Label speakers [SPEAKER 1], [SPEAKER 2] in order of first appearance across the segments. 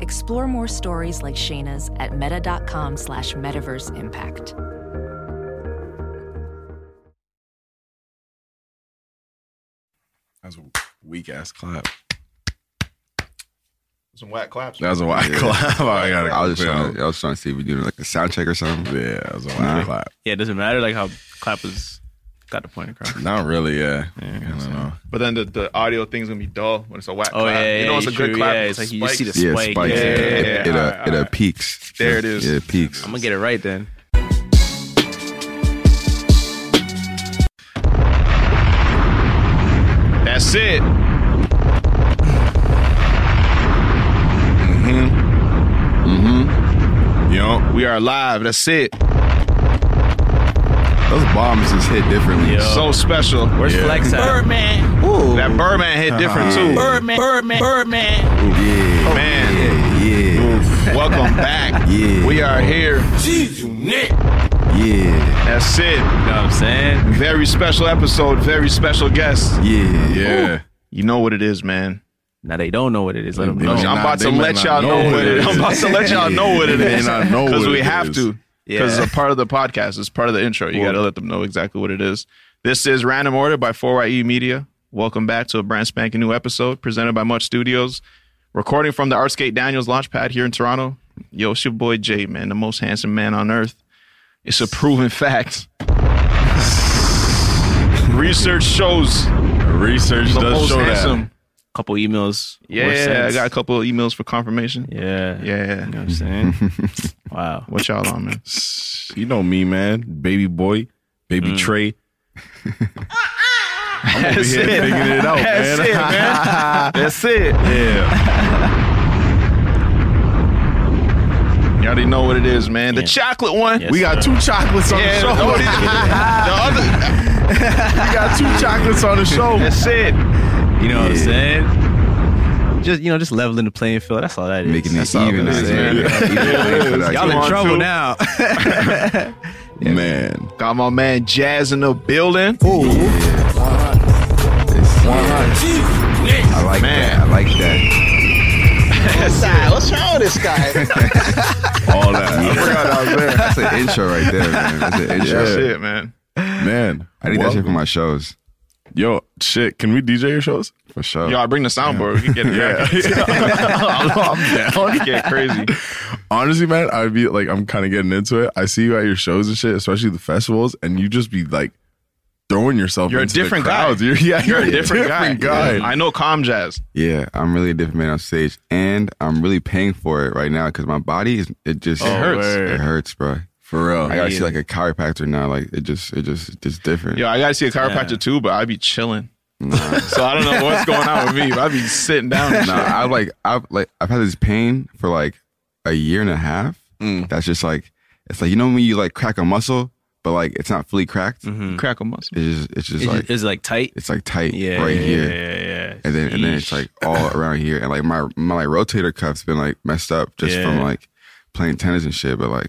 [SPEAKER 1] Explore more stories like Shayna's at meta.com slash metaverse impact.
[SPEAKER 2] That's a weak ass clap.
[SPEAKER 3] Some whack claps.
[SPEAKER 2] That was a whack clap. I, gotta,
[SPEAKER 4] I was just
[SPEAKER 2] yeah.
[SPEAKER 4] trying to, I was trying to see if we do like a sound check or something.
[SPEAKER 2] Yeah, that was a whack
[SPEAKER 4] Nah.
[SPEAKER 2] clap.
[SPEAKER 5] Yeah, it doesn't matter like how clappers got the point across.
[SPEAKER 2] Not really. Yeah. I
[SPEAKER 5] Yeah, I'm
[SPEAKER 2] don't
[SPEAKER 5] saying.
[SPEAKER 2] know.
[SPEAKER 3] But then the, the audio thing's gonna be dull when it's a whack
[SPEAKER 5] Oh
[SPEAKER 3] clap.
[SPEAKER 5] yeah, yeah,
[SPEAKER 3] you know it's a
[SPEAKER 5] yeah,
[SPEAKER 3] good
[SPEAKER 5] true,
[SPEAKER 3] clap.
[SPEAKER 5] Yeah,
[SPEAKER 3] with
[SPEAKER 5] it's
[SPEAKER 3] the
[SPEAKER 5] like you just see the
[SPEAKER 3] spikes.
[SPEAKER 4] Yeah,
[SPEAKER 5] spike.
[SPEAKER 4] spikes.
[SPEAKER 5] Yeah,
[SPEAKER 4] it,
[SPEAKER 5] yeah, yeah.
[SPEAKER 4] it, it, uh,
[SPEAKER 5] Alright,
[SPEAKER 4] it uh,
[SPEAKER 5] alright.
[SPEAKER 4] peaks.
[SPEAKER 3] There it is.
[SPEAKER 4] Yeah, it peaks.
[SPEAKER 5] I'm gonna get it right then.
[SPEAKER 3] That's it.
[SPEAKER 2] You know,
[SPEAKER 3] We are live. That's it.
[SPEAKER 4] Those bombs just hit differently.
[SPEAKER 5] Yo.
[SPEAKER 3] So special.
[SPEAKER 5] Oh. Where's
[SPEAKER 2] Yeah.
[SPEAKER 5] Flex Uh-huh. at?
[SPEAKER 3] That Birdman hit different too.
[SPEAKER 5] Birdman, Birdman, Birdman.
[SPEAKER 2] Oh,
[SPEAKER 4] Yeah,
[SPEAKER 3] Man,
[SPEAKER 4] yeah, yeah,
[SPEAKER 3] welcome back.
[SPEAKER 4] Yeah.
[SPEAKER 3] We are here.
[SPEAKER 4] yeah,
[SPEAKER 3] That's it.
[SPEAKER 5] You know what I'm saying?
[SPEAKER 3] Very special episode. Very special guest.
[SPEAKER 4] yeah.
[SPEAKER 2] yeah.
[SPEAKER 3] You know what it is, man.
[SPEAKER 5] Now they don't know what it is. Let them
[SPEAKER 2] They
[SPEAKER 5] know.
[SPEAKER 2] don't
[SPEAKER 3] I'm
[SPEAKER 2] Nah,
[SPEAKER 3] about
[SPEAKER 2] they
[SPEAKER 3] to
[SPEAKER 2] might
[SPEAKER 3] let
[SPEAKER 2] not
[SPEAKER 3] y'all know what it is. I'm about to let y'all know what it
[SPEAKER 2] They
[SPEAKER 3] is.
[SPEAKER 2] may not know
[SPEAKER 3] Because
[SPEAKER 2] what
[SPEAKER 3] we
[SPEAKER 2] it
[SPEAKER 3] have
[SPEAKER 2] is.
[SPEAKER 3] to. Because
[SPEAKER 5] Yeah.
[SPEAKER 3] it's a part of the podcast. It's part of the intro. You got to let them know exactly what it is. This is Random Order by 4YE Media. Welcome back to a brand spanking new episode presented by Much Studios. Recording from the Artscape Daniels Launchpad here in Toronto. Yo, it's your boy Jay, man, the most handsome man on earth. It's a proven fact. Research shows
[SPEAKER 2] Research
[SPEAKER 3] the
[SPEAKER 2] does
[SPEAKER 3] most
[SPEAKER 2] show
[SPEAKER 3] handsome.
[SPEAKER 5] couple emails. were
[SPEAKER 3] Yeah, I
[SPEAKER 5] sent.
[SPEAKER 3] got a couple of emails for confirmation.
[SPEAKER 5] Yeah.
[SPEAKER 3] Yeah.
[SPEAKER 5] You know what I'm saying? wow.
[SPEAKER 3] What y'all on, man?
[SPEAKER 2] that. You know me, man. Baby boy, baby Trey. I'm over
[SPEAKER 3] Mm. That's
[SPEAKER 2] here
[SPEAKER 3] it.
[SPEAKER 2] figuring it out,
[SPEAKER 3] That's
[SPEAKER 2] man.
[SPEAKER 3] it, man. That's it.
[SPEAKER 2] Yeah.
[SPEAKER 3] You already know what it is, man. The
[SPEAKER 5] Yeah.
[SPEAKER 3] chocolate one.
[SPEAKER 5] Yes,
[SPEAKER 2] We got
[SPEAKER 5] sir.
[SPEAKER 2] two chocolates on
[SPEAKER 3] Yeah,
[SPEAKER 2] the show.
[SPEAKER 3] no, the- the other.
[SPEAKER 2] we got two chocolates on the show.
[SPEAKER 3] That's it.
[SPEAKER 5] You know what I'm saying? Just you know, just leveling the playing field. That's all that is.
[SPEAKER 4] Making
[SPEAKER 5] That's
[SPEAKER 4] it
[SPEAKER 5] all
[SPEAKER 4] even.
[SPEAKER 5] that
[SPEAKER 4] I
[SPEAKER 5] is,
[SPEAKER 4] say.
[SPEAKER 5] man.
[SPEAKER 4] Even playing for that.
[SPEAKER 5] Y'all
[SPEAKER 3] Come
[SPEAKER 5] in
[SPEAKER 3] on,
[SPEAKER 5] trouble
[SPEAKER 3] too.
[SPEAKER 5] now.
[SPEAKER 2] Man.
[SPEAKER 3] Got my man Jazz in the building.
[SPEAKER 4] It's- I like that. I like that.
[SPEAKER 2] All that.
[SPEAKER 4] That's an intro right there, man. That's an intro.
[SPEAKER 3] That's it, man.
[SPEAKER 2] man.
[SPEAKER 4] I need that
[SPEAKER 2] Well,
[SPEAKER 4] shit for my shows,
[SPEAKER 2] Yo, shit. Can we DJ your shows?
[SPEAKER 4] for sure.
[SPEAKER 3] Y'all bring the soundboard. We can get it cracking.
[SPEAKER 2] Oh, I'm down.
[SPEAKER 3] We can get crazy.
[SPEAKER 2] Honestly, man, I'd be like, I'm kind of getting into it. I see you at your shows and shit, especially the festivals, and you just be like throwing yourself.
[SPEAKER 3] You're a
[SPEAKER 2] into the
[SPEAKER 3] different guy.
[SPEAKER 2] crowds. You're, yeah,
[SPEAKER 3] You're a different guy.
[SPEAKER 2] guy.
[SPEAKER 3] I know calm jazz.
[SPEAKER 4] Yeah, I'm really a different man on stage, and I'm really paying for it right now because my body is it just
[SPEAKER 3] It hurts.
[SPEAKER 4] It hurts, bro.
[SPEAKER 2] Oh, For real.
[SPEAKER 4] I gotta see like a chiropractor now. Like it just, it just, it's different.
[SPEAKER 3] Yo, I gotta see a chiropractor too, but I be chilling. So I don't know what's going on with me. but I be sitting down. And
[SPEAKER 4] no,
[SPEAKER 3] shit.
[SPEAKER 4] I like I've like I've had this pain for like a year and a half.
[SPEAKER 2] Mm.
[SPEAKER 4] That's just like it's like you know when you like crack a muscle, but like it's not fully cracked.
[SPEAKER 2] Mm-hmm.
[SPEAKER 5] Mm-hmm.
[SPEAKER 3] Crack a muscle.
[SPEAKER 4] It's just it's just
[SPEAKER 5] It's,
[SPEAKER 4] like
[SPEAKER 5] like, it's like tight.
[SPEAKER 4] it's like tight
[SPEAKER 5] Yeah.
[SPEAKER 4] right
[SPEAKER 5] yeah,
[SPEAKER 4] here,
[SPEAKER 5] Yeah, yeah.
[SPEAKER 4] and then and then it's like all around here, and like my my like rotator cuff's been like messed up just
[SPEAKER 5] Yeah.
[SPEAKER 4] from like playing tennis and shit. But like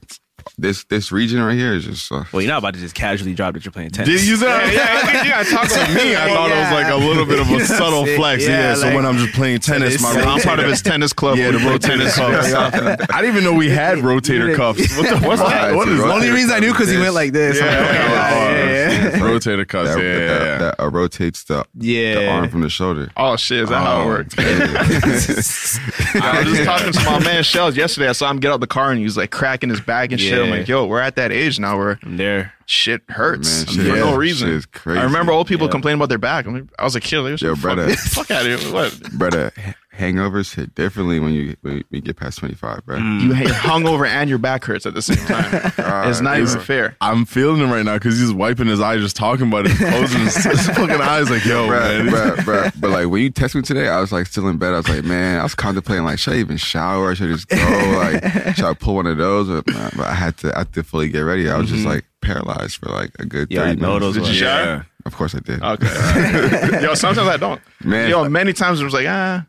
[SPEAKER 4] this this region right here is just uh,
[SPEAKER 5] Well, you're not about to just casually drop that you're playing tennis.
[SPEAKER 2] Did you say?
[SPEAKER 3] Yeah, you gotta talk to
[SPEAKER 2] Me, I thought it was like a little bit of a subtle flex. Yeah, so when I'm just playing tennis, my
[SPEAKER 3] I'm part of his tennis club.
[SPEAKER 2] Yeah,
[SPEAKER 3] We
[SPEAKER 2] the
[SPEAKER 3] play
[SPEAKER 2] rotator
[SPEAKER 3] tennis
[SPEAKER 2] cuffs.
[SPEAKER 3] club.
[SPEAKER 2] I didn't even know we had rotator cuffs. What the, what's that? What is
[SPEAKER 4] The only reason I knew 'cause he went like
[SPEAKER 2] this. Yeah,
[SPEAKER 4] yeah, yeah.
[SPEAKER 2] Rotator cuffs.
[SPEAKER 4] that,
[SPEAKER 2] yeah, yeah,
[SPEAKER 4] that,
[SPEAKER 2] yeah.
[SPEAKER 4] that, uh, rotates the the
[SPEAKER 5] Yeah.
[SPEAKER 4] arm from the shoulder.
[SPEAKER 3] Oh shit, is that how it
[SPEAKER 4] Oh,
[SPEAKER 3] works?
[SPEAKER 4] yeah.
[SPEAKER 3] I was just talking to my man Shells yesterday. I saw him get out the car and he was like cracking his back and shit. I'm
[SPEAKER 5] Yeah.
[SPEAKER 3] like, yo, we're at that age now where
[SPEAKER 5] I'm there.
[SPEAKER 3] shit hurts
[SPEAKER 4] Man, shit
[SPEAKER 3] for
[SPEAKER 4] is-
[SPEAKER 3] no
[SPEAKER 4] shit
[SPEAKER 3] reason.
[SPEAKER 4] is crazy.
[SPEAKER 3] I remember old people
[SPEAKER 5] Yeah.
[SPEAKER 3] complaining about their back. I'm like, I was like, yo,
[SPEAKER 4] Yo,
[SPEAKER 3] fuck,
[SPEAKER 4] brother.
[SPEAKER 3] fuck out of here. What?
[SPEAKER 4] brother, hangovers hit differently when you when you- when you get past 25, bro.
[SPEAKER 2] Mm,
[SPEAKER 3] You hate hungover and your back hurts at the same time. it's not even fair.
[SPEAKER 2] I'm feeling him right now because he's wiping his eye, just talking about it, closing his, his fucking eyes. Like, yo,
[SPEAKER 4] Bruh,
[SPEAKER 2] man,
[SPEAKER 4] bruh, bruh. But like when you text me today, I was like still in bed. I was like, man, I was contemplating like, should I even shower? Should I just go? Like, should I pull one of those? But, nah, but I had to, I had to fully get ready. I was just like paralyzed for like a good
[SPEAKER 5] Mm-hmm. Yeah, I
[SPEAKER 4] 30
[SPEAKER 5] know
[SPEAKER 4] minutes.
[SPEAKER 5] those Did you ones.
[SPEAKER 3] shower?
[SPEAKER 4] Of course I did.
[SPEAKER 3] Okay. Yo, sometimes I don't.
[SPEAKER 4] Man.
[SPEAKER 3] Yo, many times I was like, ah.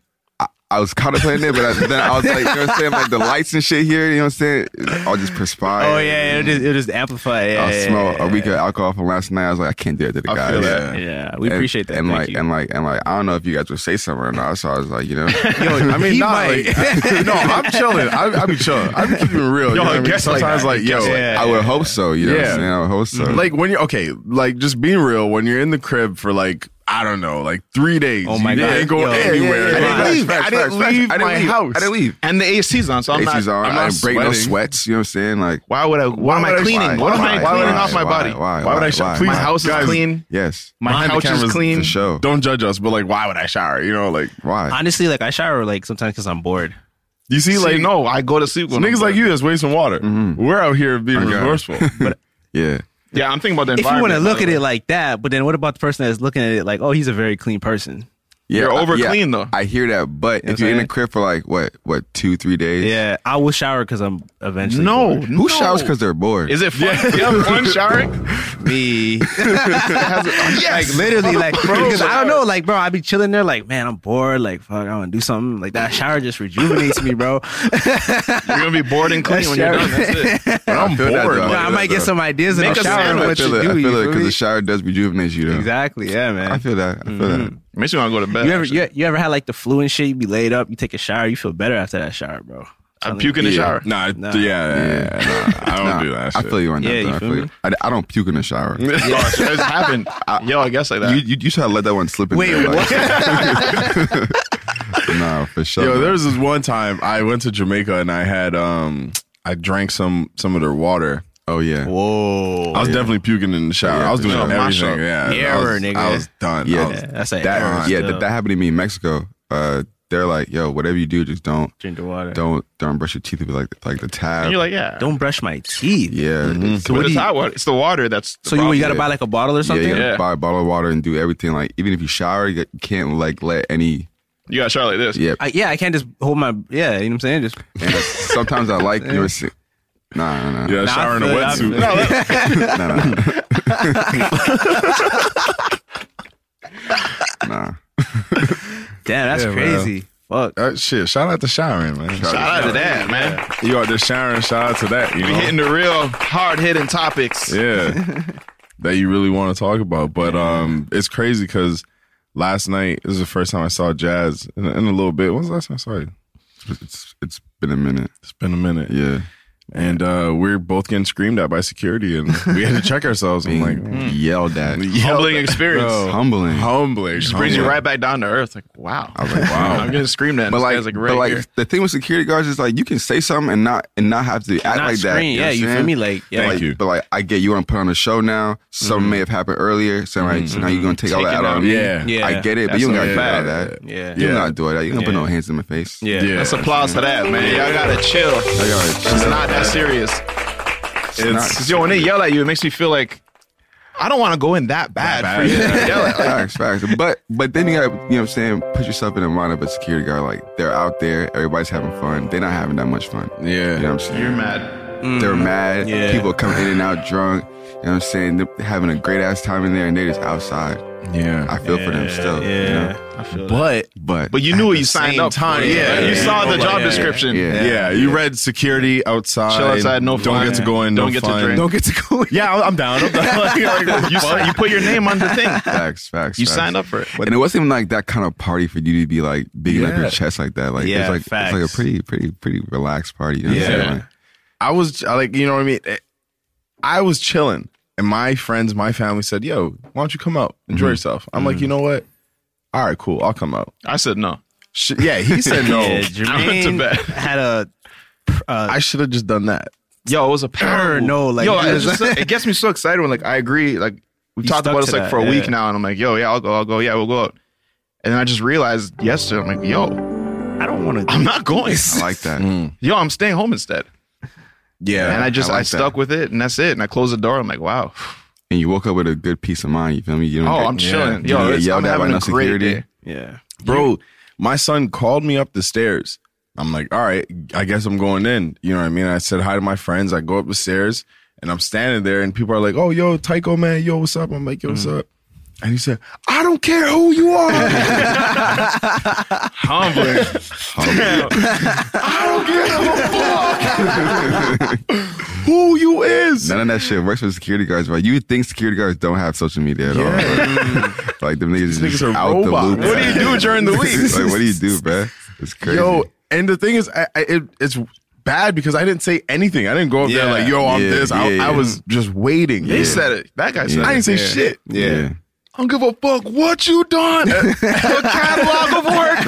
[SPEAKER 4] I was contemplating it, but I, then I was like, you know what I'm saying? Like the lights and shit here, you know what I'm saying? I'll just perspire.
[SPEAKER 5] Oh yeah, it'll just, it'll just amplify. it. Yeah,
[SPEAKER 4] I
[SPEAKER 5] yeah,
[SPEAKER 4] smell
[SPEAKER 5] yeah,
[SPEAKER 4] a week of alcohol from last night. I was like, I can't do it to the guys.
[SPEAKER 3] feel that.
[SPEAKER 5] yeah. Yeah, we
[SPEAKER 4] And-
[SPEAKER 5] appreciate that.
[SPEAKER 4] And
[SPEAKER 5] Thank
[SPEAKER 4] like,
[SPEAKER 5] you.
[SPEAKER 4] and like, and like, I don't know if you guys would say something or not. So I was like, you know,
[SPEAKER 2] I mean,
[SPEAKER 5] He
[SPEAKER 2] nah,
[SPEAKER 5] might.
[SPEAKER 2] like, no, I'm chilling. I, I be chilling. I be keeping it real. you
[SPEAKER 3] Yo,
[SPEAKER 2] know what I mean?
[SPEAKER 3] guess like
[SPEAKER 2] Sometimes,
[SPEAKER 3] that.
[SPEAKER 2] like, yo,
[SPEAKER 3] Guess like
[SPEAKER 5] Yeah, Mm-hmm.
[SPEAKER 4] I would hope so. You know, what
[SPEAKER 2] Yeah.
[SPEAKER 4] I'm saying? I would hope so.
[SPEAKER 2] like when you're okay, like just being real. When you're in the crib for like I don't know, like three days.
[SPEAKER 5] Oh my
[SPEAKER 2] you
[SPEAKER 5] God.
[SPEAKER 2] ain't going
[SPEAKER 5] Yo,
[SPEAKER 2] anywhere.
[SPEAKER 5] yeah, yeah, yeah.
[SPEAKER 2] I didn't leave.
[SPEAKER 4] Facts,
[SPEAKER 2] I didn't
[SPEAKER 4] facts, facts,
[SPEAKER 2] leave
[SPEAKER 4] facts. I didn't
[SPEAKER 2] my
[SPEAKER 4] leave.
[SPEAKER 2] house.
[SPEAKER 4] I didn't leave.
[SPEAKER 3] And the AC's on, so I'm
[SPEAKER 4] AC's
[SPEAKER 3] not.
[SPEAKER 4] on.
[SPEAKER 3] I'm
[SPEAKER 4] I
[SPEAKER 3] not
[SPEAKER 4] didn't break no
[SPEAKER 3] sweating.
[SPEAKER 4] sweats. You know what I'm saying? Like,
[SPEAKER 3] Why would I? Why, am
[SPEAKER 2] would
[SPEAKER 3] I
[SPEAKER 2] I-
[SPEAKER 3] cleaning?
[SPEAKER 2] why-
[SPEAKER 3] What am I
[SPEAKER 2] why-
[SPEAKER 3] cleaning
[SPEAKER 2] why-
[SPEAKER 3] off my
[SPEAKER 4] why-
[SPEAKER 3] body?
[SPEAKER 4] why-
[SPEAKER 3] would I?
[SPEAKER 4] why-
[SPEAKER 3] show-
[SPEAKER 4] why-
[SPEAKER 3] please,
[SPEAKER 4] why-
[SPEAKER 3] my house
[SPEAKER 2] guys,
[SPEAKER 3] is clean.
[SPEAKER 4] yes,
[SPEAKER 3] My
[SPEAKER 2] behind the
[SPEAKER 3] couch is
[SPEAKER 2] cameras,
[SPEAKER 3] clean.
[SPEAKER 4] for sure.
[SPEAKER 2] Don't judge us, but like, why would I shower? You know, like
[SPEAKER 4] Why?
[SPEAKER 5] honestly, like I shower like sometimes because I'm bored.
[SPEAKER 2] you see,
[SPEAKER 3] See,
[SPEAKER 2] like
[SPEAKER 3] no, I go to sleep. When
[SPEAKER 2] niggas
[SPEAKER 3] I'm
[SPEAKER 2] like
[SPEAKER 3] done.
[SPEAKER 2] you that's wasting water. We're out here being
[SPEAKER 4] Okay.
[SPEAKER 2] resourceful. But
[SPEAKER 4] yeah.
[SPEAKER 3] Yeah, I'm thinking about the
[SPEAKER 5] If you want
[SPEAKER 3] environment.
[SPEAKER 5] to
[SPEAKER 3] by
[SPEAKER 5] look
[SPEAKER 3] the
[SPEAKER 5] at
[SPEAKER 3] way.
[SPEAKER 5] it like that, but then what about the person that's looking at it like, oh, he's a very clean person?
[SPEAKER 4] Yeah,
[SPEAKER 3] You're
[SPEAKER 4] I-
[SPEAKER 3] over
[SPEAKER 4] yeah,
[SPEAKER 3] clean, though.
[SPEAKER 4] I hear that, but
[SPEAKER 5] know
[SPEAKER 4] if you're in
[SPEAKER 5] what I'm
[SPEAKER 4] a crib for like what, what two, three days?
[SPEAKER 5] Yeah, I will shower because I'm eventually.
[SPEAKER 3] no,
[SPEAKER 5] bored.
[SPEAKER 4] Who showers because they're bored?
[SPEAKER 3] Is it fun? Do you have fun showering?
[SPEAKER 5] me. Like literally, like because I don't know, like bro, I be chilling there, like man, I'm bored, like fuck, I want to do something. Like that shower just rejuvenates me, bro.
[SPEAKER 3] You're gonna be bored and clean when you're done. That's it.
[SPEAKER 2] I'm
[SPEAKER 4] feel that,
[SPEAKER 2] bored.
[SPEAKER 4] though.
[SPEAKER 2] like,
[SPEAKER 5] I might get some ideas in
[SPEAKER 3] Make
[SPEAKER 5] the
[SPEAKER 3] a
[SPEAKER 5] shower.
[SPEAKER 3] sandwich.
[SPEAKER 5] What you
[SPEAKER 4] I feel it.
[SPEAKER 5] do?
[SPEAKER 4] I
[SPEAKER 5] you
[SPEAKER 4] feel it
[SPEAKER 5] feel
[SPEAKER 4] because
[SPEAKER 5] me?
[SPEAKER 4] the shower does rejuvenate you. Though.
[SPEAKER 5] Exactly, yeah,
[SPEAKER 4] I
[SPEAKER 5] man.
[SPEAKER 4] feel that. I feel that.
[SPEAKER 3] Makes me want to go to bed.
[SPEAKER 5] You ever
[SPEAKER 3] actually.
[SPEAKER 5] you, you ever had like the flu and shit? You be laid up, you take a shower, you feel better after that shower, bro.
[SPEAKER 3] I'm puking in the shower.
[SPEAKER 2] Nah,
[SPEAKER 5] Nah.
[SPEAKER 2] yeah, yeah, yeah, nah, I don't do that.
[SPEAKER 4] I
[SPEAKER 2] shit.
[SPEAKER 4] feel you on
[SPEAKER 5] Yeah,
[SPEAKER 4] that.
[SPEAKER 5] you
[SPEAKER 4] though. I,
[SPEAKER 5] feel
[SPEAKER 4] feel
[SPEAKER 5] me?
[SPEAKER 4] you. I, I don't puke in the shower. you,
[SPEAKER 3] Gosh, it's happened. Yo, I guess like that.
[SPEAKER 4] you you should have let that one slip in
[SPEAKER 5] Wait,
[SPEAKER 4] there. like- no, for sure.
[SPEAKER 2] Yo, there was this one time I went to Jamaica and I had um I drank some some of their water.
[SPEAKER 4] Oh yeah. Oh,
[SPEAKER 5] Whoa.
[SPEAKER 2] I was definitely puking in the shower.
[SPEAKER 4] Yeah,
[SPEAKER 2] I was
[SPEAKER 4] for
[SPEAKER 2] doing
[SPEAKER 4] sure.
[SPEAKER 2] everything.
[SPEAKER 3] Mash up.
[SPEAKER 2] Yeah, I
[SPEAKER 5] Error,
[SPEAKER 2] was,
[SPEAKER 5] nigga.
[SPEAKER 2] I was done. I
[SPEAKER 4] Yeah.
[SPEAKER 2] was,
[SPEAKER 5] Yeah, Oh, that's like
[SPEAKER 4] that yeah,
[SPEAKER 5] still.
[SPEAKER 4] that, that happened to me in Mexico. Uh, they're like, yo, whatever you do, just don't
[SPEAKER 5] Drink the water. Don't,
[SPEAKER 4] don't don't brush your teeth with like like the tab.
[SPEAKER 3] and you're like, yeah.
[SPEAKER 5] brush my teeth.
[SPEAKER 4] yeah. it's-
[SPEAKER 3] But
[SPEAKER 5] what
[SPEAKER 3] it's
[SPEAKER 5] do you-
[SPEAKER 3] hot water. It's the water that's. the
[SPEAKER 5] So you, you
[SPEAKER 3] problem.
[SPEAKER 5] gotta buy like a bottle or
[SPEAKER 4] yeah,
[SPEAKER 5] something.
[SPEAKER 4] you gotta
[SPEAKER 3] Yeah.
[SPEAKER 4] buy a bottle of water and do everything. Like even if you shower, you you can't like let any.
[SPEAKER 3] You gotta shower like this.
[SPEAKER 4] Yeah.
[SPEAKER 5] I, yeah, I can't just hold my. Yeah, you know what I'm saying. Just
[SPEAKER 4] And sometimes I like you. Nah, nah, nah.
[SPEAKER 2] yeah,
[SPEAKER 5] Nah, I
[SPEAKER 2] shower in a
[SPEAKER 5] feel it, I
[SPEAKER 2] wetsuit.
[SPEAKER 5] feel it.
[SPEAKER 4] nah.
[SPEAKER 5] damn, that's
[SPEAKER 2] Yeah, bro.
[SPEAKER 5] crazy. Fuck.
[SPEAKER 2] Uh, shit, shout out to showering, man.
[SPEAKER 3] Shout out to that, man.
[SPEAKER 2] You out there showering? Shout out to that. You
[SPEAKER 3] We hitting
[SPEAKER 2] know?
[SPEAKER 3] the real hard hitting topics.
[SPEAKER 2] yeah, that you really want to talk about. But um, it's crazy because last night this is the first time I saw Jazz in, in a little bit. When was the last time I saw you?
[SPEAKER 4] It's it's been a minute.
[SPEAKER 2] It's been a minute.
[SPEAKER 4] Yeah.
[SPEAKER 2] and uh, we're both getting screamed at by security, and we had to check
[SPEAKER 3] Oh
[SPEAKER 2] ourselves. I'm like,
[SPEAKER 4] Being yelled at.
[SPEAKER 3] Mm. Humbling experience.
[SPEAKER 2] Bro.
[SPEAKER 4] Humbling.
[SPEAKER 2] humbling.
[SPEAKER 3] Just brings you
[SPEAKER 2] humbling.
[SPEAKER 3] right back down to earth. Like, wow.
[SPEAKER 4] I was like, wow.
[SPEAKER 3] I'm getting screamed at.
[SPEAKER 4] But
[SPEAKER 3] this
[SPEAKER 4] like,
[SPEAKER 3] guy's like,
[SPEAKER 4] but
[SPEAKER 3] right
[SPEAKER 4] like
[SPEAKER 3] here.
[SPEAKER 4] the thing with security guards is like you can say something and not and not have to act
[SPEAKER 5] Not
[SPEAKER 4] like that.
[SPEAKER 5] scream,
[SPEAKER 4] know
[SPEAKER 5] yeah,
[SPEAKER 4] what I'm
[SPEAKER 5] you feel
[SPEAKER 4] saying?
[SPEAKER 5] me? Like, yeah.
[SPEAKER 4] But,
[SPEAKER 2] Thank you.
[SPEAKER 4] But like, I get you want to put on a show now.
[SPEAKER 5] Mm-hmm.
[SPEAKER 4] Something may have happened earlier, so like, so now you're gonna take, all
[SPEAKER 3] Take it
[SPEAKER 4] that out
[SPEAKER 3] out.
[SPEAKER 4] on me.
[SPEAKER 2] Yeah.
[SPEAKER 5] Yeah.
[SPEAKER 4] I get it, but
[SPEAKER 3] That's
[SPEAKER 4] you don't
[SPEAKER 3] a
[SPEAKER 4] gotta do all
[SPEAKER 3] fact.
[SPEAKER 4] that.
[SPEAKER 5] Yeah.
[SPEAKER 4] you
[SPEAKER 2] Yeah.
[SPEAKER 4] not doing that. You gonna put no hands in my face.
[SPEAKER 5] Yeah.
[SPEAKER 2] Yeah.
[SPEAKER 3] That's applause for that, man. Y'all gotta chill.
[SPEAKER 4] I gotta-
[SPEAKER 3] It's not that serious.
[SPEAKER 2] It's,
[SPEAKER 3] Because, yo, when they yell at you, it makes me feel like I don't want to go in that bad,
[SPEAKER 2] That
[SPEAKER 3] for you. to yell at. Like,
[SPEAKER 4] Facts, facts. But but then you gotta, you know what I'm saying, put yourself in the mind of a security guard. Like they're out there, everybody's having fun. They're not having that much fun.
[SPEAKER 2] Yeah.
[SPEAKER 4] You know what I'm saying?
[SPEAKER 3] you're mad.
[SPEAKER 4] They're mad.
[SPEAKER 5] Yeah.
[SPEAKER 4] People come in and out drunk. You know what I'm saying? They're having a great ass time in there and they're just outside. I
[SPEAKER 2] yeah.
[SPEAKER 4] feel for them still. you know?
[SPEAKER 5] I feel that.
[SPEAKER 2] But
[SPEAKER 4] But
[SPEAKER 3] But you
[SPEAKER 4] at
[SPEAKER 3] knew what
[SPEAKER 4] the
[SPEAKER 3] you signed
[SPEAKER 2] same
[SPEAKER 3] up
[SPEAKER 2] time,
[SPEAKER 3] for. Yeah,
[SPEAKER 2] yeah,
[SPEAKER 3] you
[SPEAKER 2] yeah,
[SPEAKER 3] saw
[SPEAKER 5] yeah,
[SPEAKER 3] the job
[SPEAKER 5] yeah,
[SPEAKER 3] description.
[SPEAKER 4] yeah.
[SPEAKER 2] yeah, you read security outside.
[SPEAKER 3] Chill outside, no
[SPEAKER 2] Don't
[SPEAKER 3] fun.
[SPEAKER 2] get to go in.
[SPEAKER 3] Don't
[SPEAKER 2] no
[SPEAKER 3] get to
[SPEAKER 2] fun.
[SPEAKER 3] drink.
[SPEAKER 5] don't get to go.
[SPEAKER 2] Yeah, I'm- I'm down. I'm down. Like, like,
[SPEAKER 3] You, si- you put your name on the thing.
[SPEAKER 4] Facts, facts.
[SPEAKER 3] You
[SPEAKER 4] facts.
[SPEAKER 3] signed up for it.
[SPEAKER 4] and it wasn't even like that kind of party for you to be like bigging up
[SPEAKER 2] Yeah.
[SPEAKER 4] your chest like that. Like
[SPEAKER 5] Yeah,
[SPEAKER 4] it's like it's like
[SPEAKER 5] facts.
[SPEAKER 4] a pretty, pretty, pretty relaxed party. You know what I'm
[SPEAKER 2] Yeah.
[SPEAKER 4] saying? Like,
[SPEAKER 2] I was I like, you know what I mean? Eh, I was chilling, and my friends, my family said, "Yo, why don't you come out, enjoy
[SPEAKER 4] Mm-hmm.
[SPEAKER 2] yourself?" I'm like, you know what? All right, cool. I'll come out.
[SPEAKER 3] I said no.
[SPEAKER 2] Sh- yeah, he said no.
[SPEAKER 5] Yeah,
[SPEAKER 3] I went to
[SPEAKER 5] Jermaine
[SPEAKER 3] bed.
[SPEAKER 5] had a
[SPEAKER 2] I should have just done that.
[SPEAKER 3] Yo, it was a power.
[SPEAKER 5] no, like,
[SPEAKER 3] yo,
[SPEAKER 5] you
[SPEAKER 3] it's
[SPEAKER 5] just-
[SPEAKER 3] just- it gets me so excited when like I agree. Like we
[SPEAKER 5] You
[SPEAKER 3] talked
[SPEAKER 5] stuck
[SPEAKER 3] about this
[SPEAKER 5] to
[SPEAKER 3] like
[SPEAKER 5] that,
[SPEAKER 3] for a week
[SPEAKER 5] yeah.
[SPEAKER 3] now, and I'm like, yo, yeah, I'll go, I'll go, yeah, we'll go out. And then I just realized yesterday, I'm like, yo,
[SPEAKER 5] I don't want to.
[SPEAKER 3] I'm not going.
[SPEAKER 4] I like that.
[SPEAKER 3] Yo, I'm staying home instead.
[SPEAKER 2] Yeah.
[SPEAKER 3] and I just I,
[SPEAKER 4] I like that.
[SPEAKER 3] stuck with it, and that's it. And I closed the door. I'm like, wow.
[SPEAKER 4] And you woke up with a good peace of mind. You feel me? You
[SPEAKER 3] Oh,
[SPEAKER 4] get-
[SPEAKER 3] I'm chilling.
[SPEAKER 4] You
[SPEAKER 3] Yo,
[SPEAKER 4] don't get
[SPEAKER 3] it's-
[SPEAKER 4] yelled
[SPEAKER 3] I'm
[SPEAKER 4] at by
[SPEAKER 3] having
[SPEAKER 4] no
[SPEAKER 3] a great
[SPEAKER 4] security.
[SPEAKER 3] day.
[SPEAKER 5] Yeah.
[SPEAKER 2] bro my son called me up the stairs i'm like all right i guess i'm going in you know what i mean i said hi to my friends i go up the stairs and i'm standing there and people are like oh yo tycho man yo what's up i'm like yo what's
[SPEAKER 4] Mm.
[SPEAKER 2] up and he said i don't care who you are i
[SPEAKER 3] Humbling.
[SPEAKER 2] don't give a fuck who you is
[SPEAKER 4] None of that shit works with security guards, right? You would think security guards don't have social media at all. Right? like them
[SPEAKER 2] These
[SPEAKER 4] niggas, just
[SPEAKER 2] niggas are
[SPEAKER 4] out
[SPEAKER 2] robots.
[SPEAKER 4] the loop.
[SPEAKER 2] What do you do during the week?
[SPEAKER 4] like, what do you do, bro? It's crazy.
[SPEAKER 2] Yo, and the thing is, I, I, it, it's bad because I didn't say anything. I didn't go up
[SPEAKER 3] Yeah.
[SPEAKER 2] there like, "Yo, I'm
[SPEAKER 4] Yeah,
[SPEAKER 2] this." I,
[SPEAKER 4] yeah,
[SPEAKER 2] I
[SPEAKER 4] yeah.
[SPEAKER 2] was just waiting.
[SPEAKER 3] He said it. That guy said it.
[SPEAKER 2] I didn't say shit.
[SPEAKER 4] yeah.
[SPEAKER 2] I don't give a fuck what you done. uh, a catalog of work.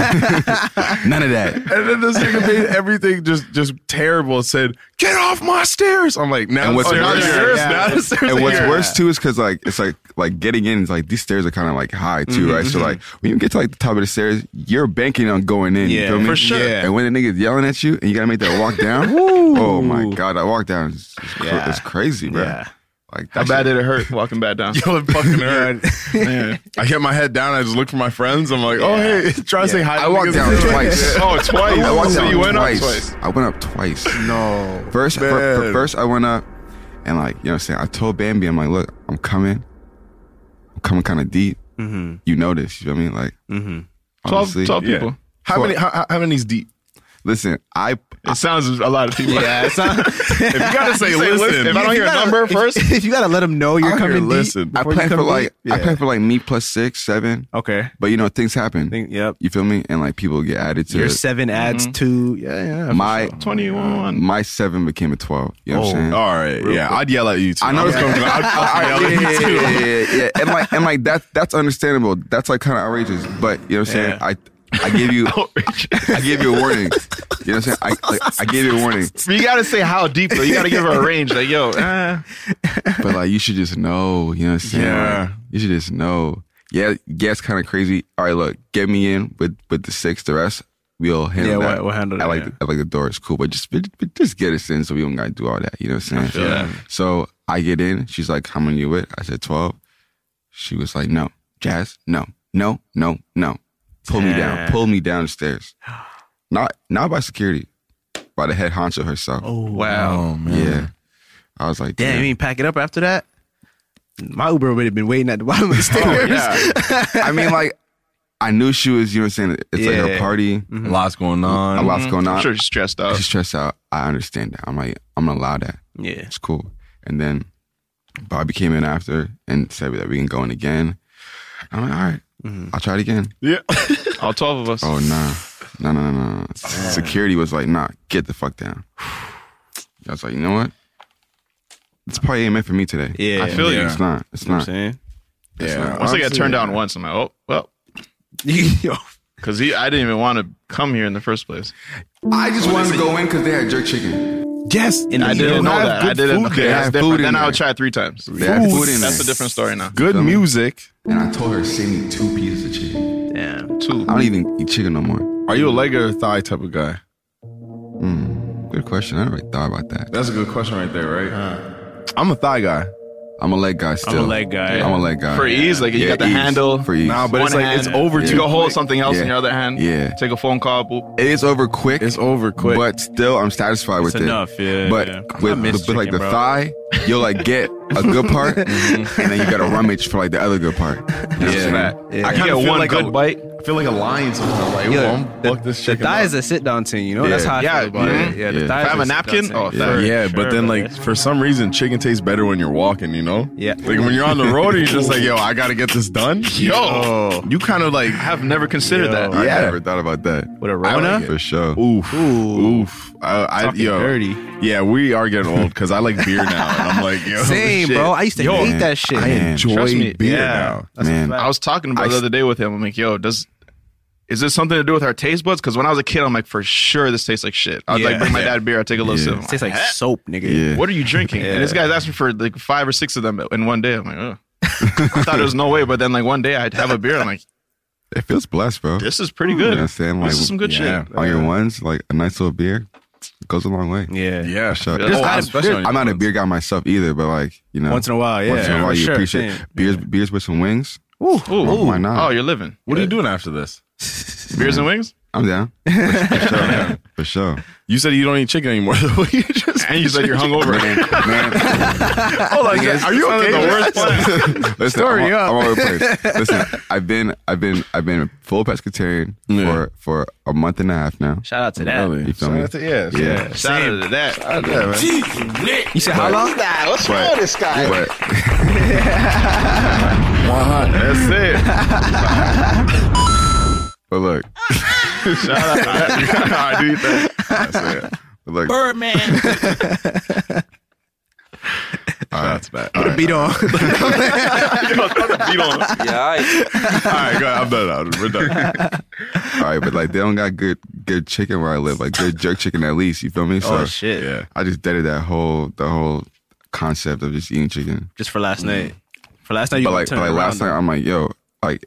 [SPEAKER 4] none of that.
[SPEAKER 2] And then this nigga made everything just just terrible. Said, "Get off my stairs." I'm like, now
[SPEAKER 4] And what's
[SPEAKER 2] the stairs- now the stairs-
[SPEAKER 4] worse- Yeah.
[SPEAKER 2] now the stairs
[SPEAKER 4] And
[SPEAKER 2] are
[SPEAKER 4] what's
[SPEAKER 2] yours.
[SPEAKER 4] worse too is because like it's like like getting in is like these stairs are kind of like high
[SPEAKER 2] Mm-hmm,
[SPEAKER 4] too, right? So like when you get to like the top of the stairs, you're banking on going in.
[SPEAKER 5] Yeah,
[SPEAKER 4] you feel me?
[SPEAKER 3] for sure. Yeah.
[SPEAKER 4] And when the niggas yelling at you and you gotta make that walk down, oh my god, that walk down is, is cr-
[SPEAKER 5] Yeah.
[SPEAKER 4] is crazy, bro.
[SPEAKER 5] Yeah.
[SPEAKER 4] Like
[SPEAKER 3] How
[SPEAKER 4] that
[SPEAKER 3] bad
[SPEAKER 4] shit-
[SPEAKER 3] did it hurt walking back down?
[SPEAKER 2] Yo, it fucking hurt. I get my head down. I just look for my friends. I'm like, oh hey, try to say hi. to
[SPEAKER 4] I walked
[SPEAKER 2] niggas.
[SPEAKER 4] down twice.
[SPEAKER 3] Oh, twice.
[SPEAKER 4] I walked
[SPEAKER 3] So
[SPEAKER 4] down
[SPEAKER 3] you went up
[SPEAKER 4] twice.
[SPEAKER 3] twice.
[SPEAKER 4] I went up twice.
[SPEAKER 2] No,
[SPEAKER 4] First, fir-
[SPEAKER 2] man.
[SPEAKER 4] fir- first I went up and like, you know what I'm saying? I told Bambi, I'm like, look, I'm coming. I'm coming kind of deep. You know this, you feel me? Like,
[SPEAKER 3] Twelve,
[SPEAKER 4] honestly,
[SPEAKER 3] twelve
[SPEAKER 2] Yeah.
[SPEAKER 3] people.
[SPEAKER 2] How many? How, how- how many's deep?
[SPEAKER 4] Listen, I,
[SPEAKER 3] It sounds a lot of people. Yeah,
[SPEAKER 2] If you gotta say, listen,
[SPEAKER 3] If I don't hear a number first,
[SPEAKER 5] If, you gotta let them know you're
[SPEAKER 2] Out here,
[SPEAKER 5] coming deep
[SPEAKER 2] listen.
[SPEAKER 4] I
[SPEAKER 5] before you
[SPEAKER 4] planned for
[SPEAKER 5] come
[SPEAKER 4] like,
[SPEAKER 5] deep. Yeah.
[SPEAKER 4] I planned for like me plus six, seven.
[SPEAKER 5] Okay.
[SPEAKER 4] But you know, things happen.
[SPEAKER 5] Think- yep. Mm-hmm.
[SPEAKER 4] You feel me? And like people get added to
[SPEAKER 5] Your
[SPEAKER 4] it.
[SPEAKER 5] seven adds two. Yeah, yeah.
[SPEAKER 4] my
[SPEAKER 3] twenty-one.
[SPEAKER 4] my seven became a twelve. You know what I'm saying?
[SPEAKER 2] all right, yeah, I'd yell at you too.
[SPEAKER 4] I know it's
[SPEAKER 2] I'm
[SPEAKER 4] coming.
[SPEAKER 2] coming. I'd
[SPEAKER 4] yeah,
[SPEAKER 2] fucking yell
[SPEAKER 4] yeah,
[SPEAKER 2] at you too.
[SPEAKER 4] yeah, yeah, yeah, yeah. And like, and like that, that's understandable. That's like kind of outrageous. But you know what I'm saying?
[SPEAKER 5] Yeah.
[SPEAKER 4] I, I give you, I give you a warning. You know what I'm saying? I, like, I give you a warning.
[SPEAKER 3] You gotta say how deep though. You gotta give her a range. Like, yo, eh.
[SPEAKER 4] But like, you should just know. You know what I'm saying?
[SPEAKER 2] Yeah.
[SPEAKER 4] Like, you should just know. Yeah, yeah, it's kind of crazy. All right, look, get me in with with the six. The rest we'll handle.
[SPEAKER 5] Yeah,
[SPEAKER 4] that.
[SPEAKER 5] we'll- we'll handle
[SPEAKER 4] I
[SPEAKER 5] that,
[SPEAKER 4] like,
[SPEAKER 5] yeah.
[SPEAKER 4] the, I like the door. It's cool, but just but, but just get us in, so we don't gotta do all that. You know what I'm saying?
[SPEAKER 3] that.
[SPEAKER 4] So I get in. She's like, "How many you with?" I said, 12. She was like, "No, Jazz, no, no, no, no." Pull me down.
[SPEAKER 5] Damn.
[SPEAKER 4] Pull me downstairs. Not not by security, by the head honcho herself.
[SPEAKER 3] wow.
[SPEAKER 4] yeah. I was like,
[SPEAKER 5] Damn, you ain't pack it up after that? My Uber would have been waiting at the bottom of the stairs.
[SPEAKER 3] Oh, Yeah.
[SPEAKER 4] I mean, like, I knew she was, you know what I'm saying? It's like her
[SPEAKER 5] Yeah. Mm-hmm.
[SPEAKER 4] party.
[SPEAKER 2] Lots going
[SPEAKER 4] A
[SPEAKER 2] on.
[SPEAKER 4] lot's going
[SPEAKER 3] I'm
[SPEAKER 4] on.
[SPEAKER 3] sure she's stressed out.
[SPEAKER 4] She's stressed out. I understand that. I'm like, I'm gonna allow that.
[SPEAKER 5] Yeah.
[SPEAKER 4] It's cool. And then Bobby came in after and said that we can go in again. I'm like, all right, I'll try it again.
[SPEAKER 2] Yeah.
[SPEAKER 3] All twelve of us.
[SPEAKER 4] Oh, nah. No, no, no, no. no. Security was like, nah, get the fuck down. I was like, you know what? It's probably ain't meant for me today.
[SPEAKER 5] Yeah.
[SPEAKER 3] I feel
[SPEAKER 4] It's not. It's not.
[SPEAKER 5] saying.
[SPEAKER 4] It's
[SPEAKER 2] Yeah.
[SPEAKER 3] Once I
[SPEAKER 4] not.
[SPEAKER 3] got
[SPEAKER 2] honestly,
[SPEAKER 3] turned
[SPEAKER 2] yeah.
[SPEAKER 3] down once, I'm like, oh well,
[SPEAKER 5] Yo.
[SPEAKER 3] because he, I didn't even want to come here in the first place.
[SPEAKER 4] I just wanted to go in because they had jerk chicken.
[SPEAKER 5] Yes. And
[SPEAKER 3] I didn't know
[SPEAKER 2] have
[SPEAKER 3] that.
[SPEAKER 2] good
[SPEAKER 3] I didn't.
[SPEAKER 2] food
[SPEAKER 3] Okay,
[SPEAKER 2] there.
[SPEAKER 3] that's
[SPEAKER 4] Have
[SPEAKER 3] different.
[SPEAKER 4] food in
[SPEAKER 3] Then I
[SPEAKER 4] there.
[SPEAKER 3] would try three times.
[SPEAKER 4] They had food in
[SPEAKER 3] That's
[SPEAKER 4] there.
[SPEAKER 3] a different story now.
[SPEAKER 2] Good music.
[SPEAKER 4] And I told her, send me two pieces of chicken.
[SPEAKER 5] Damn.
[SPEAKER 3] Two.
[SPEAKER 4] I don't even eat chicken no more.
[SPEAKER 2] Are you a leg or a thigh type of guy?
[SPEAKER 4] Good question. I never really thought about that.
[SPEAKER 2] That's a good question right there, right? I'm a thigh guy.
[SPEAKER 4] I'm a leg guy still.
[SPEAKER 5] I'm a leg guy.
[SPEAKER 4] I'm a leg guy.
[SPEAKER 3] For ease, like you
[SPEAKER 4] Yeah,
[SPEAKER 3] got the
[SPEAKER 4] ease.
[SPEAKER 3] handle.
[SPEAKER 4] For ease.
[SPEAKER 2] Nah, but
[SPEAKER 3] One
[SPEAKER 2] it's like
[SPEAKER 3] hand,
[SPEAKER 2] it's over
[SPEAKER 3] You
[SPEAKER 2] too
[SPEAKER 3] go hold
[SPEAKER 2] quick.
[SPEAKER 3] something else in
[SPEAKER 4] Yeah.
[SPEAKER 3] your other hand.
[SPEAKER 4] Yeah.
[SPEAKER 3] Take a phone call. Boop.
[SPEAKER 4] It is over quick.
[SPEAKER 2] It's over quick.
[SPEAKER 4] But still, I'm satisfied with it.
[SPEAKER 5] enough, yeah,
[SPEAKER 4] But
[SPEAKER 5] yeah. I
[SPEAKER 4] with,
[SPEAKER 5] miss
[SPEAKER 4] with, like
[SPEAKER 5] chicken,
[SPEAKER 4] the
[SPEAKER 5] bro. Mm-hmm.
[SPEAKER 4] thigh, you'll like get a good part, and then you gotta rummage for like the other good part.
[SPEAKER 3] That's that.
[SPEAKER 5] Yeah.
[SPEAKER 3] I kind
[SPEAKER 2] kinda
[SPEAKER 3] of
[SPEAKER 2] feel
[SPEAKER 3] one
[SPEAKER 2] like
[SPEAKER 3] good
[SPEAKER 2] a-
[SPEAKER 3] bite.
[SPEAKER 2] I feel like a lion sometimes. Like,
[SPEAKER 5] Yeah,
[SPEAKER 2] yeah, I'm
[SPEAKER 5] the-
[SPEAKER 2] fuck this
[SPEAKER 5] The
[SPEAKER 2] chicken.
[SPEAKER 5] thigh
[SPEAKER 2] up.
[SPEAKER 5] is a sit down thing, you know? That's how I
[SPEAKER 3] Yeah,
[SPEAKER 5] feel about
[SPEAKER 3] mhm.
[SPEAKER 5] it. Yeah,
[SPEAKER 4] Yeah.
[SPEAKER 5] the thigh
[SPEAKER 3] If I
[SPEAKER 5] is
[SPEAKER 3] have a
[SPEAKER 5] sit-down
[SPEAKER 3] napkin,
[SPEAKER 5] thing.
[SPEAKER 3] oh,
[SPEAKER 2] Yeah,
[SPEAKER 3] thigh.
[SPEAKER 2] yeah, but then like for some reason, chicken tastes better when you're walking. You know?
[SPEAKER 5] Yeah.
[SPEAKER 2] Like when you're on the road, and you're just like, yo, I gotta get this done.
[SPEAKER 3] Yo.
[SPEAKER 2] you kind of like,
[SPEAKER 3] I've never considered that.
[SPEAKER 4] I
[SPEAKER 2] Yeah.
[SPEAKER 4] never thought about that.
[SPEAKER 5] With a
[SPEAKER 2] I
[SPEAKER 5] Rona?
[SPEAKER 2] like
[SPEAKER 4] For sure.
[SPEAKER 2] oof, oof. I, I
[SPEAKER 5] Talking
[SPEAKER 2] yo,
[SPEAKER 5] dirty.
[SPEAKER 2] yeah, we are getting old because I like beer now, and I'm like, yo,
[SPEAKER 5] Same,
[SPEAKER 2] shit.
[SPEAKER 5] bro. I used to
[SPEAKER 4] Yo,
[SPEAKER 5] hate that shit.
[SPEAKER 4] I am-
[SPEAKER 2] enjoy
[SPEAKER 3] Trust me,
[SPEAKER 2] beer
[SPEAKER 3] yeah.
[SPEAKER 2] now.
[SPEAKER 4] Man,
[SPEAKER 3] I was talking about it the other day with him. I'm like, yo, does is this something to do with our taste buds? Because when I was a kid, I'm like, for sure, this tastes like shit. I'd
[SPEAKER 5] Yeah.
[SPEAKER 3] like bring my dad beer. I'd take a little sip. I'm
[SPEAKER 5] It tastes like
[SPEAKER 3] "Eh,
[SPEAKER 5] soap, nigga.
[SPEAKER 4] Yeah.
[SPEAKER 3] What are you drinking? And this guy's asking for like five or six of them in one day. I'm like, Ugh. I thought there was no way, but then like one day I'd have a beer. I'm like,
[SPEAKER 4] It feels blessed, bro.
[SPEAKER 3] This is pretty
[SPEAKER 4] You
[SPEAKER 3] good.
[SPEAKER 4] know what I'm saying?
[SPEAKER 3] this
[SPEAKER 4] Like,
[SPEAKER 3] is some good
[SPEAKER 2] yeah.
[SPEAKER 3] shit.
[SPEAKER 4] on your ones, like a nice little beer goes a long way.
[SPEAKER 5] Yeah.
[SPEAKER 2] Yeah,
[SPEAKER 4] Sure.
[SPEAKER 3] There's
[SPEAKER 4] Oh,
[SPEAKER 3] not-
[SPEAKER 4] I'm,
[SPEAKER 2] especially on your
[SPEAKER 4] I'm not a
[SPEAKER 2] ones.
[SPEAKER 4] beer guy myself either, but like you know,
[SPEAKER 5] Once in a while, yeah.
[SPEAKER 4] once in a while,
[SPEAKER 5] for
[SPEAKER 4] you
[SPEAKER 5] sure.
[SPEAKER 4] appreciate
[SPEAKER 5] Yeah.
[SPEAKER 4] beers. Beers with some wings.
[SPEAKER 5] Ooh.
[SPEAKER 3] Ooh.
[SPEAKER 4] Oh, why not?
[SPEAKER 3] Oh, you're living.
[SPEAKER 2] What are you doing after this?
[SPEAKER 3] Beers and wings?
[SPEAKER 4] I'm down for sure. for sure.
[SPEAKER 2] You said you don't eat chicken anymore. though. you just
[SPEAKER 3] And you said you're hungover.
[SPEAKER 4] Man,
[SPEAKER 2] hold on.
[SPEAKER 4] Yes.
[SPEAKER 2] Are you
[SPEAKER 3] Sounded
[SPEAKER 2] okay?
[SPEAKER 3] the worst
[SPEAKER 4] listen,
[SPEAKER 2] Story
[SPEAKER 4] I'm,
[SPEAKER 2] up.
[SPEAKER 4] all- I'm all over the place. Listen, I've been, I've been, I've been full pescatarian
[SPEAKER 2] Yeah.
[SPEAKER 4] for for a month and a half now.
[SPEAKER 5] Shout out to that.
[SPEAKER 4] You feel me?
[SPEAKER 2] That's it, yeah. so-
[SPEAKER 4] Yeah.
[SPEAKER 3] Shout out to that.
[SPEAKER 2] Out there, man.
[SPEAKER 5] You said how long?
[SPEAKER 6] What's wrong with this guy?
[SPEAKER 4] But
[SPEAKER 3] That's
[SPEAKER 4] but look,
[SPEAKER 3] it. Shout out to that. I do that.
[SPEAKER 4] that's it. But look, uh,
[SPEAKER 2] That's bad. All
[SPEAKER 5] Put a
[SPEAKER 2] right,
[SPEAKER 5] beat on.
[SPEAKER 3] Yo, throw the beat on.
[SPEAKER 6] Yeah, all right.
[SPEAKER 2] all right, go ahead. I'm done. I'm- We're done.
[SPEAKER 4] all right, but like they don't got good good chicken where I live, like good jerk chicken at least. You feel me? So
[SPEAKER 5] oh shit.
[SPEAKER 2] Yeah.
[SPEAKER 4] I just deaded that whole the whole concept of just eating chicken.
[SPEAKER 5] Just for last night. For last night you
[SPEAKER 4] Mm. but like,
[SPEAKER 5] turn
[SPEAKER 4] but like last
[SPEAKER 5] around.
[SPEAKER 4] night, I'm like, yo, like,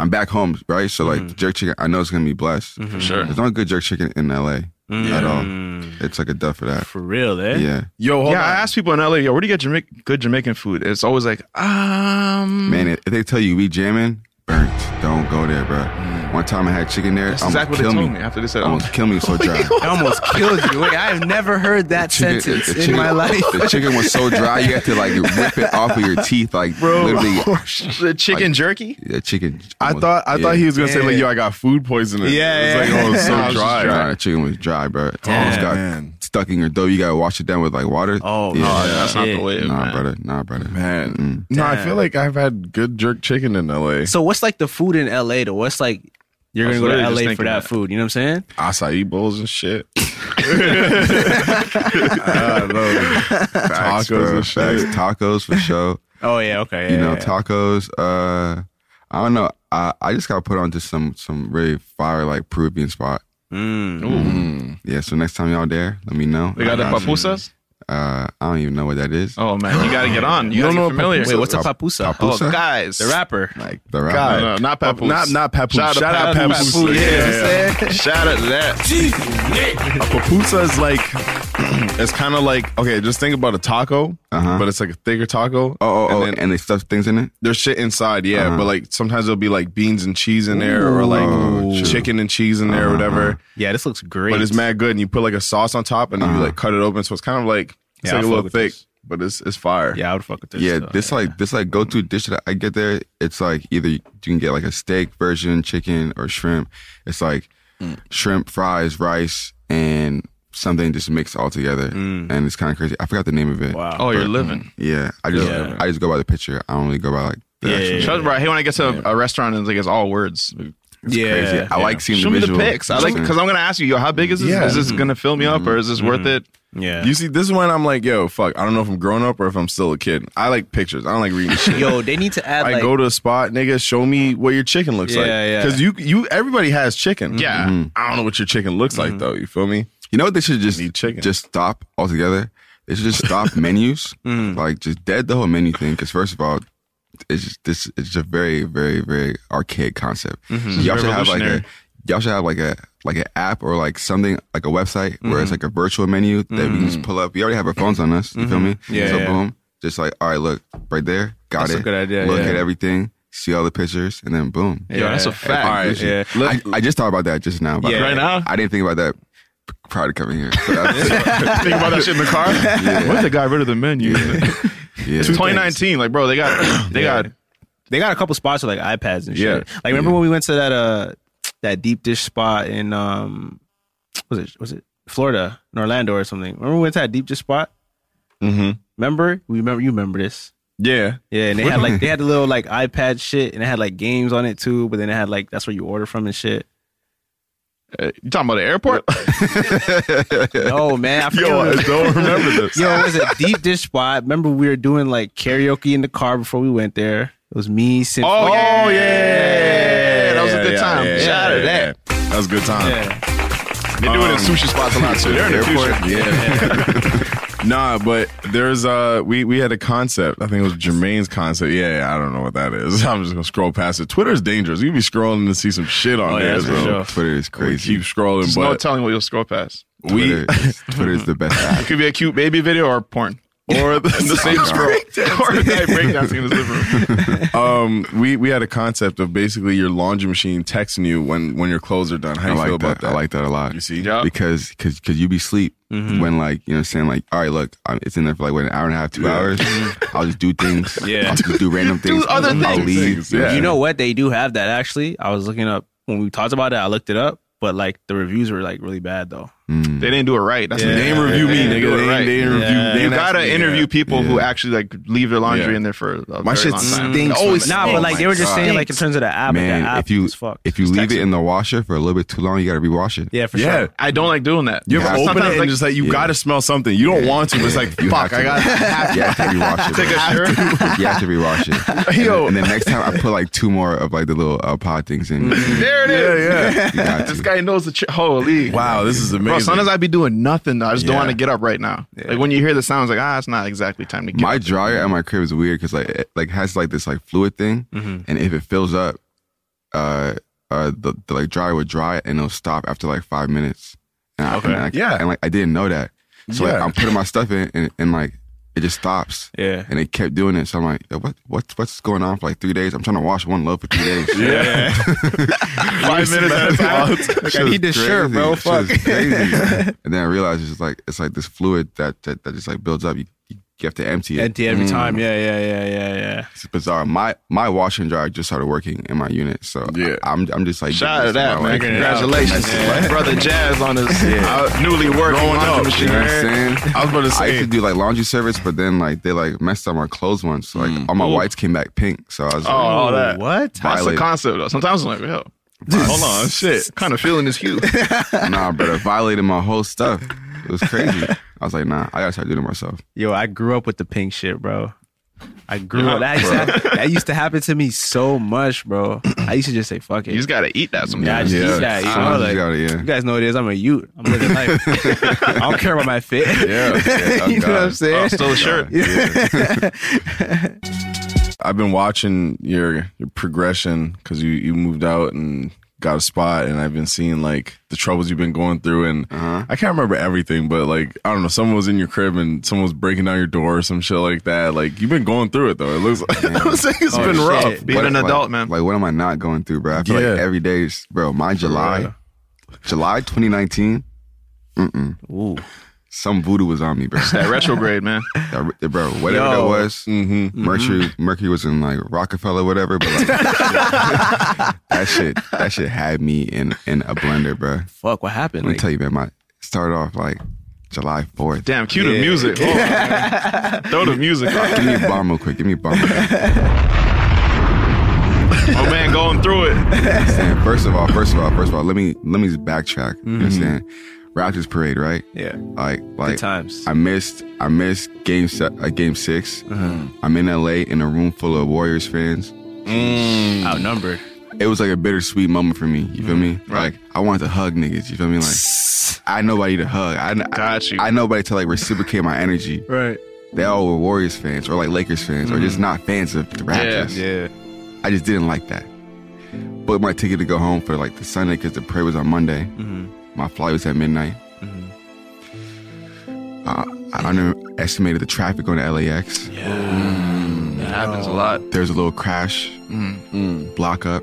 [SPEAKER 4] I'm back home, right? So like,
[SPEAKER 2] Mm-hmm.
[SPEAKER 4] jerk chicken, I know it's gonna be blessed.
[SPEAKER 3] For sure.
[SPEAKER 4] There's no good jerk chicken in LA at
[SPEAKER 5] Mm.
[SPEAKER 4] all. It's like a duff for that.
[SPEAKER 5] For real, eh?
[SPEAKER 4] Yeah,
[SPEAKER 2] Yo, hold
[SPEAKER 3] yeah, I
[SPEAKER 2] on.
[SPEAKER 3] asked people in LA, yo, where do you get Jamaican, good Jamaican food? It's always like, um,
[SPEAKER 4] man. If they tell you we jamming, burnt. Don't go there, bro.
[SPEAKER 2] Mm.
[SPEAKER 4] One time I had chicken there.
[SPEAKER 3] that's
[SPEAKER 4] almost
[SPEAKER 3] exactly what they
[SPEAKER 4] kill
[SPEAKER 3] told
[SPEAKER 4] me.
[SPEAKER 3] me after they said, oh,
[SPEAKER 4] Almost kill me so dry.
[SPEAKER 5] I almost killed you. Wait, I have never heard that
[SPEAKER 4] Chicken-
[SPEAKER 5] sentence
[SPEAKER 4] the
[SPEAKER 5] in
[SPEAKER 4] chicken-
[SPEAKER 5] my life.
[SPEAKER 4] The chicken was so dry, you had to like rip it off of your teeth, like literally.
[SPEAKER 3] "Oh, the chicken jerky.
[SPEAKER 4] The chicken.
[SPEAKER 2] I
[SPEAKER 4] almost-
[SPEAKER 2] thought I
[SPEAKER 4] yeah.
[SPEAKER 2] thought he was gonna say like,
[SPEAKER 5] Yeah.
[SPEAKER 2] "Yo, I got food poisoning."
[SPEAKER 5] Yeah,
[SPEAKER 2] it's
[SPEAKER 5] yeah.
[SPEAKER 2] like, oh, it's so
[SPEAKER 4] Nah, it was just
[SPEAKER 2] dry.
[SPEAKER 4] dry. The chicken was dry, bro. It almost
[SPEAKER 5] Damn,
[SPEAKER 4] got
[SPEAKER 2] man.
[SPEAKER 4] stuck in your dough. You gotta wash it down with like water.
[SPEAKER 5] Oh,
[SPEAKER 4] yeah.
[SPEAKER 5] no,
[SPEAKER 3] That's not the
[SPEAKER 5] Yeah.
[SPEAKER 3] way,
[SPEAKER 4] Nah,
[SPEAKER 3] man.
[SPEAKER 4] brother. Nah, brother.
[SPEAKER 2] Man,
[SPEAKER 4] Mm-mm.
[SPEAKER 2] no, I feel like I've had good jerk chicken in L.A.
[SPEAKER 5] So what's like the food in LA though? What's like you're
[SPEAKER 3] I
[SPEAKER 5] gonna
[SPEAKER 3] was
[SPEAKER 5] go to
[SPEAKER 3] literally just
[SPEAKER 5] LA for
[SPEAKER 3] thinking
[SPEAKER 5] that
[SPEAKER 3] that.
[SPEAKER 5] food, you know what I'm saying?
[SPEAKER 2] acai bowls and shit. I don't know. Tacos
[SPEAKER 4] Facts, bro.
[SPEAKER 2] and shit.
[SPEAKER 4] Facts. Tacos for sure.
[SPEAKER 5] Oh yeah, okay.
[SPEAKER 4] you
[SPEAKER 5] yeah,
[SPEAKER 4] know,
[SPEAKER 5] yeah.
[SPEAKER 4] tacos. Uh, I don't know. I, I just got put on to some some really fire like Peruvian spot. Mm-hmm.
[SPEAKER 5] Mm.
[SPEAKER 4] Yeah. So next time y'all there, let me know.
[SPEAKER 3] They got the
[SPEAKER 4] I some-
[SPEAKER 3] papusas?
[SPEAKER 4] Uh, I don't even know what that is.
[SPEAKER 3] Oh, man, you gotta get on. You, don't know familiar.
[SPEAKER 5] Wait, what's a papusa?
[SPEAKER 3] Oh,
[SPEAKER 4] Papusa?
[SPEAKER 3] guys.
[SPEAKER 5] The rapper.
[SPEAKER 4] Like the
[SPEAKER 3] No,
[SPEAKER 4] rap.
[SPEAKER 3] no, not papoose.
[SPEAKER 2] Not not papoose.
[SPEAKER 3] Shout
[SPEAKER 2] Shout,
[SPEAKER 3] out to
[SPEAKER 2] out
[SPEAKER 3] Papoose.
[SPEAKER 2] papoose.
[SPEAKER 3] Papoose, yeah,
[SPEAKER 2] Yeah.
[SPEAKER 3] Shout out to that.
[SPEAKER 2] A papusa is like it's kind of like okay, just think about a taco,
[SPEAKER 4] Uh-huh.
[SPEAKER 2] but it's like a thicker taco.
[SPEAKER 4] Oh, oh, oh,
[SPEAKER 2] And
[SPEAKER 4] and,
[SPEAKER 2] then
[SPEAKER 4] they stuff things in it.
[SPEAKER 2] there's shit inside, yeah.
[SPEAKER 4] Uh-huh.
[SPEAKER 2] But like sometimes there'll be like beans and cheese in there, or like
[SPEAKER 5] Oh,
[SPEAKER 4] Ooh. Uh-huh.
[SPEAKER 2] chicken and cheese in there, or whatever.
[SPEAKER 5] Yeah, this looks great.
[SPEAKER 2] But it's mad good, and you put like a sauce on top, and then you
[SPEAKER 4] Uh-huh.
[SPEAKER 2] like cut it open, so it's kind of like it's
[SPEAKER 5] Yeah, I
[SPEAKER 2] like a
[SPEAKER 5] fuck
[SPEAKER 2] little
[SPEAKER 5] with
[SPEAKER 2] thick,
[SPEAKER 5] this.
[SPEAKER 2] but it's it's fire.
[SPEAKER 5] Yeah, I would fuck with this.
[SPEAKER 4] yeah,
[SPEAKER 3] uh,
[SPEAKER 5] though.
[SPEAKER 4] this like this like go to dish that I get there. It's like either you can get like a steak version, chicken or shrimp. It's like shrimp, fries, rice, and something just mixed all together, and it's kind of crazy. I forgot the name of it.
[SPEAKER 5] Wow.
[SPEAKER 3] Oh, you're living.
[SPEAKER 4] Yeah, I just
[SPEAKER 5] Yeah.
[SPEAKER 4] I just go by the picture. I don't really go by like the
[SPEAKER 5] Yeah,
[SPEAKER 4] actual.
[SPEAKER 5] yeah,
[SPEAKER 3] Trust me, bro, I hate when I get to a, a restaurant and it's like it's all words.
[SPEAKER 5] yeah.
[SPEAKER 4] Crazy. I like seeing
[SPEAKER 3] Show
[SPEAKER 4] the
[SPEAKER 3] me the
[SPEAKER 4] visual.
[SPEAKER 3] pics. I like because I'm gonna ask you, yo, how big is this?
[SPEAKER 2] Yeah.
[SPEAKER 3] Is this gonna fill me up or is this worth it?
[SPEAKER 5] Yeah.
[SPEAKER 2] You see, this is when I'm like, yo, fuck. I don't know if I'm grown up or if I'm still a kid. I like pictures. I don't like reading shit.
[SPEAKER 5] Yo, they need to add
[SPEAKER 2] I
[SPEAKER 5] like
[SPEAKER 2] go to a spot, nigga. Show me what your chicken looks
[SPEAKER 5] Yeah,
[SPEAKER 2] like.
[SPEAKER 5] yeah.
[SPEAKER 2] Because you, you, everybody has chicken.
[SPEAKER 3] Yeah.
[SPEAKER 4] Mm-hmm.
[SPEAKER 2] I don't know what your chicken looks
[SPEAKER 5] Mm-hmm.
[SPEAKER 2] like though. You feel me?
[SPEAKER 4] You know what they should just
[SPEAKER 2] Need chicken.
[SPEAKER 4] just stop altogether. They should just stop menus,
[SPEAKER 5] mm.
[SPEAKER 4] Mm. like just dead the whole menu thing. Because first of all, it's just, this it's just a very very very archaic concept.
[SPEAKER 5] Mm-hmm.
[SPEAKER 4] Y'all should have like a
[SPEAKER 3] Revolutionary.
[SPEAKER 4] y'all should have like a like an app or like something like a website where
[SPEAKER 5] Mm-hmm.
[SPEAKER 4] it's like a virtual menu that we can just pull up. We already have our phones on us. You feel me?
[SPEAKER 5] Mm-hmm. Yeah,
[SPEAKER 4] So
[SPEAKER 5] yeah.
[SPEAKER 4] boom, just like all right, look right there, got
[SPEAKER 5] That's a
[SPEAKER 4] it.
[SPEAKER 5] good idea,
[SPEAKER 4] Look
[SPEAKER 5] yeah.
[SPEAKER 4] at everything, see all the pictures, and then boom.
[SPEAKER 3] Yo, that's a fact.
[SPEAKER 4] All right,
[SPEAKER 5] Yeah.
[SPEAKER 4] I, I just thought about that just now. By the
[SPEAKER 5] Yeah.
[SPEAKER 4] way.
[SPEAKER 3] Right now?
[SPEAKER 4] I didn't think about that p- prior to coming here. So that's-
[SPEAKER 3] Think about that shit in the car. What if they got rid of the menu?
[SPEAKER 4] yeah.
[SPEAKER 3] 2019, like bro, they got they got
[SPEAKER 5] they got a couple spots with like iPads and shit.
[SPEAKER 2] Yeah.
[SPEAKER 5] Like remember when we went to that uh that deep dish spot in um was it was it Florida, in Orlando or something. Remember we went to that deep dish spot?
[SPEAKER 2] Mm-hmm.
[SPEAKER 5] Remember? We remember you remember this.
[SPEAKER 2] Yeah.
[SPEAKER 5] Yeah, and they had like they had a little like iPad shit and it had like games on it too, but then it had like that's where you order from and shit.
[SPEAKER 3] you talking about the airport?
[SPEAKER 5] No man, I forget.
[SPEAKER 2] Yo,
[SPEAKER 5] what
[SPEAKER 2] I
[SPEAKER 5] it was.
[SPEAKER 2] don't remember this.
[SPEAKER 5] Yo, it was a deep dish spot. Remember we were doing like karaoke in the car before we went there. It was me, Symphony.
[SPEAKER 3] Oh, yeah. That was a good time.
[SPEAKER 2] yeah,
[SPEAKER 3] Shout out to
[SPEAKER 2] yeah, yeah. That was a good time. Um,
[SPEAKER 5] Yeah.
[SPEAKER 3] They do it in sushi spots a lot too. They're in the
[SPEAKER 2] Airport?
[SPEAKER 3] future.
[SPEAKER 2] Nah, but there's uh we we had a concept. I think it was Jermaine's concept. Yeah, yeah, I don't know what that is. I'm just gonna scroll past it. Twitter's dangerous. You be scrolling to see some shit on
[SPEAKER 3] Oh, yeah,
[SPEAKER 2] there,
[SPEAKER 3] for
[SPEAKER 2] bro.
[SPEAKER 3] sure.
[SPEAKER 4] Twitter is
[SPEAKER 2] We
[SPEAKER 4] crazy.
[SPEAKER 2] keep scrolling,
[SPEAKER 3] There's
[SPEAKER 2] but
[SPEAKER 3] no telling what you'll scroll past.
[SPEAKER 2] we
[SPEAKER 4] Twitter is, Twitter is the best
[SPEAKER 3] It
[SPEAKER 4] app.
[SPEAKER 3] could be a cute baby video or porn. Or the, the same scroll. Or a guy breakdancing in his living room.
[SPEAKER 2] um we we had a concept of basically your laundry machine texting you when when your clothes are done. How
[SPEAKER 4] I
[SPEAKER 2] do you
[SPEAKER 4] like
[SPEAKER 2] feel
[SPEAKER 4] that.
[SPEAKER 2] about that?
[SPEAKER 4] I like that a lot.
[SPEAKER 2] You see?
[SPEAKER 3] Yeah.
[SPEAKER 4] because because because you be sleep when like you know what I'm saying like all right look I'm, it's in there for like what an hour and a half two hours I'll just do things
[SPEAKER 3] Yeah.
[SPEAKER 4] I'll just do random things
[SPEAKER 3] other
[SPEAKER 4] I'll
[SPEAKER 3] things.
[SPEAKER 4] leave
[SPEAKER 2] Yeah.
[SPEAKER 5] You know what? They do have that actually. I was looking up when we talked about it. I looked it up, but like the reviews were like really bad though.
[SPEAKER 4] Mm.
[SPEAKER 3] They didn't do it right. That's
[SPEAKER 5] Yeah.
[SPEAKER 3] the
[SPEAKER 2] They
[SPEAKER 3] name
[SPEAKER 2] ain't review me, nigga.
[SPEAKER 3] They didn't do it
[SPEAKER 2] They ain't,
[SPEAKER 3] right.
[SPEAKER 2] they ain't
[SPEAKER 5] Yeah.
[SPEAKER 2] review. They
[SPEAKER 3] You
[SPEAKER 2] ain't ask
[SPEAKER 3] gotta
[SPEAKER 2] me, yeah.
[SPEAKER 3] interview people who
[SPEAKER 4] Yeah.
[SPEAKER 3] actually like leave their laundry
[SPEAKER 2] Yeah.
[SPEAKER 3] in there for a
[SPEAKER 2] My
[SPEAKER 3] very
[SPEAKER 2] shit
[SPEAKER 3] long time.
[SPEAKER 2] stinks.
[SPEAKER 3] It always
[SPEAKER 2] It's like-
[SPEAKER 5] Nah, but
[SPEAKER 3] stinks.
[SPEAKER 5] like
[SPEAKER 2] oh
[SPEAKER 5] they
[SPEAKER 2] my
[SPEAKER 5] were just
[SPEAKER 2] God.
[SPEAKER 5] saying like in terms of the app, like,
[SPEAKER 4] man
[SPEAKER 5] the app
[SPEAKER 4] if you
[SPEAKER 5] is fucked.
[SPEAKER 4] if you leave it in the washer for a little bit too long you got to re-wash it
[SPEAKER 5] yeah, for
[SPEAKER 2] Yeah.
[SPEAKER 5] sure.
[SPEAKER 3] I don't like doing that.
[SPEAKER 2] You ever
[SPEAKER 4] Yeah.
[SPEAKER 2] open it
[SPEAKER 3] Sometimes,
[SPEAKER 2] and
[SPEAKER 3] like,
[SPEAKER 2] just like you
[SPEAKER 4] Yeah.
[SPEAKER 2] gotta smell something. You don't want to, but it's like
[SPEAKER 4] You
[SPEAKER 2] fuck,
[SPEAKER 4] have
[SPEAKER 2] I gotta
[SPEAKER 4] to- you have to re-wash it
[SPEAKER 3] Take a
[SPEAKER 4] man.
[SPEAKER 3] shirt.
[SPEAKER 4] you have to re-wash it and, then-
[SPEAKER 2] Yo.
[SPEAKER 4] and then next time I put like two more of like the little uh, pod things in You
[SPEAKER 3] There it is.
[SPEAKER 2] Yeah, yeah.
[SPEAKER 4] got
[SPEAKER 3] Mm-hmm. This
[SPEAKER 4] to.
[SPEAKER 3] guy knows the tr- holy.
[SPEAKER 2] Wow, this is amazing.
[SPEAKER 3] Bro, sometimes I be doing nothing though. I just don't
[SPEAKER 2] Yeah.
[SPEAKER 3] want to get up right now. Like when you hear the sounds, like ah, it's not exactly time to get.
[SPEAKER 4] my
[SPEAKER 3] up.
[SPEAKER 4] dryer at my crib is weird because like it like has like this like fluid thing, and if it fills up, uh, uh, the, the like dryer would dry and it'll stop after like five minutes. And I, and, like,
[SPEAKER 2] Yeah.
[SPEAKER 4] and like I didn't know that, so like,
[SPEAKER 2] Yeah.
[SPEAKER 4] I'm putting my stuff in and, and like it just stops.
[SPEAKER 5] Yeah.
[SPEAKER 4] and it kept doing it. So I'm like, "Yo, what what what's going on for like three days? I'm trying to wash one loaf for three days.
[SPEAKER 2] yeah.
[SPEAKER 3] five minutes at a time.
[SPEAKER 4] Like, I need this shirt, bro. Fuck. Crazy. and then I realized it's just like it's like this fluid that that, that just like builds up. You, you have to empty it.
[SPEAKER 5] Empty every time. Yeah, yeah, yeah, yeah, yeah.
[SPEAKER 4] It's bizarre. My my washer and dryer just started working in my unit, so
[SPEAKER 2] Yeah.
[SPEAKER 4] I, am I'm just like
[SPEAKER 3] Shout out to that, man.
[SPEAKER 4] You know
[SPEAKER 3] Congratulations, my brother Jazz on his uh, newly working
[SPEAKER 2] Growing
[SPEAKER 3] laundry
[SPEAKER 2] up,
[SPEAKER 3] machine.
[SPEAKER 2] you
[SPEAKER 4] what I'm saying?
[SPEAKER 2] I was about to
[SPEAKER 4] I
[SPEAKER 2] say
[SPEAKER 4] used to do like laundry service, but then like they like messed up my clothes once. So, like
[SPEAKER 3] Mm.
[SPEAKER 4] all my whites came back pink, so I was
[SPEAKER 3] Oh,
[SPEAKER 4] like,
[SPEAKER 3] all that.
[SPEAKER 5] What?
[SPEAKER 3] That's the
[SPEAKER 4] Violet.
[SPEAKER 3] concept though. Sometimes I'm like, yo,
[SPEAKER 2] Hold on, shit.
[SPEAKER 3] kind of feeling is huge. Oh.
[SPEAKER 4] nah, but it violated my whole stuff. It was crazy. I was like, nah, I gotta start doing it myself.
[SPEAKER 5] Yo, I grew up with the pink shit, bro. I grew up. That used, to, that used to happen to me so much, bro. I used to just say fuck it.
[SPEAKER 3] you just gotta eat that
[SPEAKER 5] Yeah, I
[SPEAKER 3] sometimes.
[SPEAKER 5] just
[SPEAKER 2] Yeah.
[SPEAKER 5] eat that. You,
[SPEAKER 4] Sometimes
[SPEAKER 5] know,
[SPEAKER 4] you
[SPEAKER 5] like,
[SPEAKER 4] gotta, yeah.
[SPEAKER 5] you guys know what it is. I'm a Ute. I'm living life. I don't care about my fit.
[SPEAKER 2] Yeah, yeah,
[SPEAKER 4] oh
[SPEAKER 5] you know what I'm
[SPEAKER 4] God.
[SPEAKER 3] Oh,
[SPEAKER 5] saying?
[SPEAKER 3] still a shirt.
[SPEAKER 2] I've been watching your your progression because you you moved out and got a spot, and I've been seeing like the troubles you've been going through, and I can't remember everything, but like I don't know, someone was in your crib and someone was breaking down your door or some shit like that. Like you've been going through it though. It looks like I'm saying it's been
[SPEAKER 3] shit.
[SPEAKER 2] rough.
[SPEAKER 3] Being
[SPEAKER 4] What-
[SPEAKER 3] an
[SPEAKER 4] like-
[SPEAKER 3] adult, man.
[SPEAKER 4] Like, what am I not going through, bro? I feel like
[SPEAKER 2] Yeah.
[SPEAKER 4] every day is, bro, my July, July 2019,
[SPEAKER 5] Ooh.
[SPEAKER 4] some voodoo was on me, bro.
[SPEAKER 3] That retrograde, man.
[SPEAKER 4] That- that- bro, whatever that
[SPEAKER 5] Yo. Mm-hmm.
[SPEAKER 4] was, mm-hmm. Mercury, Mercury was in like Rockefeller, whatever. But like, that shit, that shit had me in in a blender, bro.
[SPEAKER 5] Fuck, what happened?
[SPEAKER 4] Let me
[SPEAKER 5] Like,
[SPEAKER 4] tell you, man. My started off like July fourth.
[SPEAKER 3] Damn, cue the music. Hold on, man. Throw the music. on.
[SPEAKER 4] Give me a bomb real quick. Give me a bomb. Real quick.
[SPEAKER 3] Oh man, going through it.
[SPEAKER 4] saying? First of all, first of all, first of all, let me let me just backtrack. You know what I'm saying? Raptors parade, right?
[SPEAKER 5] Mm-hmm. yeah.
[SPEAKER 4] Like like
[SPEAKER 5] times.
[SPEAKER 4] I missed I missed game se- uh, game 6
[SPEAKER 5] Mm-hmm.
[SPEAKER 4] i I'm in LA in a room full of Warriors fans.
[SPEAKER 5] Outnumbered.
[SPEAKER 4] It was like a bittersweet moment for me. You feel me?
[SPEAKER 5] Mm-hmm.
[SPEAKER 4] Like I wanted to hug niggas. You feel me? Like I had nobody to hug. I
[SPEAKER 3] Got you.
[SPEAKER 4] I, I had nobody to like reciprocate my energy.
[SPEAKER 5] Right.
[SPEAKER 4] They all were Warriors fans or like Lakers fans or just not fans of the Raptors.
[SPEAKER 5] Mm-hmm. Yeah.
[SPEAKER 4] I just didn't like that. Bought my ticket to go home for like the Sunday because the prayer was on Monday.
[SPEAKER 5] Mm-hmm.
[SPEAKER 4] My flight was at midnight. Uh, I, I underestimated the traffic on LAX.
[SPEAKER 3] It happens a lot.
[SPEAKER 4] There was a little crash,
[SPEAKER 5] Mm.
[SPEAKER 4] block up,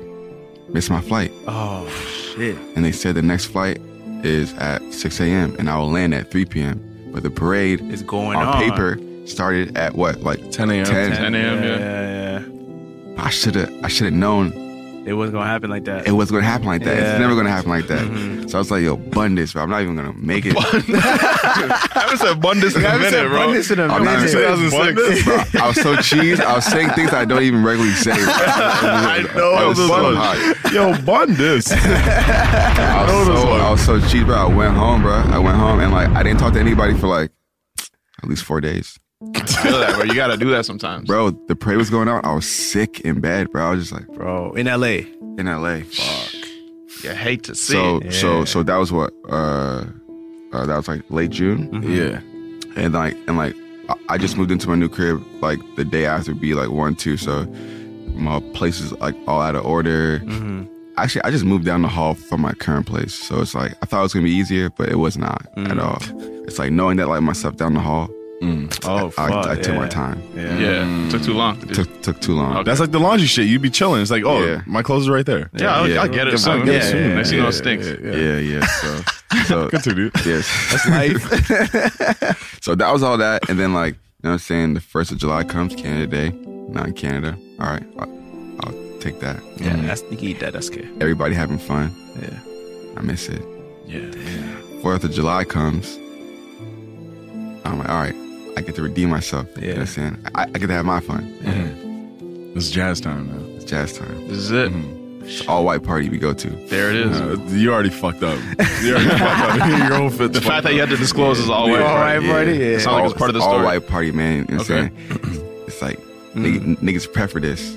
[SPEAKER 4] missed my flight.
[SPEAKER 5] Oh, shit.
[SPEAKER 4] And they said the next flight is at 6 a.m. and I will land at 3 p.m. But the parade
[SPEAKER 5] It's going
[SPEAKER 4] on
[SPEAKER 5] on.
[SPEAKER 4] paper started at what? Like
[SPEAKER 2] 10 a.m.
[SPEAKER 4] 10.
[SPEAKER 3] 10
[SPEAKER 5] Yeah,
[SPEAKER 3] a.m. Yeah.
[SPEAKER 5] yeah, yeah.
[SPEAKER 4] I should have I should have known
[SPEAKER 5] It wasn't going to happen like that.
[SPEAKER 4] it was gonna happen like that.
[SPEAKER 5] Yeah.
[SPEAKER 4] It's never gonna happen like that. So I was like, yo, bun this, bro. I'm not even gonna make it.
[SPEAKER 3] I haven't said Bundus in a minute, bro.
[SPEAKER 5] Abundance in a
[SPEAKER 4] I'm not
[SPEAKER 5] minute.
[SPEAKER 4] even bro. I was so cheesed. I was saying things I don't even regularly say. bro. I
[SPEAKER 2] know
[SPEAKER 4] I was
[SPEAKER 2] this
[SPEAKER 4] so
[SPEAKER 2] one.
[SPEAKER 4] hot.
[SPEAKER 2] Yo, bun this.
[SPEAKER 4] I was so, I was so cheesed, bro. I went home, bro. I went home and like I didn't talk to anybody for like at least four days.
[SPEAKER 3] I feel that, bro. You gotta do that sometimes.
[SPEAKER 4] Bro, the parade was going on. I was sick in bed, bro. I was just like
[SPEAKER 5] Bro, in LA.
[SPEAKER 4] in LA. Fuck.
[SPEAKER 3] You hate to see
[SPEAKER 4] So
[SPEAKER 3] it.
[SPEAKER 4] so so that was what uh, uh that was like late June.
[SPEAKER 5] Mm-hmm.
[SPEAKER 2] Yeah.
[SPEAKER 4] and like and like I- I just moved into my new crib like the day after B like one two, so my place is like all out of order.
[SPEAKER 5] Mm-hmm.
[SPEAKER 4] Actually, I just moved down the hall from my current place, so it's like I thought it was gonna be easier, but it was not at
[SPEAKER 5] Mm.
[SPEAKER 4] all. It's like knowing that like my stuff down the hall,
[SPEAKER 5] Oh,
[SPEAKER 4] I,
[SPEAKER 5] fuck,
[SPEAKER 4] I took
[SPEAKER 5] yeah.
[SPEAKER 4] my time.
[SPEAKER 5] Yeah.
[SPEAKER 3] Yeah, took too long. to do.
[SPEAKER 4] Took took too long.
[SPEAKER 3] Okay.
[SPEAKER 2] That's like the laundry shit. You be chilling. It's like, oh,
[SPEAKER 4] Yeah.
[SPEAKER 2] my clothes are right there.
[SPEAKER 3] yeah, I'll,
[SPEAKER 4] yeah.
[SPEAKER 3] I'll get it soon.
[SPEAKER 2] I'll get it
[SPEAKER 3] Yeah,
[SPEAKER 2] soon.
[SPEAKER 3] Next thing you know, it stinks.
[SPEAKER 2] Yeah, yeah.
[SPEAKER 4] Yeah, yeah. So so
[SPEAKER 2] Continue.
[SPEAKER 4] yes.
[SPEAKER 2] Life.
[SPEAKER 4] So that was all that. And then, like, you know what I'm saying? The 1st of July comes, Canada Day. Not in Canada. All right. I'll, I'll take that.
[SPEAKER 5] Yeah, that's you can eat that. That's good.
[SPEAKER 4] Everybody having fun.
[SPEAKER 5] Yeah.
[SPEAKER 4] I miss it.
[SPEAKER 2] yeah.
[SPEAKER 4] 4th of July comes. I'm like, all right. I get to redeem myself. You know what I'm saying? I, I get to have my fun.
[SPEAKER 3] Mm-hmm.
[SPEAKER 2] It's jazz time now.
[SPEAKER 4] It's jazz time.
[SPEAKER 3] This is it.
[SPEAKER 4] It's all white party we go to.
[SPEAKER 3] There it is.
[SPEAKER 2] Uh, you already fucked up. You already fucked up. Your whole fit's
[SPEAKER 3] the fact
[SPEAKER 2] fucked
[SPEAKER 3] that you had to disclose is all
[SPEAKER 2] Yeah.
[SPEAKER 3] way.
[SPEAKER 2] All
[SPEAKER 3] right.
[SPEAKER 2] right, buddy.
[SPEAKER 3] It sounds like it's part of the
[SPEAKER 4] all
[SPEAKER 3] story.
[SPEAKER 4] white party, man. You know what I'm
[SPEAKER 3] Okay. Mm-hmm.
[SPEAKER 4] saying? It's like, nigg- niggas prep for this.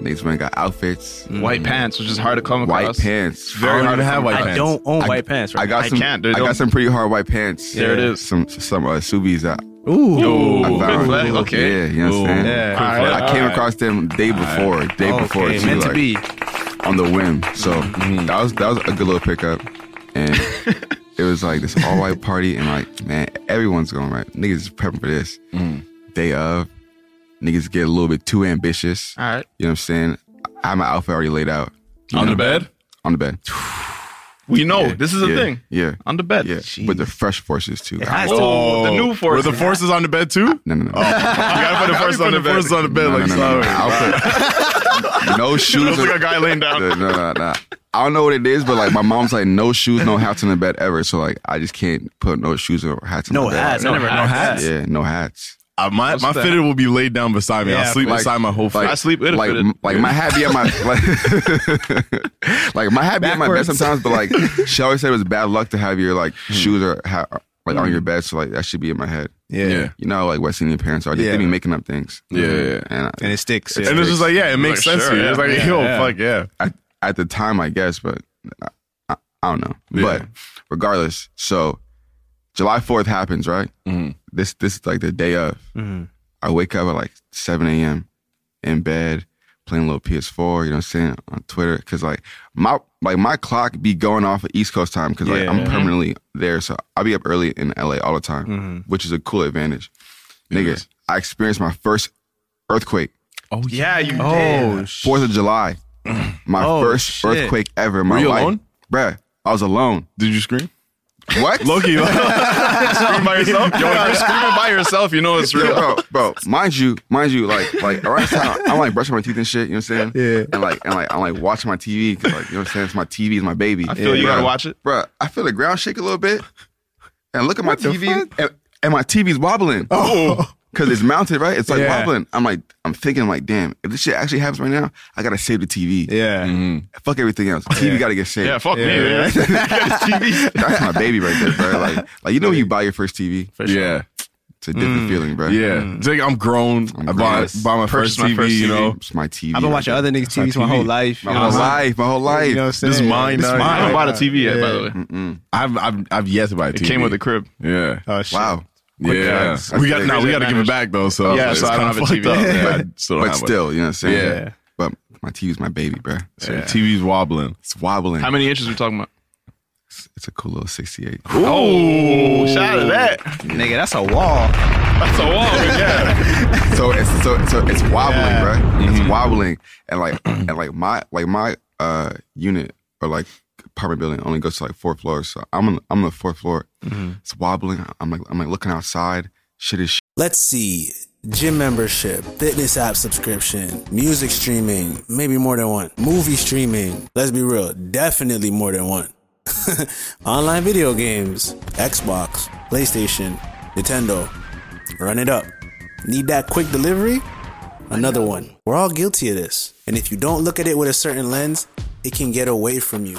[SPEAKER 4] Niggas, man, got outfits.
[SPEAKER 3] White pants, which is hard to come
[SPEAKER 4] Mm. White
[SPEAKER 3] across.
[SPEAKER 4] pants.
[SPEAKER 2] I
[SPEAKER 3] Very
[SPEAKER 2] don't
[SPEAKER 3] hard to
[SPEAKER 2] even have
[SPEAKER 3] have.
[SPEAKER 2] white
[SPEAKER 5] I
[SPEAKER 2] pants.
[SPEAKER 5] don't own
[SPEAKER 4] I-
[SPEAKER 5] white pants. Right?
[SPEAKER 4] I got
[SPEAKER 3] I
[SPEAKER 4] some.
[SPEAKER 3] can't, dude.
[SPEAKER 4] I
[SPEAKER 3] Don't-
[SPEAKER 4] got some pretty hard white pants.
[SPEAKER 3] There it is.
[SPEAKER 4] Some some uh, Subies that
[SPEAKER 5] Ooh.
[SPEAKER 3] Ooh,
[SPEAKER 4] I
[SPEAKER 3] big
[SPEAKER 4] found.
[SPEAKER 3] flag. Okay.
[SPEAKER 4] Yeah, you know
[SPEAKER 2] Ooh.
[SPEAKER 4] what I'm saying.
[SPEAKER 2] Yeah.
[SPEAKER 4] I-
[SPEAKER 2] All right,
[SPEAKER 4] I
[SPEAKER 2] all
[SPEAKER 4] came
[SPEAKER 2] right.
[SPEAKER 4] across them day before, day before,
[SPEAKER 5] okay,
[SPEAKER 4] too,
[SPEAKER 5] meant to
[SPEAKER 4] like,
[SPEAKER 5] be.
[SPEAKER 4] on the whim. So
[SPEAKER 3] Mm-hmm.
[SPEAKER 4] that was that was a good little pickup, and it was like this all white party, and like man, everyone's going right. Niggas is prepping for this
[SPEAKER 3] Mm.
[SPEAKER 4] day of. Niggas get a little bit too ambitious.
[SPEAKER 3] All right.
[SPEAKER 4] You know what I'm saying? I have my outfit already laid out
[SPEAKER 2] On the bed?
[SPEAKER 4] on the bed.
[SPEAKER 3] We know this is the
[SPEAKER 4] yeah,
[SPEAKER 3] thing.
[SPEAKER 4] Yeah.
[SPEAKER 3] On the bed.
[SPEAKER 4] Yeah, but the fresh forces too.
[SPEAKER 5] has
[SPEAKER 3] Whoa,
[SPEAKER 5] to-
[SPEAKER 3] the new
[SPEAKER 2] Oh, Were
[SPEAKER 3] forces.
[SPEAKER 2] the forces on the bed too?
[SPEAKER 4] No, no, no.
[SPEAKER 3] Oh,
[SPEAKER 2] You gotta put the forces on the bed. Forces on the bed
[SPEAKER 4] no,
[SPEAKER 2] like
[SPEAKER 4] no, no, no, no. I'll put- no shoes.
[SPEAKER 3] Looks like a guy laying down.
[SPEAKER 4] No, no, no. I don't know what it is, but like my mom's like no shoes, no hats in the bed ever. So like I just can't put no shoes or hats in
[SPEAKER 5] No
[SPEAKER 4] the bed.
[SPEAKER 5] hats.
[SPEAKER 3] No
[SPEAKER 5] I never
[SPEAKER 3] hats.
[SPEAKER 5] no hats.
[SPEAKER 4] Yeah, no hats.
[SPEAKER 2] Uh, my my
[SPEAKER 3] that?
[SPEAKER 2] fitted will be laid down beside me. I'll
[SPEAKER 5] Yeah,
[SPEAKER 2] sleep beside my whole
[SPEAKER 3] I
[SPEAKER 2] like,
[SPEAKER 3] sleep with
[SPEAKER 4] like
[SPEAKER 3] it.
[SPEAKER 4] m- like my hat be at my like, like my hat be at my bed
[SPEAKER 5] Backwards.
[SPEAKER 4] sometimes, but like she always said it was bad luck to have your like
[SPEAKER 3] Hmm.
[SPEAKER 4] shoes or hat like on your bed. So like that should be in my head.
[SPEAKER 2] yeah. yeah.
[SPEAKER 4] You know, how, like West Indian parents are. They,
[SPEAKER 5] Yeah.
[SPEAKER 4] they be making up things.
[SPEAKER 2] Yeah, yeah, yeah.
[SPEAKER 4] And, uh, I,
[SPEAKER 5] And it sticks. Yeah.
[SPEAKER 2] And it's just like, yeah, it makes
[SPEAKER 3] Like,
[SPEAKER 2] sense
[SPEAKER 3] sure,
[SPEAKER 2] to you.
[SPEAKER 3] yeah.
[SPEAKER 2] It's like,
[SPEAKER 3] Yeah,
[SPEAKER 2] yo,
[SPEAKER 5] yeah.
[SPEAKER 2] fuck yeah.
[SPEAKER 4] at, at the time, I guess, but I, I, I don't know.
[SPEAKER 2] Yeah.
[SPEAKER 4] But regardless, so July Fourth happens, right?
[SPEAKER 2] Mhm.
[SPEAKER 4] This this is like the day of. I wake up at like seven a.m. in bed playing a little PS4. You know what I'm saying on Twitter because like my like my clock be going off at East Coast time because like I'm permanently there, so I be up early in LA all the time, which is a cool advantage. Nigga,
[SPEAKER 2] is.
[SPEAKER 4] I experienced my first earthquake.
[SPEAKER 3] Oh, yeah, you
[SPEAKER 5] oh,
[SPEAKER 4] Fourth of July, my
[SPEAKER 5] Oh,
[SPEAKER 4] first
[SPEAKER 5] shit.
[SPEAKER 4] earthquake ever in my
[SPEAKER 2] Were you
[SPEAKER 4] life.
[SPEAKER 2] alone?
[SPEAKER 4] Bruh, I was alone.
[SPEAKER 2] Did you scream?
[SPEAKER 4] What?
[SPEAKER 2] Loki,
[SPEAKER 3] screaming by yourself. Yo, if you're screaming by yourself, you know it's
[SPEAKER 4] Yeah,
[SPEAKER 3] real.
[SPEAKER 4] bro, bro, mind you, mind you, like, like around the time I'm like brushing my teeth and shit, you know what I'm saying? Yeah. And like, and like, I'm like watching my TV, 'cause, like, you know what I'm saying? It's my TV, it's my baby. I
[SPEAKER 3] feel you gotta watch it.
[SPEAKER 4] bro. I feel the ground shake a little bit, and look at my TV, and, and my TV's wobbling.
[SPEAKER 2] oh.
[SPEAKER 4] Cause it's mounted, right? It's like
[SPEAKER 5] Yeah.
[SPEAKER 4] wobbling. I'm like, I'm thinking, like, damn, if this shit actually happens right now, I gotta save the TV.
[SPEAKER 5] Yeah.
[SPEAKER 4] Fuck everything else. TV gotta get saved.
[SPEAKER 3] Yeah, fuck me. man.
[SPEAKER 4] That's my baby right there, bro. Like, like you know when you buy your first TV,
[SPEAKER 2] Yeah.
[SPEAKER 4] it's a different feeling, bro.
[SPEAKER 2] Mm. Yeah. It's like I'm grown. i
[SPEAKER 4] grown.
[SPEAKER 2] bought, bought my first
[SPEAKER 3] Purchased
[SPEAKER 2] TV,
[SPEAKER 3] my first
[SPEAKER 2] you
[SPEAKER 3] TV.
[SPEAKER 2] know.
[SPEAKER 4] It's my TV.
[SPEAKER 5] I've been watching other niggas' TVs my whole life.
[SPEAKER 4] my whole life, my whole life.
[SPEAKER 5] You know what I'm saying?
[SPEAKER 2] This is mine
[SPEAKER 5] This
[SPEAKER 2] now.
[SPEAKER 3] I
[SPEAKER 5] mine.
[SPEAKER 3] haven't bought a TV yet, by the way.
[SPEAKER 2] I've, I've I've yet to buy a
[SPEAKER 3] It
[SPEAKER 2] TV.
[SPEAKER 3] came with the crib.
[SPEAKER 2] Yeah.
[SPEAKER 5] Oh, shit.
[SPEAKER 4] wow.
[SPEAKER 2] yeah.
[SPEAKER 4] facts.
[SPEAKER 2] We got
[SPEAKER 4] That's
[SPEAKER 2] now we
[SPEAKER 3] crazy.
[SPEAKER 2] gotta give it back though. So
[SPEAKER 3] Yeah,
[SPEAKER 2] it's
[SPEAKER 3] so I don't
[SPEAKER 2] kinda
[SPEAKER 3] have a
[SPEAKER 2] fucked
[SPEAKER 3] TV.
[SPEAKER 2] up.
[SPEAKER 3] Yeah.
[SPEAKER 2] Yeah, I still don't
[SPEAKER 4] But
[SPEAKER 2] have one.
[SPEAKER 4] still, you know what I'm saying?
[SPEAKER 2] Yeah.
[SPEAKER 4] But my TV's my baby, bro.
[SPEAKER 2] So TV's wobbling.
[SPEAKER 4] It's wobbling.
[SPEAKER 3] How many inches are we talking about?
[SPEAKER 4] It's a cool little 68.
[SPEAKER 3] Oh, shout out to that.
[SPEAKER 5] Nigga, that's a wall.
[SPEAKER 3] That's a wall. Yeah.
[SPEAKER 4] so it's so so it's wobbling, bro.
[SPEAKER 2] Mm-hmm.
[SPEAKER 4] It's wobbling, and like and like my like my uh unit or like apartment building only goes to like four floors. So I'm on, I'm on the fourth floor.
[SPEAKER 2] Mm-hmm.
[SPEAKER 4] It's wobbling. I'm like I'm like looking outside. Shit is
[SPEAKER 7] Let's see. Gym membership, fitness app subscription, music streaming, maybe more than one. Movie streaming, let's be real, definitely more than one. Online video games, Xbox, PlayStation, Nintendo. Run it up. Need that quick delivery? Another one. We're all guilty of this. And if you don't look at it with a certain lens, it can get away from you.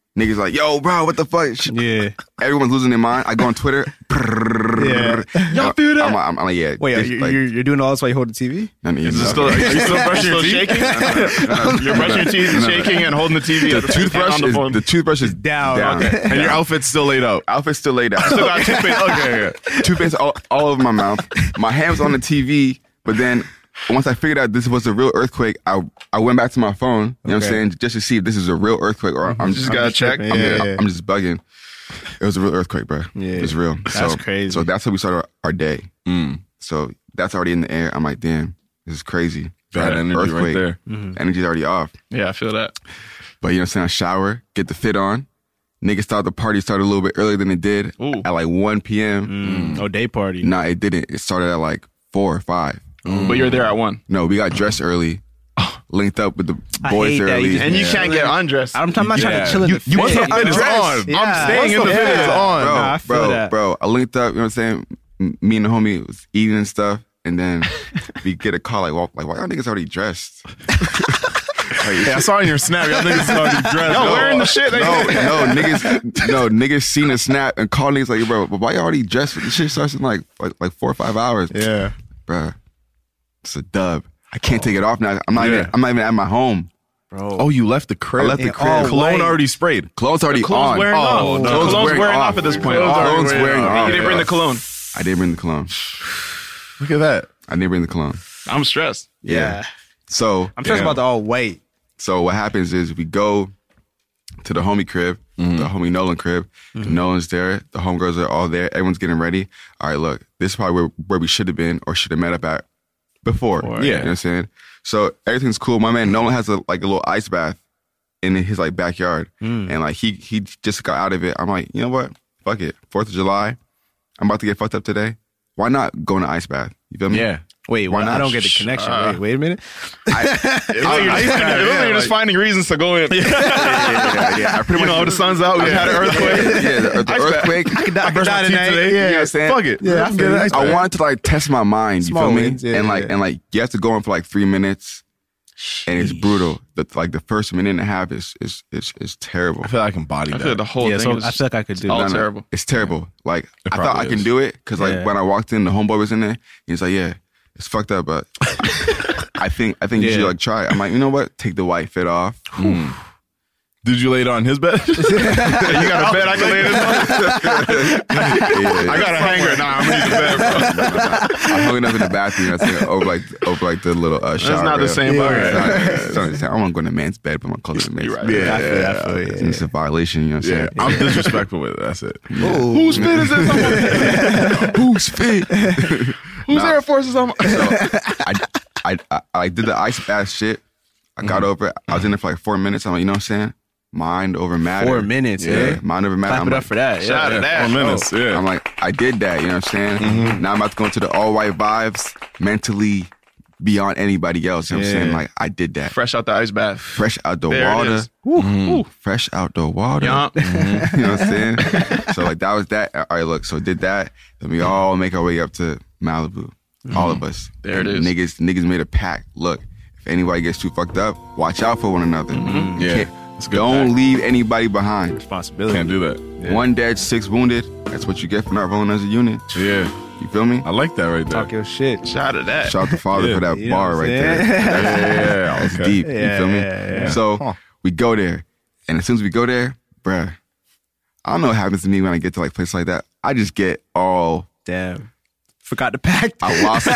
[SPEAKER 4] Niggas like, yo, bro, what the fuck? Sh-
[SPEAKER 3] Yeah.
[SPEAKER 4] Everyone's losing their mind. I go on Twitter.
[SPEAKER 5] Yeah.
[SPEAKER 4] Y'all
[SPEAKER 5] do that?
[SPEAKER 4] I'm, I'm, I'm like, yeah.
[SPEAKER 5] Wait,
[SPEAKER 4] this,
[SPEAKER 5] you're,
[SPEAKER 4] like,
[SPEAKER 5] you're, you're doing all this while you hold the TV?
[SPEAKER 4] none of you
[SPEAKER 3] Is it
[SPEAKER 4] know.
[SPEAKER 3] still, are you still brushing your teeth? You're brushing your teeth and shaking and holding the TV.
[SPEAKER 4] the
[SPEAKER 3] at
[SPEAKER 4] toothbrush
[SPEAKER 3] on the
[SPEAKER 4] is
[SPEAKER 3] phone.
[SPEAKER 4] the toothbrush is
[SPEAKER 5] Down,
[SPEAKER 4] down.
[SPEAKER 5] okay.
[SPEAKER 4] And your outfit's still laid out. Outfit's still laid out.
[SPEAKER 3] Still got toothpaste. Okay, yeah.
[SPEAKER 4] toothpaste all, all over my mouth. My hand was on the TV, but then once I figured out this was a real earthquake, I I went back to my phone. You know what I'm saying? Just to see if this is a real earthquake or I'm just,
[SPEAKER 3] Just gotta
[SPEAKER 4] I'm
[SPEAKER 3] check.
[SPEAKER 4] I'm,
[SPEAKER 3] Yeah,
[SPEAKER 4] I'm-
[SPEAKER 3] yeah.
[SPEAKER 4] I'm just bugging. It was a real earthquake, bro. Yeah, it was real.
[SPEAKER 3] That's crazy.
[SPEAKER 4] So that's how we started our, our day. So that's already in the air. I'm like, damn, this is crazy.
[SPEAKER 2] Bad
[SPEAKER 4] An
[SPEAKER 2] energy right there.
[SPEAKER 4] Energy's already off.
[SPEAKER 3] Yeah, I feel that.
[SPEAKER 4] But you know what I'm saying? I shower, get the fit on. Niggas thought the party started a little bit earlier than it did
[SPEAKER 3] Ooh.
[SPEAKER 4] at like 1 p.m.
[SPEAKER 5] Oh, day party.
[SPEAKER 4] No, it didn't. It started at like four or five.
[SPEAKER 3] But you're there at one.
[SPEAKER 4] No, we got dressed early, linked up with the
[SPEAKER 5] I
[SPEAKER 4] boys
[SPEAKER 5] hate that. You
[SPEAKER 4] early.
[SPEAKER 5] just-
[SPEAKER 3] And you can't get undressed.
[SPEAKER 5] I'm, I'm not trying to chill in the
[SPEAKER 3] You
[SPEAKER 5] fit,
[SPEAKER 3] can't
[SPEAKER 5] bro.
[SPEAKER 3] get undressed.
[SPEAKER 5] Yeah.
[SPEAKER 3] I'm staying in the
[SPEAKER 5] Once
[SPEAKER 3] fit is
[SPEAKER 5] fit-
[SPEAKER 3] on.
[SPEAKER 4] bro,
[SPEAKER 5] Nah, I feel
[SPEAKER 4] bro,
[SPEAKER 5] that.
[SPEAKER 4] bro. I linked up. You know what I'm saying? M- Me and the homie was eating and stuff, and then we get a call like, "Well, like why y'all niggas already dressed?"
[SPEAKER 2] Yeah, I saw it in your snap. Y'all niggas already dressed.
[SPEAKER 3] Y'all
[SPEAKER 2] up.
[SPEAKER 3] wearing the shit.
[SPEAKER 4] No, no, niggas, no, niggas seen a snap and called niggas like, bro, but why y'all already dressed? This shit starts in like, like, like four or five hours.
[SPEAKER 2] Yeah.
[SPEAKER 4] Bruh, it's a dub. I can't take it off now. I'm not
[SPEAKER 2] Yeah.
[SPEAKER 4] even, I'm not even at my home.
[SPEAKER 2] Oh, you left the crib. oh.
[SPEAKER 4] I left the
[SPEAKER 5] In
[SPEAKER 4] crib.
[SPEAKER 5] all
[SPEAKER 2] Cologne
[SPEAKER 5] white.
[SPEAKER 2] already sprayed.
[SPEAKER 4] Clothes already
[SPEAKER 3] Cologne's
[SPEAKER 4] on.
[SPEAKER 3] wearing
[SPEAKER 4] oh,
[SPEAKER 3] off.
[SPEAKER 4] No.
[SPEAKER 3] The
[SPEAKER 4] Clothes
[SPEAKER 3] cologne's
[SPEAKER 4] wearing,
[SPEAKER 3] wearing
[SPEAKER 4] off.
[SPEAKER 3] off at this point.
[SPEAKER 4] Clothes,
[SPEAKER 3] Clothes
[SPEAKER 4] already
[SPEAKER 3] wearing
[SPEAKER 4] wearing
[SPEAKER 3] off.
[SPEAKER 4] off.
[SPEAKER 3] You didn't bring the cologne.
[SPEAKER 4] I didn't bring the cologne.
[SPEAKER 2] Look at that.
[SPEAKER 4] I didn't bring the cologne.
[SPEAKER 3] I'm stressed.
[SPEAKER 4] Yeah. So
[SPEAKER 5] I'm talking about the oh, all white.
[SPEAKER 4] so what happens is we go to the homie crib, the homie Nolan crib. Nolan's there. The homegirls are all there. Everyone's getting ready. All right, look, this is probably where, where we should have been or should have met up at before. Yeah. You know what I'm saying? So everything's cool. My man Nolan has a like a little ice bath in his like backyard. And like he he just got out of it. I'm like, you know what? Fuck it. Fourth of July. I'm about to get fucked up today. Why not go in the ice bath? You feel me?
[SPEAKER 2] Yeah.
[SPEAKER 5] Wait,
[SPEAKER 4] Mm. Why
[SPEAKER 5] why
[SPEAKER 4] not?
[SPEAKER 5] I don't get the connection. wait, wait a minute.
[SPEAKER 3] Oh, you're just, it was like you're just finding reasons to go in.
[SPEAKER 4] yeah, yeah, yeah. I pretty
[SPEAKER 3] You
[SPEAKER 4] much
[SPEAKER 3] know, the sun's out. We had an earthquake.
[SPEAKER 4] yeah, the, the earthquake. I could
[SPEAKER 5] I brushed my teeth today.
[SPEAKER 4] You know what I'm saying?
[SPEAKER 2] Fuck it.
[SPEAKER 5] Yeah, I feel that.
[SPEAKER 4] I wanted to like test my mind.
[SPEAKER 5] Small
[SPEAKER 4] you feel
[SPEAKER 5] wins,
[SPEAKER 4] me?
[SPEAKER 5] yeah,
[SPEAKER 4] and like
[SPEAKER 5] yeah.
[SPEAKER 4] and like you have to go in for like three minutes, and it's brutal. The, like the first minute and a half is is is, is terrible.
[SPEAKER 2] I feel like I can body
[SPEAKER 3] I
[SPEAKER 2] that.
[SPEAKER 3] feel the whole
[SPEAKER 5] Yeah,
[SPEAKER 3] thing
[SPEAKER 5] so
[SPEAKER 3] is
[SPEAKER 5] I feel like I could do
[SPEAKER 3] all
[SPEAKER 5] that.
[SPEAKER 4] No, no,
[SPEAKER 3] terrible.
[SPEAKER 4] It's terrible. Like I thought I
[SPEAKER 2] probably
[SPEAKER 4] can
[SPEAKER 2] is.
[SPEAKER 4] do it because like
[SPEAKER 5] Yeah.
[SPEAKER 4] when I walked in, the homeboy was in there. He's like, "Yeah, it's fucked up, but I think I think you should
[SPEAKER 3] Yeah.
[SPEAKER 4] like try." it." I'm like, you know what? Take the white fit off.
[SPEAKER 2] Did you lay it on his bed?
[SPEAKER 3] you got a bed I can lay in? I got a hanger. Nah, I'm gonna use the bed, bro.
[SPEAKER 4] I'm hooking up in the bathroom. You know what I'm saying? Over like over like the little uh, shower.
[SPEAKER 3] That's not the
[SPEAKER 4] rail.
[SPEAKER 3] same.
[SPEAKER 4] All
[SPEAKER 3] Okay.
[SPEAKER 4] right. I won't go in the man's bed, but I'm gonna close the man's
[SPEAKER 3] You're right.
[SPEAKER 4] bed.
[SPEAKER 2] Yeah, I feel
[SPEAKER 5] that, I feel that,
[SPEAKER 4] And It's a violation, you know what I'm
[SPEAKER 2] yeah,
[SPEAKER 4] saying?
[SPEAKER 2] I'm disrespectful with it. That's it.
[SPEAKER 3] Who's fit is this? Someone-
[SPEAKER 4] Who's fit?
[SPEAKER 3] Who's Air Force is on?
[SPEAKER 4] So I, I, I, I did the ice bath shit. I got over it. I was in there for like four minutes. I'm like, you know what I'm saying? Mind over matter.
[SPEAKER 5] Four minutes, yeah.
[SPEAKER 4] Mind over matter.
[SPEAKER 5] Clap
[SPEAKER 4] I'm
[SPEAKER 5] it
[SPEAKER 4] like,
[SPEAKER 5] up for that. Yeah.
[SPEAKER 3] Shout out to
[SPEAKER 2] Four
[SPEAKER 3] that. Oh,
[SPEAKER 2] minutes. Oh, Yeah.
[SPEAKER 4] I'm like, I did that. You know what I'm saying?
[SPEAKER 5] Mm-hmm.
[SPEAKER 4] Now I'm about to go into the all white vibes mentally beyond anybody else. You know what I'm saying? Like, I did that.
[SPEAKER 3] Fresh out the ice bath.
[SPEAKER 4] Fresh out the
[SPEAKER 3] There it
[SPEAKER 4] water.
[SPEAKER 3] is. Woo, woo.
[SPEAKER 4] Fresh out the water.
[SPEAKER 3] Yeah.
[SPEAKER 4] you know what I'm saying? so like that was that. All right, look. So did that. Then we all make our way up to Malibu. All
[SPEAKER 2] Mm-hmm.
[SPEAKER 4] of us.
[SPEAKER 3] There it
[SPEAKER 4] And
[SPEAKER 3] is.
[SPEAKER 4] Niggas, niggas made a pact. Look, if anybody gets too fucked up, watch out for one another. You
[SPEAKER 2] Mm-hmm. Yeah.
[SPEAKER 4] can't-
[SPEAKER 2] That's a good
[SPEAKER 4] Don't
[SPEAKER 2] pact.
[SPEAKER 4] leave anybody behind.
[SPEAKER 5] Responsibility.
[SPEAKER 2] Can't do that.
[SPEAKER 4] One dead, six wounded. That's what you get for not rolling as a unit.
[SPEAKER 2] Yeah.
[SPEAKER 4] You feel me?
[SPEAKER 2] I like that right there.
[SPEAKER 5] Talk your shit.
[SPEAKER 3] Shout out to that.
[SPEAKER 4] Shout out to Father for that
[SPEAKER 5] you know
[SPEAKER 4] bar
[SPEAKER 5] what I'm
[SPEAKER 4] right there.
[SPEAKER 5] saying?
[SPEAKER 4] That's,
[SPEAKER 2] Yeah,
[SPEAKER 4] that's
[SPEAKER 2] okay.
[SPEAKER 4] deep. you feel me?
[SPEAKER 5] yeah,
[SPEAKER 4] So we go there, and as soon as we go there, bruh, I don't know what happens to me when I get to like places like that. I just get all
[SPEAKER 5] Damn. forgot the pack.
[SPEAKER 4] I lost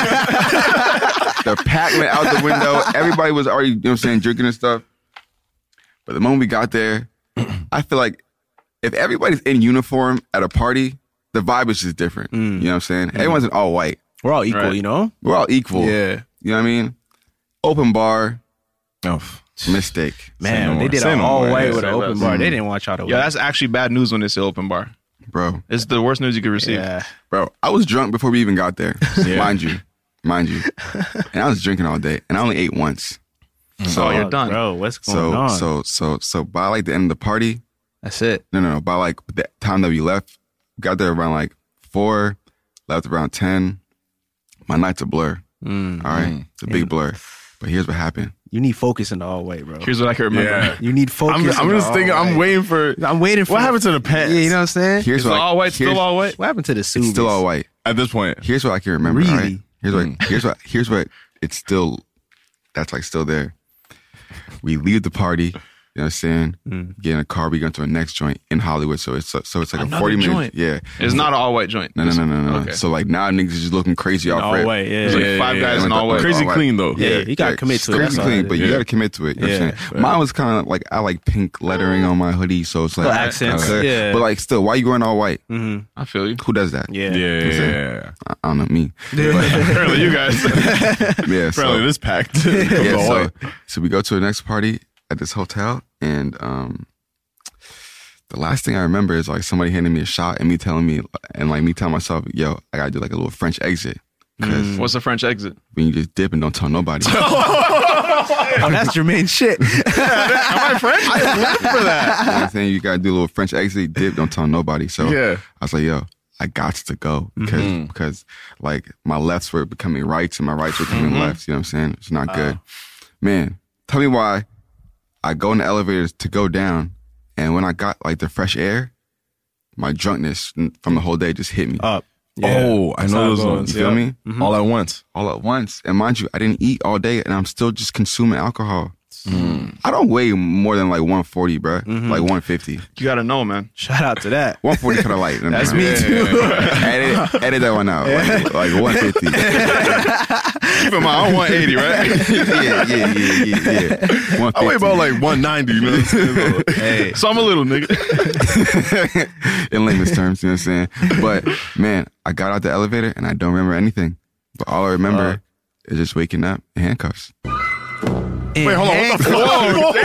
[SPEAKER 4] it. the pack went out the window. Everybody was already, you know what I'm saying, drinking and stuff. But the moment we got there, I feel like if everybody's in uniform at a party, the vibe is just different.
[SPEAKER 5] Mm.
[SPEAKER 4] You know what I'm saying? Everyone's in all white.
[SPEAKER 5] We're all equal, you know?
[SPEAKER 4] We're all equal.
[SPEAKER 5] Yeah.
[SPEAKER 4] You know what I mean? Open bar.
[SPEAKER 5] Oh.
[SPEAKER 4] Mistake.
[SPEAKER 5] Man, they did an all white with an open bar. They didn't watch out the
[SPEAKER 3] Yo, that's actually bad news when it's an open bar.
[SPEAKER 4] Bro.
[SPEAKER 3] It's the worst news you could receive.
[SPEAKER 5] Yeah.
[SPEAKER 4] Bro, I was drunk before we even got there.
[SPEAKER 3] Yeah.
[SPEAKER 4] Mind you. Mind you. And I was drinking all day and I only ate once.
[SPEAKER 3] So Mm. Oh, you're done.
[SPEAKER 5] Bro, what's going
[SPEAKER 4] So
[SPEAKER 5] on?
[SPEAKER 4] so so so by like the end of the party,
[SPEAKER 5] that's it.
[SPEAKER 4] no no no, by like the time that we left, we got there around like four, left around ten. My night's a blur.
[SPEAKER 3] Mm,
[SPEAKER 4] All right, it's a big blur. But here's what happened.
[SPEAKER 5] You need focus in the all white, bro.
[SPEAKER 3] Here's what I can remember.
[SPEAKER 2] Yeah.
[SPEAKER 5] You need focus.
[SPEAKER 2] I'm,
[SPEAKER 5] in
[SPEAKER 2] I'm
[SPEAKER 5] the
[SPEAKER 2] just thinking. I'm
[SPEAKER 5] all-white.
[SPEAKER 2] waiting for.
[SPEAKER 5] I'm waiting for
[SPEAKER 2] What happened to the pants?
[SPEAKER 5] Yeah, you know what I'm saying?
[SPEAKER 4] Here's
[SPEAKER 3] Is
[SPEAKER 4] what
[SPEAKER 3] it
[SPEAKER 4] I-
[SPEAKER 3] all white
[SPEAKER 4] here's-
[SPEAKER 3] still all white?
[SPEAKER 5] what happened to the suit?
[SPEAKER 4] It's still all white.
[SPEAKER 2] At this point,
[SPEAKER 4] Here's what I can remember. all
[SPEAKER 5] Really? Hmm.
[SPEAKER 4] right? Here's what. Here's what. Here's what. It's still. That's like still there. We leave the party. You know what I'm saying?
[SPEAKER 5] Hmm.
[SPEAKER 4] Get in a car. We go to our next joint in Hollywood. So it's so it's like a forty minute.
[SPEAKER 3] joint?
[SPEAKER 4] Yeah.
[SPEAKER 3] It's not an all white joint.
[SPEAKER 4] No, no, no, no, no.
[SPEAKER 3] Okay.
[SPEAKER 4] So like now niggas just looking crazy off rip.
[SPEAKER 5] white, yeah.
[SPEAKER 3] There's like
[SPEAKER 2] Yeah,
[SPEAKER 3] five
[SPEAKER 2] yeah,
[SPEAKER 3] guys
[SPEAKER 2] yeah.
[SPEAKER 3] in all white.
[SPEAKER 2] Crazy clean, though.
[SPEAKER 5] Yeah, you gotta commit to it.
[SPEAKER 4] Crazy
[SPEAKER 5] That's all
[SPEAKER 4] clean,
[SPEAKER 5] it
[SPEAKER 4] but
[SPEAKER 5] is.
[SPEAKER 4] you gotta commit to it. You know what I'm
[SPEAKER 5] Yeah.
[SPEAKER 4] saying? Mine was kind of like I like pink lettering on my hoodie, so it's like
[SPEAKER 5] Little accents,
[SPEAKER 4] kinda-
[SPEAKER 5] yeah. Hmm.
[SPEAKER 4] But like still, why you going all white?
[SPEAKER 3] I feel you.
[SPEAKER 4] Who does that?
[SPEAKER 5] Yeah.
[SPEAKER 2] Yeah, yeah, yeah.
[SPEAKER 4] I, I don't know me.
[SPEAKER 3] Apparently, you guys.
[SPEAKER 4] Yeah, so-
[SPEAKER 2] Apparently, this packed.
[SPEAKER 4] yeah,
[SPEAKER 2] All
[SPEAKER 4] so,
[SPEAKER 2] white.
[SPEAKER 4] so we go to the next party at this hotel, and um, the last thing I remember is like somebody handing me a shot and me telling me, and like me telling myself, "Yo, I gotta do like a little French exit because
[SPEAKER 3] What's the French exit?
[SPEAKER 4] when you just dip and don't tell nobody."
[SPEAKER 5] Oh, that's your main shit.
[SPEAKER 4] You know what I'm saying you gotta do a little French exit, dip, don't tell nobody. So
[SPEAKER 2] Yeah.
[SPEAKER 4] I was like, "Yo." I got to go because because like my lefts were becoming rights and my rights were becoming lefts. You know what I'm saying? It's not good. Man, tell me why I go in the elevators to go down, and when I got like the fresh air, my drunkenness n- from the whole day just hit me
[SPEAKER 5] Up.
[SPEAKER 2] Oh, I know those ones.
[SPEAKER 4] You feel me?
[SPEAKER 2] All at once.
[SPEAKER 4] all at once. And mind you, I didn't eat all day, and I'm still just consuming alcohol. I don't weigh more than like 140, bro. Like 150.
[SPEAKER 3] You got to know, man.
[SPEAKER 5] Shout out to that.
[SPEAKER 4] 140 kind of light. That's
[SPEAKER 5] me too.
[SPEAKER 4] edit, edit that one out. Like, like 150.
[SPEAKER 2] Keep in mind, I'm 180, right?
[SPEAKER 4] yeah, yeah, yeah, yeah, yeah. 150.
[SPEAKER 2] I weigh about like 190, you know what I'm saying?
[SPEAKER 4] hey,
[SPEAKER 3] So I'm a little nigga.
[SPEAKER 4] in layman's terms, you know what I'm saying? But man, I got out the elevator and I don't remember anything. But all I remember is just waking up in handcuffs.
[SPEAKER 5] Wait,
[SPEAKER 2] Hold on, what the fuck? What the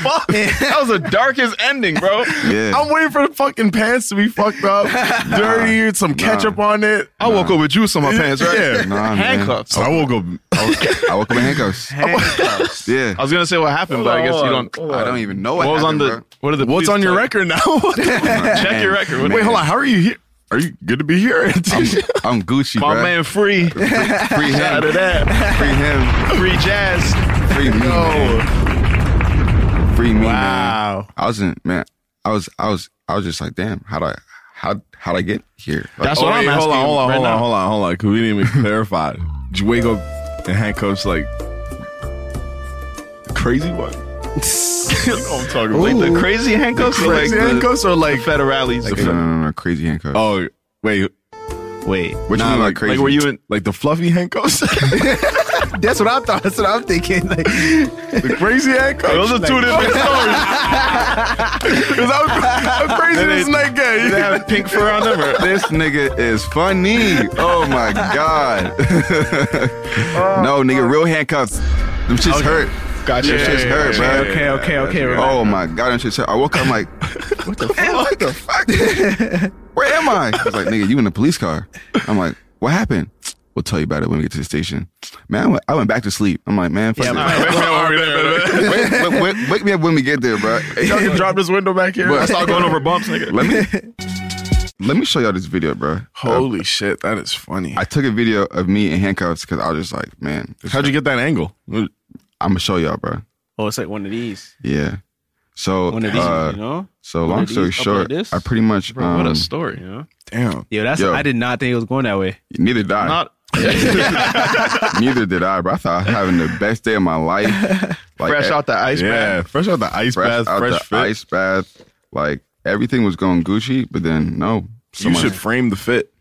[SPEAKER 2] fuck?
[SPEAKER 3] that was the darkest ending, bro.
[SPEAKER 4] Yeah.
[SPEAKER 2] I'm waiting for the fucking pants to be fucked up, dirty, some ketchup on it.
[SPEAKER 3] I woke up with juice on my pants, right?
[SPEAKER 2] Yeah. Oh.
[SPEAKER 4] Nah, man.
[SPEAKER 3] Handcuffs.
[SPEAKER 2] So I woke up. I was-
[SPEAKER 4] I woke up in handcuffs.
[SPEAKER 5] handcuffs.
[SPEAKER 4] Yeah.
[SPEAKER 3] I was gonna say what happened, but I guess you don't. What
[SPEAKER 4] I don't even know what,
[SPEAKER 3] was on
[SPEAKER 4] happened,
[SPEAKER 3] the? What are the?
[SPEAKER 2] What's
[SPEAKER 3] please
[SPEAKER 2] on your
[SPEAKER 3] tell-
[SPEAKER 2] record now? What the-
[SPEAKER 3] Check your record. What-
[SPEAKER 2] Wait, hold on. How are you here? Are you good to be here?
[SPEAKER 4] bro. I'm Gucci,
[SPEAKER 3] My
[SPEAKER 4] bro.
[SPEAKER 3] man, free, free
[SPEAKER 4] free him,
[SPEAKER 3] out of that,
[SPEAKER 4] free him,
[SPEAKER 3] free jazz.
[SPEAKER 4] free me, man. free me, man.
[SPEAKER 5] Wow.
[SPEAKER 4] I wasn't, man. I was, I was, I was just like, damn, how do I, how, how'd I get here? Like,
[SPEAKER 3] That's
[SPEAKER 2] Oh,
[SPEAKER 3] what
[SPEAKER 2] wait,
[SPEAKER 3] I'm asking.
[SPEAKER 2] hold on, hold on,
[SPEAKER 3] right
[SPEAKER 2] hold on,
[SPEAKER 3] now.
[SPEAKER 2] hold on, hold on. Cause we didn't even clarify. Did you wake up in handcuffs like crazy one? you know what I'm talking about.
[SPEAKER 3] Wait, the crazy handcuffs, or
[SPEAKER 2] crazy
[SPEAKER 3] like uh,
[SPEAKER 2] handcuffs or
[SPEAKER 3] the
[SPEAKER 2] like
[SPEAKER 3] federales.
[SPEAKER 4] no, no, no, no, crazy handcuffs.
[SPEAKER 2] oh wait,
[SPEAKER 5] Wait.
[SPEAKER 4] Which
[SPEAKER 2] nah,
[SPEAKER 4] one like
[SPEAKER 2] like-
[SPEAKER 4] crazy?
[SPEAKER 3] like were you in?
[SPEAKER 2] like the fluffy handcuffs,
[SPEAKER 5] That's what I thought. That's what I'm thinking. Like,
[SPEAKER 2] the crazy handcuffs.
[SPEAKER 3] Those are two different stories.
[SPEAKER 2] Cause I'm, I'm crazy
[SPEAKER 3] Then
[SPEAKER 2] this
[SPEAKER 3] they-
[SPEAKER 2] night guy.
[SPEAKER 3] They have pink fur on them. Or?
[SPEAKER 4] this nigga is funny. Oh my god. no, nigga, real handcuffs. Them shits hurt. Got
[SPEAKER 3] Yeah,
[SPEAKER 4] Them shits
[SPEAKER 3] yeah,
[SPEAKER 4] hurt,
[SPEAKER 3] yeah,
[SPEAKER 4] bro.
[SPEAKER 3] yeah,
[SPEAKER 5] okay, okay, okay. remember.
[SPEAKER 4] Oh my god, and shit. So I woke up I'm like, what the fuck? What the fuck? Where am I? I was like, nigga, you in the police car. I'm like, what happened? We'll tell you about it when we get to the station. Man, I went, I went back to sleep. I'm like, man, fuck
[SPEAKER 5] Yeah,
[SPEAKER 4] it. Wake, wake- wake- wake me up when we get there, bro.
[SPEAKER 2] Y'all can drop this window back here.
[SPEAKER 4] But-
[SPEAKER 2] I start going over bumps, nigga.
[SPEAKER 4] Let me let me show y'all this video, bro.
[SPEAKER 2] Holy shit, that is funny.
[SPEAKER 4] I took a video of me in handcuffs because I was just like, man,
[SPEAKER 2] How'd you get that angle?
[SPEAKER 4] I'm gonna show y'all, bro.
[SPEAKER 5] Oh, it's like one of these.
[SPEAKER 4] Yeah. So,
[SPEAKER 5] One of these,
[SPEAKER 4] uh,
[SPEAKER 5] you know?
[SPEAKER 4] so
[SPEAKER 5] One
[SPEAKER 4] long
[SPEAKER 5] of these,
[SPEAKER 4] story
[SPEAKER 5] up like
[SPEAKER 4] short,
[SPEAKER 5] this.
[SPEAKER 4] I pretty much
[SPEAKER 3] Bro, what
[SPEAKER 4] um,
[SPEAKER 3] a story.
[SPEAKER 2] Damn.
[SPEAKER 5] Yo, that's
[SPEAKER 4] yo.
[SPEAKER 5] I did not think it was going that way.
[SPEAKER 4] neither did I.
[SPEAKER 3] Not
[SPEAKER 4] Neither did I, bro. I thought I was having the best day of my life. Like,
[SPEAKER 3] fresh
[SPEAKER 4] e-
[SPEAKER 3] out the ice
[SPEAKER 2] Yeah,
[SPEAKER 3] yeah.
[SPEAKER 2] fresh out the ice
[SPEAKER 4] fresh
[SPEAKER 2] bath,
[SPEAKER 4] out
[SPEAKER 2] fresh
[SPEAKER 4] the
[SPEAKER 2] fit.
[SPEAKER 4] ice bath. Like everything was going Gucci, but then no.
[SPEAKER 2] you
[SPEAKER 4] someone-
[SPEAKER 2] should frame the fit.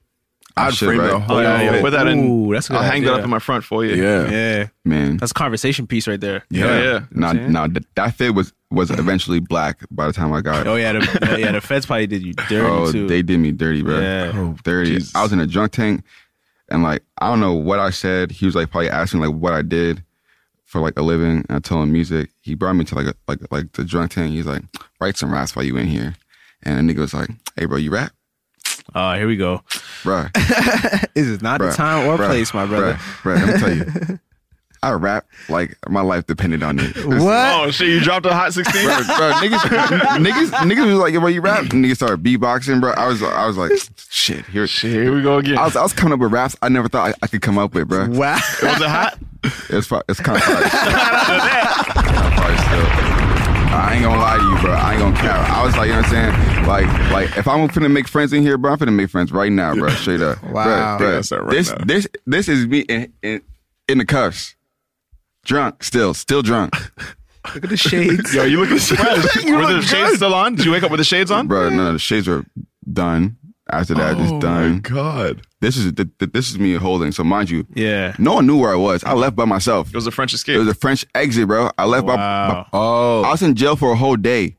[SPEAKER 2] I'd
[SPEAKER 4] shit,
[SPEAKER 2] frame
[SPEAKER 4] right?
[SPEAKER 2] the whole.
[SPEAKER 3] Oh, yeah, yeah. Put that in.
[SPEAKER 5] Ooh, that's a good
[SPEAKER 3] I'll hang that
[SPEAKER 5] idea.
[SPEAKER 3] up in my front for you.
[SPEAKER 2] Yeah.
[SPEAKER 5] Yeah,
[SPEAKER 4] man.
[SPEAKER 5] that's a conversation piece right there.
[SPEAKER 3] Yeah. yeah.
[SPEAKER 4] Now, now th- that fit was was eventually black by the time I got it.
[SPEAKER 5] Oh yeah, the, yeah. The feds probably did you dirty
[SPEAKER 4] Oh,
[SPEAKER 5] too.
[SPEAKER 4] they did me dirty, bro.
[SPEAKER 5] Yeah.
[SPEAKER 4] Oh, dirty. I was in a drunk tank, and like I don't know what I said. He was like probably asking like what I did for like a living. And I told him music. He brought me to like a, like like the drunk tank. He's like, write some raps while you in here. And the nigga was like, hey bro, you rap,
[SPEAKER 5] Oh, here we go.
[SPEAKER 4] bro.
[SPEAKER 5] This is not the
[SPEAKER 4] Bruh,
[SPEAKER 5] time or
[SPEAKER 4] bruh,
[SPEAKER 5] place, my brother.
[SPEAKER 4] Bruh, bruh, let me tell you, I rap like my life depended on it.
[SPEAKER 5] What?
[SPEAKER 3] Oh, shit, you dropped a hot 16?
[SPEAKER 4] Bro, bro, niggas, niggas, niggas was like, "Yo, bro, you rap?" Niggas started beatboxing, bro. I was, I was like, "Shit, here,
[SPEAKER 3] Shit, here we go again.
[SPEAKER 4] I was, I was coming up with raps I never thought I, I could come up with,
[SPEAKER 3] Oh.
[SPEAKER 4] bro.
[SPEAKER 5] Wow.
[SPEAKER 3] was it hot?
[SPEAKER 2] Mm-hmm.
[SPEAKER 4] It's fu- it's kind of hard. I ain't gonna lie to you, bro. I ain't gonna cap. I was like, you know what I'm saying? Like, like if I'm finna make friends in here, bro, I'm finna make friends right now, bro. Straight up.
[SPEAKER 5] Wow.
[SPEAKER 4] Bro, bro,
[SPEAKER 2] Yes, sir, right
[SPEAKER 4] this,
[SPEAKER 2] now.
[SPEAKER 4] this, this is me in, in, in the cuffs. Drunk, still, still drunk.
[SPEAKER 5] Look at the shades.
[SPEAKER 3] Yo, you looking surprised. Were the shades still on? Did you wake up with the shades on?
[SPEAKER 4] Bro, no, the shades are done. After that, it's
[SPEAKER 2] Oh my
[SPEAKER 4] done.
[SPEAKER 2] god.
[SPEAKER 4] This is th- th- this is me holding. So mind you,
[SPEAKER 5] Yeah.
[SPEAKER 4] no one knew where I was. I left by myself.
[SPEAKER 3] It was a French escape.
[SPEAKER 4] It was a French exit, bro. I left by, by
[SPEAKER 5] Wow.
[SPEAKER 2] Oh,
[SPEAKER 4] I was in jail for a whole day.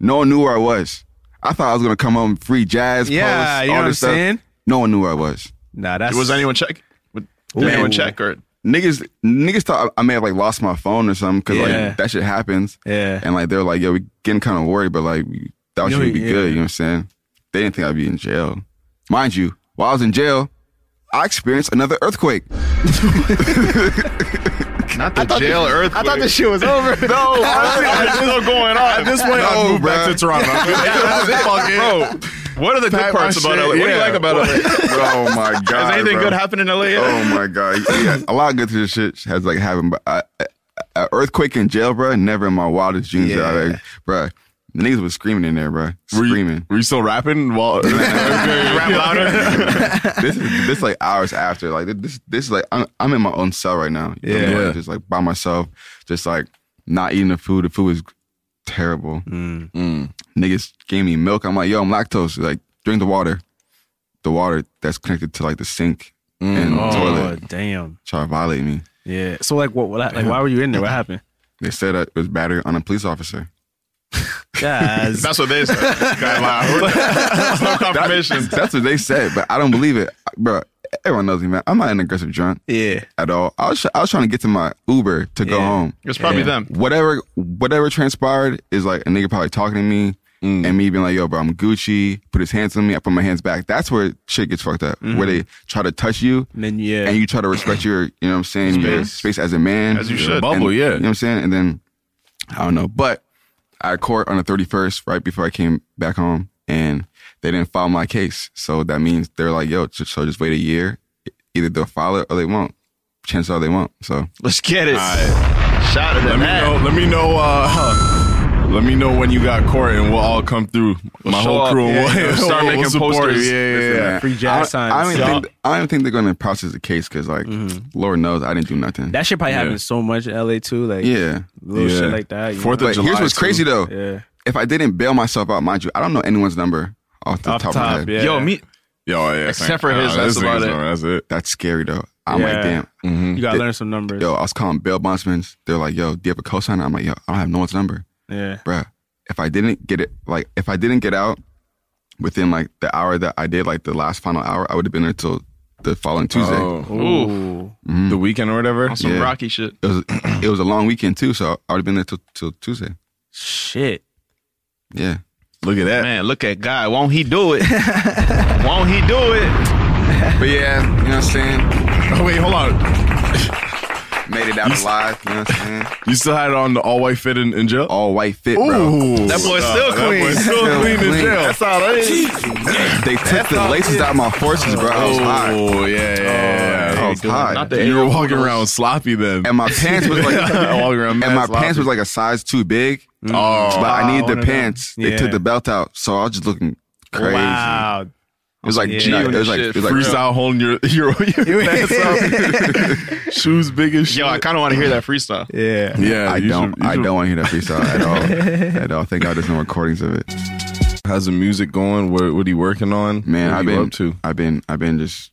[SPEAKER 4] No one knew where I was. I thought I was gonna come home free jazz.
[SPEAKER 5] Yeah,
[SPEAKER 4] posts,
[SPEAKER 5] you know
[SPEAKER 4] all
[SPEAKER 5] what
[SPEAKER 4] this
[SPEAKER 5] I'm
[SPEAKER 4] stuff.
[SPEAKER 5] saying?
[SPEAKER 4] No one knew where I was.
[SPEAKER 5] Nah, that's
[SPEAKER 3] was anyone check? Did anyone check or
[SPEAKER 4] Niggas, niggas thought I may have like lost my phone or something because
[SPEAKER 5] Yeah.
[SPEAKER 4] like that shit happens.
[SPEAKER 5] Yeah.
[SPEAKER 4] And like they were like, yo, we getting kind of worried, but like we thought
[SPEAKER 5] You
[SPEAKER 4] you
[SPEAKER 5] know,
[SPEAKER 4] would be
[SPEAKER 5] yeah.
[SPEAKER 4] good. You know what I'm saying? They didn't think I'd be in jail, mind you. While I was in jail, I experienced another earthquake.
[SPEAKER 3] not the jail earthquake? I thought this shit was over. no, it's still going on. At this point,
[SPEAKER 4] No,
[SPEAKER 2] move back
[SPEAKER 4] bruh.
[SPEAKER 2] to Toronto.
[SPEAKER 3] bro, what are the good
[SPEAKER 2] Pack my
[SPEAKER 3] parts about
[SPEAKER 2] shit,
[SPEAKER 3] LA? What do you
[SPEAKER 2] yeah.
[SPEAKER 3] like about LA?
[SPEAKER 4] oh my god!
[SPEAKER 3] Has anything
[SPEAKER 4] bro.
[SPEAKER 3] good happened in LA? Yet?
[SPEAKER 4] Oh my god! Yeah, a lot of good to this shit has like happened, but I, I, a earthquake in jail, bro. Never in my wildest dreams, yeah. I, like, bro. The niggas was screaming in there, bro.
[SPEAKER 2] Were you-
[SPEAKER 4] Screaming.
[SPEAKER 2] Were you still rapping? While,
[SPEAKER 3] Rap louder.
[SPEAKER 4] this is this like hours after. Like this this is like I'm, I'm in my own cell right now. You know,
[SPEAKER 2] Yeah.
[SPEAKER 4] like,
[SPEAKER 2] Yeah.
[SPEAKER 4] just like by myself, just like not eating the food. The food was terrible. Mm. Niggas gave me milk. I'm like, yo, I'm lactose. Like drink the water, the water that's connected to like the sink and
[SPEAKER 5] Oh,
[SPEAKER 4] Mm, toilet.
[SPEAKER 5] damn.
[SPEAKER 4] Try to violate me.
[SPEAKER 5] Yeah. So like, what? what like, why were you in there? What happened?
[SPEAKER 4] They said I was battery on a police officer.
[SPEAKER 5] Yeah.
[SPEAKER 3] That's what they said. Guy loud. no confirmation.
[SPEAKER 4] That's what they said, but I don't believe it, bro. Everyone knows me, man. I'm not an aggressive drunk
[SPEAKER 5] yeah.
[SPEAKER 4] at all. I was I was trying to get to my Uber to go
[SPEAKER 5] Yeah.
[SPEAKER 4] home.
[SPEAKER 3] It's probably them.
[SPEAKER 4] Whatever whatever transpired is like a nigga probably talking to me and me being like, "Yo, bro, I'm Gucci." Put his hands on me. I put my hands back. That's where shit gets fucked up. Where they try to touch you
[SPEAKER 5] And then yeah.
[SPEAKER 4] and you try to respect your, you know what I'm saying, space, your space as a man.
[SPEAKER 3] As you should.
[SPEAKER 4] And-
[SPEAKER 2] Bubble, yeah.
[SPEAKER 4] You know what I'm saying? And then, I don't know. But I had court on the 31st, right before I came back home, and they didn't file my case. So that means they're like, yo, just, so just wait a year. Either they'll file it or they won't. Chances are they won't. So
[SPEAKER 3] Let's get it. Shot at
[SPEAKER 2] let me
[SPEAKER 3] that.
[SPEAKER 2] know. Let me know. Uh, let me know when you got court, and we'll all come through. My
[SPEAKER 3] show
[SPEAKER 2] whole
[SPEAKER 3] up,
[SPEAKER 2] crew. and
[SPEAKER 3] yeah,
[SPEAKER 2] we'll,
[SPEAKER 3] yeah.
[SPEAKER 2] we'll
[SPEAKER 3] Start
[SPEAKER 2] we'll
[SPEAKER 3] making
[SPEAKER 2] support you.
[SPEAKER 3] posters.
[SPEAKER 2] Yeah, yeah, yeah.
[SPEAKER 5] Free jazz
[SPEAKER 4] I,
[SPEAKER 5] signs.
[SPEAKER 4] I, don't
[SPEAKER 5] Yeah.
[SPEAKER 4] even think, I don't think they're going to process the case because, like, Lord knows I didn't do nothing.
[SPEAKER 5] That shit probably happens so much in LA too. Like
[SPEAKER 4] yeah.
[SPEAKER 5] little
[SPEAKER 2] Yeah.
[SPEAKER 5] shit like that. you
[SPEAKER 2] Fourth
[SPEAKER 5] know?
[SPEAKER 2] of
[SPEAKER 4] But
[SPEAKER 2] July.
[SPEAKER 4] here's what's crazy, though.
[SPEAKER 5] Yeah.
[SPEAKER 4] If I didn't bail myself out, mind you, I don't know anyone's number off the
[SPEAKER 5] Off
[SPEAKER 4] top,
[SPEAKER 5] top,
[SPEAKER 4] of my head.
[SPEAKER 5] yeah.
[SPEAKER 3] Yo, me.
[SPEAKER 2] Yo, yeah.
[SPEAKER 3] Except
[SPEAKER 2] thank-
[SPEAKER 3] for his,
[SPEAKER 2] Ah,
[SPEAKER 3] that's
[SPEAKER 2] this
[SPEAKER 3] about
[SPEAKER 2] nigga's mm-hmm.
[SPEAKER 3] it.
[SPEAKER 2] number, That's it.
[SPEAKER 4] That's scary, though. I'm
[SPEAKER 5] Yeah.
[SPEAKER 4] like, damn.
[SPEAKER 5] You gotta learn some numbers.
[SPEAKER 4] yo, I was calling bail bondsmans. They're like, yo, do you have a cosigner? I'm like, yo, I don't have no one's number,
[SPEAKER 5] Yeah.
[SPEAKER 4] bruh. If I didn't get it, like, if I didn't get out within like the hour that I did, like the last final hour, I would have been there till the following Tuesday.
[SPEAKER 2] Oh,
[SPEAKER 5] Ooh.
[SPEAKER 2] the weekend or whatever.
[SPEAKER 3] On some
[SPEAKER 4] Yeah.
[SPEAKER 3] rocky shit.
[SPEAKER 4] It was it was a long weekend too, so I would have been there till, till Tuesday.
[SPEAKER 5] Shit.
[SPEAKER 4] Yeah,
[SPEAKER 2] Look at that.
[SPEAKER 3] Man, look at God. Won't he do it? Won't he do it?
[SPEAKER 4] but yeah, you know what I'm saying.
[SPEAKER 2] Oh, wait, hold on.
[SPEAKER 4] Made it out alive. You know what I'm saying.
[SPEAKER 2] You still had it on the all white fit in, in jail.
[SPEAKER 4] All white fit, bro.
[SPEAKER 3] That boy's still
[SPEAKER 2] That
[SPEAKER 3] clean.
[SPEAKER 2] boy's still
[SPEAKER 4] Still
[SPEAKER 2] clean in
[SPEAKER 4] clean.
[SPEAKER 2] jail. That's all that is.
[SPEAKER 4] They took the laces out of my forces, bro. I was hot.
[SPEAKER 2] Oh yeah, yeah, yeah.
[SPEAKER 4] I was hot.
[SPEAKER 3] Not the
[SPEAKER 2] You were
[SPEAKER 3] air
[SPEAKER 2] walking
[SPEAKER 3] photos.
[SPEAKER 2] around sloppy then.
[SPEAKER 4] and my pants was like
[SPEAKER 2] Walking around
[SPEAKER 4] and my
[SPEAKER 2] mad sloppy.
[SPEAKER 4] pants was like a size too big.
[SPEAKER 2] Oh.
[SPEAKER 4] but I needed
[SPEAKER 5] one
[SPEAKER 4] the
[SPEAKER 5] of them.
[SPEAKER 4] pants. They
[SPEAKER 5] Yeah.
[SPEAKER 4] took the belt out, so I was just looking crazy.
[SPEAKER 5] Wow.
[SPEAKER 4] It was like
[SPEAKER 5] Yeah.
[SPEAKER 4] G. It was like
[SPEAKER 3] Shit,
[SPEAKER 4] it was like
[SPEAKER 2] freestyle holding your your, your pants up. Shoes big as shit.
[SPEAKER 3] Yo, I kind of want to hear that freestyle.
[SPEAKER 5] Yeah.
[SPEAKER 2] yeah,
[SPEAKER 4] I
[SPEAKER 2] you
[SPEAKER 4] don't.
[SPEAKER 2] should- you
[SPEAKER 4] I
[SPEAKER 2] should-
[SPEAKER 4] don't want to hear that freestyle at all. at all. Thank God there's no recordings of it.
[SPEAKER 2] How's the music going? What what are you working on?
[SPEAKER 4] Man,
[SPEAKER 2] What
[SPEAKER 4] I've
[SPEAKER 2] you
[SPEAKER 4] been
[SPEAKER 2] up to.
[SPEAKER 4] I've been I've been just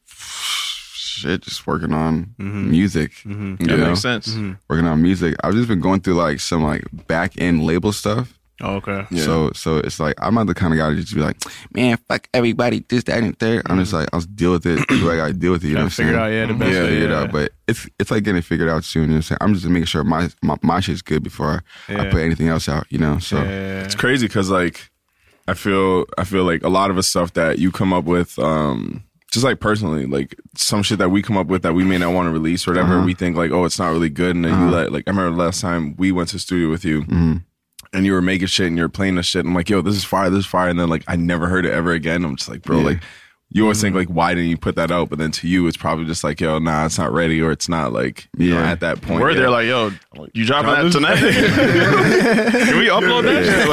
[SPEAKER 4] shit, just working on music.
[SPEAKER 3] Mhm.
[SPEAKER 4] you
[SPEAKER 3] That
[SPEAKER 4] know?
[SPEAKER 3] makes sense. Mhm.
[SPEAKER 4] Working on music. I've just been going through like some like back end label stuff.
[SPEAKER 3] Oh, okay.
[SPEAKER 4] So so it's like I'm not the kind of guy to just be like, man, fuck everybody, this, that, and third. I'm just like, I'll just deal with it. the way I gotta deal with it. You know
[SPEAKER 3] Gotta
[SPEAKER 4] what I'm saying?
[SPEAKER 3] figure it out, yeah, the best
[SPEAKER 4] yeah,
[SPEAKER 3] way,
[SPEAKER 4] figure it
[SPEAKER 3] yeah.
[SPEAKER 4] out. But it's it's like getting it figured out soon. You know what I'm saying? I'm just making sure my my, my shit's good before I, I
[SPEAKER 2] Yeah.
[SPEAKER 4] put anything else out. You know? So
[SPEAKER 2] It's crazy because like I feel I feel like a lot of the stuff that you come up with, um, just like personally, like some shit that we come up with that we may not want to release or whatever.
[SPEAKER 4] Uh-huh.
[SPEAKER 2] We think like, oh, it's not really good, and then you
[SPEAKER 4] Uh-huh.
[SPEAKER 2] let like I remember last time we went to studio with you.
[SPEAKER 4] mhm.
[SPEAKER 2] And you were making shit and you were playing this shit. And I'm like, yo, this is fire, this is fire. And then, like, I never heard it ever again. I'm just like, bro,
[SPEAKER 4] Yeah. Mm-hmm.
[SPEAKER 2] like, you always think, like, why didn't you put that out? But then to you, it's probably just like, yo, nah, it's not ready or it's not, like, you know,
[SPEAKER 4] Yeah.
[SPEAKER 2] at that point.
[SPEAKER 3] We're
[SPEAKER 2] yet.
[SPEAKER 3] there like, yo, you dropping
[SPEAKER 2] Drop
[SPEAKER 3] that
[SPEAKER 2] this-
[SPEAKER 3] tonight? Can we upload that? shit?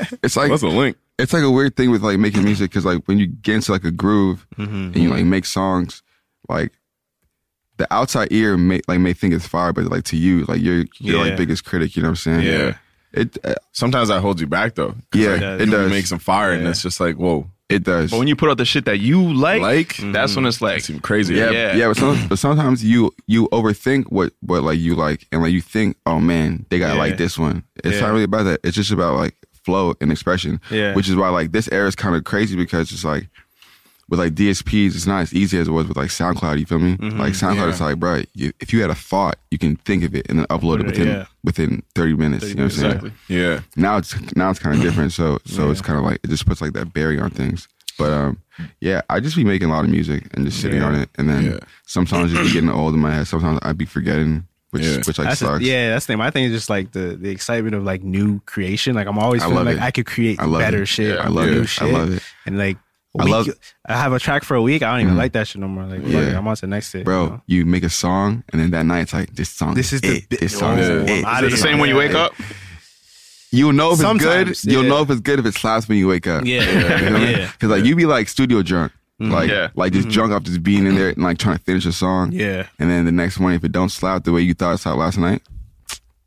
[SPEAKER 3] Like,
[SPEAKER 4] it's like
[SPEAKER 2] what's the link?
[SPEAKER 4] it's like a weird thing with like making music because like when you get into like a groove and you like make songs, like the outside ear may like may think it's fire, but like to you, like you're you're
[SPEAKER 3] Yeah.
[SPEAKER 4] like biggest critic. You know what I'm saying?
[SPEAKER 2] Yeah.
[SPEAKER 4] It uh,
[SPEAKER 2] Sometimes that holds you back, though. 'Cause,
[SPEAKER 4] yeah
[SPEAKER 2] like,
[SPEAKER 4] it
[SPEAKER 2] you
[SPEAKER 4] does
[SPEAKER 2] make some fire and it's just like, whoa,
[SPEAKER 4] it does.
[SPEAKER 3] but when you put out the shit that you like, Mm-hmm.
[SPEAKER 2] Like?
[SPEAKER 3] that's when it's like,
[SPEAKER 2] that's even crazy.
[SPEAKER 3] Yeah.
[SPEAKER 4] yeah, but, some, but sometimes you you overthink what what like you like and like you think oh man they gotta
[SPEAKER 3] Yeah.
[SPEAKER 4] like this one. It's
[SPEAKER 3] Yeah.
[SPEAKER 4] not really about that. It's just about like flow and expression.
[SPEAKER 3] Yeah.
[SPEAKER 4] which is why like this era is kind of crazy because it's like with like DSPs, it's not as easy as it was with like SoundCloud. You feel me? Like SoundCloud, it's like bro, you, if you had a thought, you can think of it and then upload it
[SPEAKER 3] Right,
[SPEAKER 4] within
[SPEAKER 3] yeah.
[SPEAKER 4] within thirty minutes. you know what I'm saying?
[SPEAKER 3] exactly.
[SPEAKER 2] Yeah.
[SPEAKER 4] now it's now it's kind of different. So so it's kind of like it just puts like that barrier on things. But um, yeah, I just be making a lot of music and just sitting on it, and then
[SPEAKER 2] Yeah.
[SPEAKER 4] sometimes it be getting old in my head. Sometimes I'd be forgetting, which
[SPEAKER 2] Yeah.
[SPEAKER 4] which like
[SPEAKER 5] That's the-
[SPEAKER 4] sucks.
[SPEAKER 5] yeah, that's the thing. My thing is just like the the excitement of like new creation. Like I'm always
[SPEAKER 4] I
[SPEAKER 5] feeling
[SPEAKER 4] love
[SPEAKER 5] like
[SPEAKER 4] it.
[SPEAKER 5] I could create
[SPEAKER 4] I love
[SPEAKER 5] better
[SPEAKER 4] it.
[SPEAKER 5] shit.
[SPEAKER 4] I love
[SPEAKER 5] new
[SPEAKER 4] it.
[SPEAKER 5] Shit.
[SPEAKER 4] I love it,
[SPEAKER 5] And like
[SPEAKER 4] I
[SPEAKER 5] I love.
[SPEAKER 4] love- Mm-hmm.
[SPEAKER 5] I have a track for a week. I don't even like that shit no more. Like fuck
[SPEAKER 4] Yeah.
[SPEAKER 5] it, I'm on to the next shit.
[SPEAKER 4] bro.
[SPEAKER 5] you know?
[SPEAKER 4] You make a song, and then that night it's like this song.
[SPEAKER 5] This is the
[SPEAKER 4] it.
[SPEAKER 5] bit-
[SPEAKER 4] this song.
[SPEAKER 2] Oh,
[SPEAKER 4] is it.
[SPEAKER 5] I'm outta
[SPEAKER 3] Is it the
[SPEAKER 5] here.
[SPEAKER 3] same when you wake up?
[SPEAKER 4] You'll know if it's
[SPEAKER 5] Sometimes,
[SPEAKER 4] good. You'll
[SPEAKER 5] yeah.
[SPEAKER 4] know if it's good if it slaps when you wake up.
[SPEAKER 5] Yeah. Yeah. Mm-hmm.
[SPEAKER 4] Because like you be like studio drunk, like
[SPEAKER 3] Yeah.
[SPEAKER 4] like just drunk off just being in there and like trying to finish a song.
[SPEAKER 5] Yeah.
[SPEAKER 4] And then the next morning, if it don't slap the way you thought it slapped last night,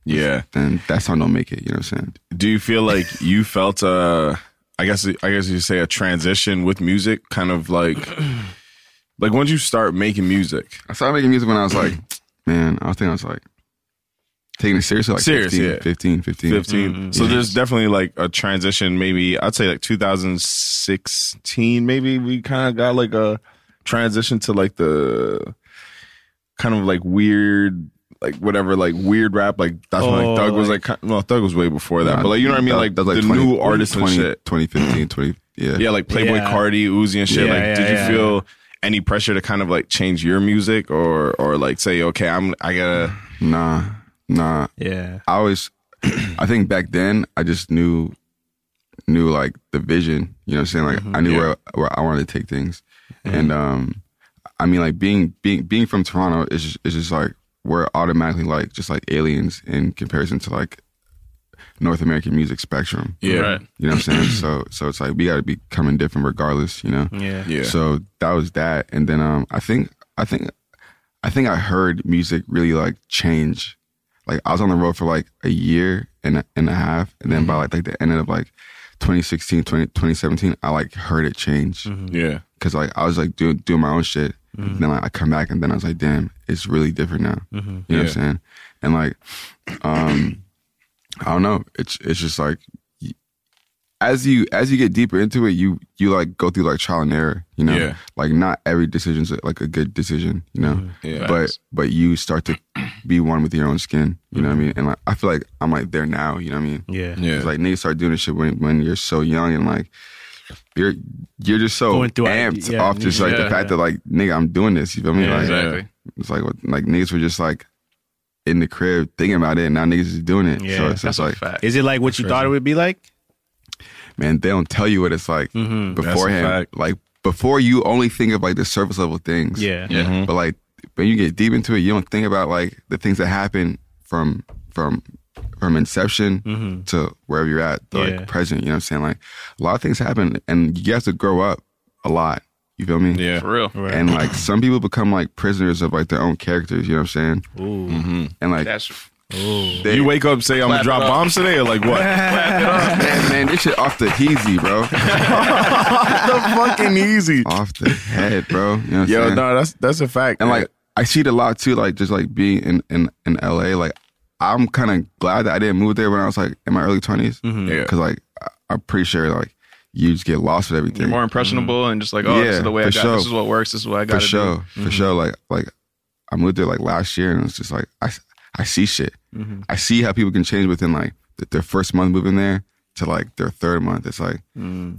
[SPEAKER 2] Yeah.
[SPEAKER 4] then that song don't make it. You know what I'm saying?
[SPEAKER 2] Do you feel like you felt uh I guess I guess you say a transition with music, kind of like like once you start making music,
[SPEAKER 4] I started making music when I was like, man, I think I was like taking it seriously, like
[SPEAKER 2] Serious,
[SPEAKER 4] 15,
[SPEAKER 2] yeah.
[SPEAKER 4] 15, 15.
[SPEAKER 2] 15.
[SPEAKER 5] Mm-hmm.
[SPEAKER 2] So there's definitely like a transition. Maybe I'd say like 2016. Maybe we kind of got like a transition to like the kind of like weird. Like whatever, like weird rap, like that's when
[SPEAKER 5] Oh,
[SPEAKER 2] like Thug was like, ki- well, Thug was way before that, but like you know what I mean,
[SPEAKER 4] That-
[SPEAKER 2] like,
[SPEAKER 4] that's
[SPEAKER 2] the
[SPEAKER 4] 20
[SPEAKER 2] new artists and
[SPEAKER 4] 20
[SPEAKER 2] shit.
[SPEAKER 4] 2015, 20, yeah.
[SPEAKER 2] Yeah, like Playboy
[SPEAKER 5] Yeah.
[SPEAKER 2] Cardi, Uzi, and shit.
[SPEAKER 5] Yeah,
[SPEAKER 2] like,
[SPEAKER 5] yeah,
[SPEAKER 2] did you
[SPEAKER 5] yeah.
[SPEAKER 2] feel any pressure to kind of like change your music or or like say, okay, I'm I gotta
[SPEAKER 4] Nah, nah.
[SPEAKER 5] Yeah.
[SPEAKER 4] I always, I think back then, I just knew, knew like the vision, you know what I'm saying? Like I knew where, where I wanted to take things. And, um, I mean, like being, being, being from Toronto is just, it's just like, we're automatically like, just like aliens in comparison to like North American music spectrum.
[SPEAKER 2] yeah
[SPEAKER 3] Right.
[SPEAKER 4] You know what I'm saying? so so it's like we gotta be coming different regardless, you know?
[SPEAKER 5] Yeah.
[SPEAKER 2] yeah
[SPEAKER 4] So that was that. And then um I think I think I think I heard music really like change. Like I was on the road for like a year and a, and a half. And then by like, like the end of like 2016, 20, 2017, I like heard it change.
[SPEAKER 2] yeah
[SPEAKER 4] Cause like I was like doing doing my own shit. And then like, I come back and then I was like, damn, it's really different now. You know what
[SPEAKER 2] Yeah.
[SPEAKER 4] I'm saying? And like, um, I don't know. It's it's just like y- as you as you get deeper into it, you you like go through like trial and error. You know,
[SPEAKER 2] Yeah.
[SPEAKER 4] like not every decision's like a good decision. You know,
[SPEAKER 2] Yeah.
[SPEAKER 4] but but you start to be one with your own skin. You know what I mean? And like I feel like I'm like there now. You know what I mean?
[SPEAKER 5] Yeah.
[SPEAKER 2] Mm-hmm. yeah
[SPEAKER 4] It's like niggas start doing this shit when when you're so young and like you're you're just so
[SPEAKER 5] Going through it,
[SPEAKER 4] amped
[SPEAKER 5] yeah,
[SPEAKER 4] off just like
[SPEAKER 3] yeah,
[SPEAKER 4] the fact that like nigga I'm doing this. You feel me?
[SPEAKER 3] Yeah,
[SPEAKER 4] like,
[SPEAKER 3] exactly.
[SPEAKER 4] It's like what- like niggas were just like in the crib thinking about it, and now niggas is doing it.
[SPEAKER 5] Yeah,
[SPEAKER 4] so it's
[SPEAKER 3] That's
[SPEAKER 4] just
[SPEAKER 3] a
[SPEAKER 4] like
[SPEAKER 3] fact.
[SPEAKER 5] Is it like what you thought it would be like?
[SPEAKER 4] man, they don't tell you what it's like
[SPEAKER 5] Mm-hmm.
[SPEAKER 3] Mm-hmm.
[SPEAKER 2] That's a
[SPEAKER 4] beforehand.
[SPEAKER 2] fact.
[SPEAKER 4] Like before, you only think of like the surface level things.
[SPEAKER 5] Yeah.
[SPEAKER 3] Yeah.
[SPEAKER 2] Mm-hmm.
[SPEAKER 4] But like when you get deep into it, you don't think about like the things that happen from from from inception to wherever you're at, the,
[SPEAKER 5] Mm-hmm. Yeah.
[SPEAKER 4] like present. You know what I'm saying? Like a lot of things happen, and you have to grow up a lot. You feel me?
[SPEAKER 2] yeah
[SPEAKER 3] For real.
[SPEAKER 4] And
[SPEAKER 2] Mm-hmm.
[SPEAKER 4] like some people become like prisoners of like their own characters. You know what I'm saying?
[SPEAKER 5] Ooh.
[SPEAKER 4] And like
[SPEAKER 3] That's
[SPEAKER 2] You wake up say I'm gonna drop bombs today or like what?
[SPEAKER 4] man, man, this shit off the easy, bro.
[SPEAKER 2] the fucking easy.
[SPEAKER 4] off the head, bro. You know what
[SPEAKER 2] Yo,
[SPEAKER 4] I'm saying?
[SPEAKER 2] no, that's that's a fact.
[SPEAKER 4] and like I see it a lot too, like just like being in in, in LA. Like I'm kind of glad that I didn't move there when I was like in my early 20s
[SPEAKER 2] Mm,
[SPEAKER 3] Mm-hmm.
[SPEAKER 2] Yeah.
[SPEAKER 4] because like I- I'm pretty sure like you just get lost with everything.
[SPEAKER 3] You're more impressionable and just like, oh, this
[SPEAKER 4] Mm. Yeah,
[SPEAKER 3] is the way I
[SPEAKER 4] for
[SPEAKER 3] got.
[SPEAKER 4] sure.
[SPEAKER 3] This is what works. This is what I got
[SPEAKER 4] for
[SPEAKER 3] to
[SPEAKER 4] sure,
[SPEAKER 3] do.
[SPEAKER 2] Mm-hmm.
[SPEAKER 4] for sure. Like like I moved there like last year, and it's just like I I see shit.
[SPEAKER 2] Mm-hmm.
[SPEAKER 4] I see how people can change within like th- their first month moving there to like their third month. It's like
[SPEAKER 3] Mm-hmm.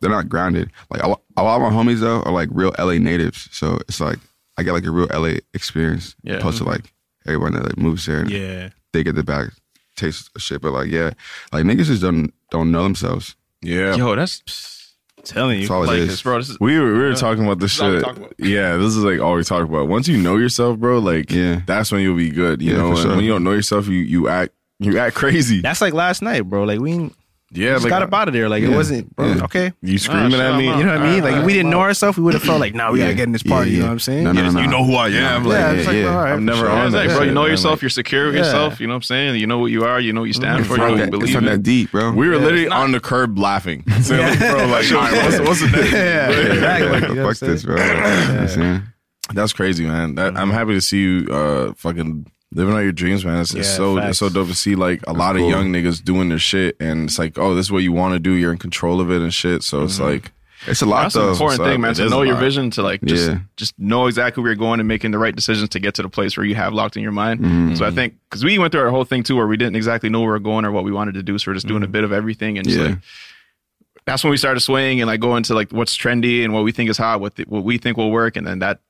[SPEAKER 4] they're not grounded. Like a lo- a lot of my homies though are like real LA natives, so it's like I get like a real LA experience.
[SPEAKER 3] Yeah.
[SPEAKER 4] Opposed to like everyone that like moves there, and
[SPEAKER 5] Yeah.
[SPEAKER 4] they get the back taste of shit. But like yeah, like niggas just don't don't know themselves.
[SPEAKER 2] yeah.
[SPEAKER 3] Yo, that's
[SPEAKER 5] telling you.
[SPEAKER 4] That's all
[SPEAKER 3] like
[SPEAKER 4] Oh, it
[SPEAKER 3] this,
[SPEAKER 4] is.
[SPEAKER 3] bro. This is,
[SPEAKER 2] We were, we were talking about this
[SPEAKER 3] all we
[SPEAKER 2] shit.
[SPEAKER 3] talk about.
[SPEAKER 2] Yeah, this is like all we talk about. Once you know yourself, bro, like
[SPEAKER 4] Yeah.
[SPEAKER 2] that's when you'll be good. You
[SPEAKER 4] Yeah,
[SPEAKER 2] know,
[SPEAKER 4] for
[SPEAKER 2] And
[SPEAKER 4] sure.
[SPEAKER 2] when you don't know yourself, you you act you act crazy.
[SPEAKER 5] That's like last night, bro. Like we ain't-
[SPEAKER 2] yeah,
[SPEAKER 5] just
[SPEAKER 2] like
[SPEAKER 5] got up out of there. Like it
[SPEAKER 4] Yeah.
[SPEAKER 5] wasn't, bro.
[SPEAKER 4] Yeah.
[SPEAKER 5] Okay.
[SPEAKER 2] you
[SPEAKER 3] shut
[SPEAKER 2] screaming at
[SPEAKER 3] up,
[SPEAKER 2] me.
[SPEAKER 3] man.
[SPEAKER 5] You know what I mean? Like if we didn't know
[SPEAKER 3] Wow.
[SPEAKER 5] ourselves, we would have felt like, nah, we gotta get in this party. You know what I'm saying?
[SPEAKER 4] No, no, no, no.
[SPEAKER 2] You know who I am. Like,
[SPEAKER 5] Yeah, it's like,
[SPEAKER 4] yeah.
[SPEAKER 5] bro, all right.
[SPEAKER 2] I'm never
[SPEAKER 3] Yeah,
[SPEAKER 2] on
[SPEAKER 3] it's
[SPEAKER 2] that.
[SPEAKER 3] like, bro,
[SPEAKER 2] shit,
[SPEAKER 3] you know
[SPEAKER 2] man.
[SPEAKER 3] yourself. you're secure with
[SPEAKER 5] Yeah.
[SPEAKER 3] yourself. You know what I'm saying? You know what you are. You know what you stand for. You know what you
[SPEAKER 4] It's
[SPEAKER 3] believe
[SPEAKER 4] not
[SPEAKER 3] in.
[SPEAKER 4] that deep, bro.
[SPEAKER 2] We were literally on the curb laughing. So, like, bro, like, all right, what's, what's the next?
[SPEAKER 5] Yeah, exactly.
[SPEAKER 4] Like,
[SPEAKER 5] You know what I'm
[SPEAKER 4] fuck this,
[SPEAKER 5] saying?
[SPEAKER 4] bro. You know what I'm saying?
[SPEAKER 2] That's crazy, man. That,
[SPEAKER 5] Mm-hmm.
[SPEAKER 2] I'm happy to see you uh, fucking living out your dreams, man. It's, it's
[SPEAKER 5] Yeah,
[SPEAKER 2] so
[SPEAKER 5] facts.
[SPEAKER 2] it's so dope to see like a lot
[SPEAKER 4] cool.
[SPEAKER 2] of young niggas doing their shit, and it's like, oh, this is what you want to do. You're in control of it and shit. So
[SPEAKER 5] Mm-hmm.
[SPEAKER 2] it's like,
[SPEAKER 4] It's a lot
[SPEAKER 3] That's
[SPEAKER 4] though.
[SPEAKER 3] an important
[SPEAKER 2] so
[SPEAKER 3] thing, man.
[SPEAKER 2] it
[SPEAKER 3] To
[SPEAKER 2] is
[SPEAKER 3] know
[SPEAKER 2] a
[SPEAKER 3] your
[SPEAKER 2] lot.
[SPEAKER 3] vision, to like just
[SPEAKER 4] Yeah.
[SPEAKER 3] just know exactly where you're going and making the right decisions to get to the place where you have locked in your mind. So I think because we went through our whole thing too, where we didn't exactly know where we are going or what we wanted to do, so we're just doing a bit of everything and just
[SPEAKER 4] Yeah.
[SPEAKER 3] like. That's when we started swaying and like going to like what's trendy and what we think is hot, what th- what we think will work, and then that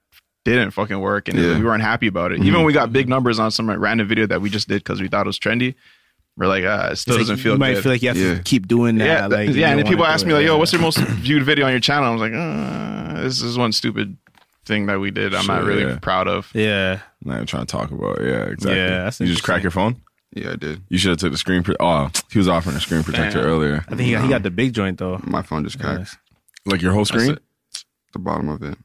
[SPEAKER 3] didn't fucking work, and
[SPEAKER 4] Yeah.
[SPEAKER 3] we weren't happy about it. Even when we got big numbers on some like, random video that we just did because we thought it was trendy, we're like, ah, it still
[SPEAKER 5] It's like
[SPEAKER 3] doesn't feel
[SPEAKER 5] you might
[SPEAKER 3] good.
[SPEAKER 5] feel like you have
[SPEAKER 4] Yeah.
[SPEAKER 5] to keep doing that.
[SPEAKER 3] Yeah, th-
[SPEAKER 5] like,
[SPEAKER 3] yeah.
[SPEAKER 5] you
[SPEAKER 3] And
[SPEAKER 5] don't
[SPEAKER 3] then people
[SPEAKER 5] wanna
[SPEAKER 3] ask
[SPEAKER 5] do
[SPEAKER 3] me
[SPEAKER 5] it.
[SPEAKER 3] like, "Yo, what's your most viewed video on your channel?" I was like, uh, "This is one stupid thing that we did. I'm not
[SPEAKER 2] Sure,
[SPEAKER 3] really
[SPEAKER 2] yeah.
[SPEAKER 3] proud of."
[SPEAKER 5] Yeah,
[SPEAKER 2] I'm not even trying to talk about. it. Yeah, exactly.
[SPEAKER 5] Yeah, that's
[SPEAKER 2] you just crack
[SPEAKER 5] interesting.
[SPEAKER 2] your phone.
[SPEAKER 4] Yeah, I did.
[SPEAKER 2] You should have took the screen. Pro- oh, he was offering a screen protector
[SPEAKER 3] Damn.
[SPEAKER 2] earlier.
[SPEAKER 5] I think he got, he got the big joint though.
[SPEAKER 4] My phone just cracks.
[SPEAKER 2] Like your whole screen.
[SPEAKER 3] it.
[SPEAKER 4] The bottom of it.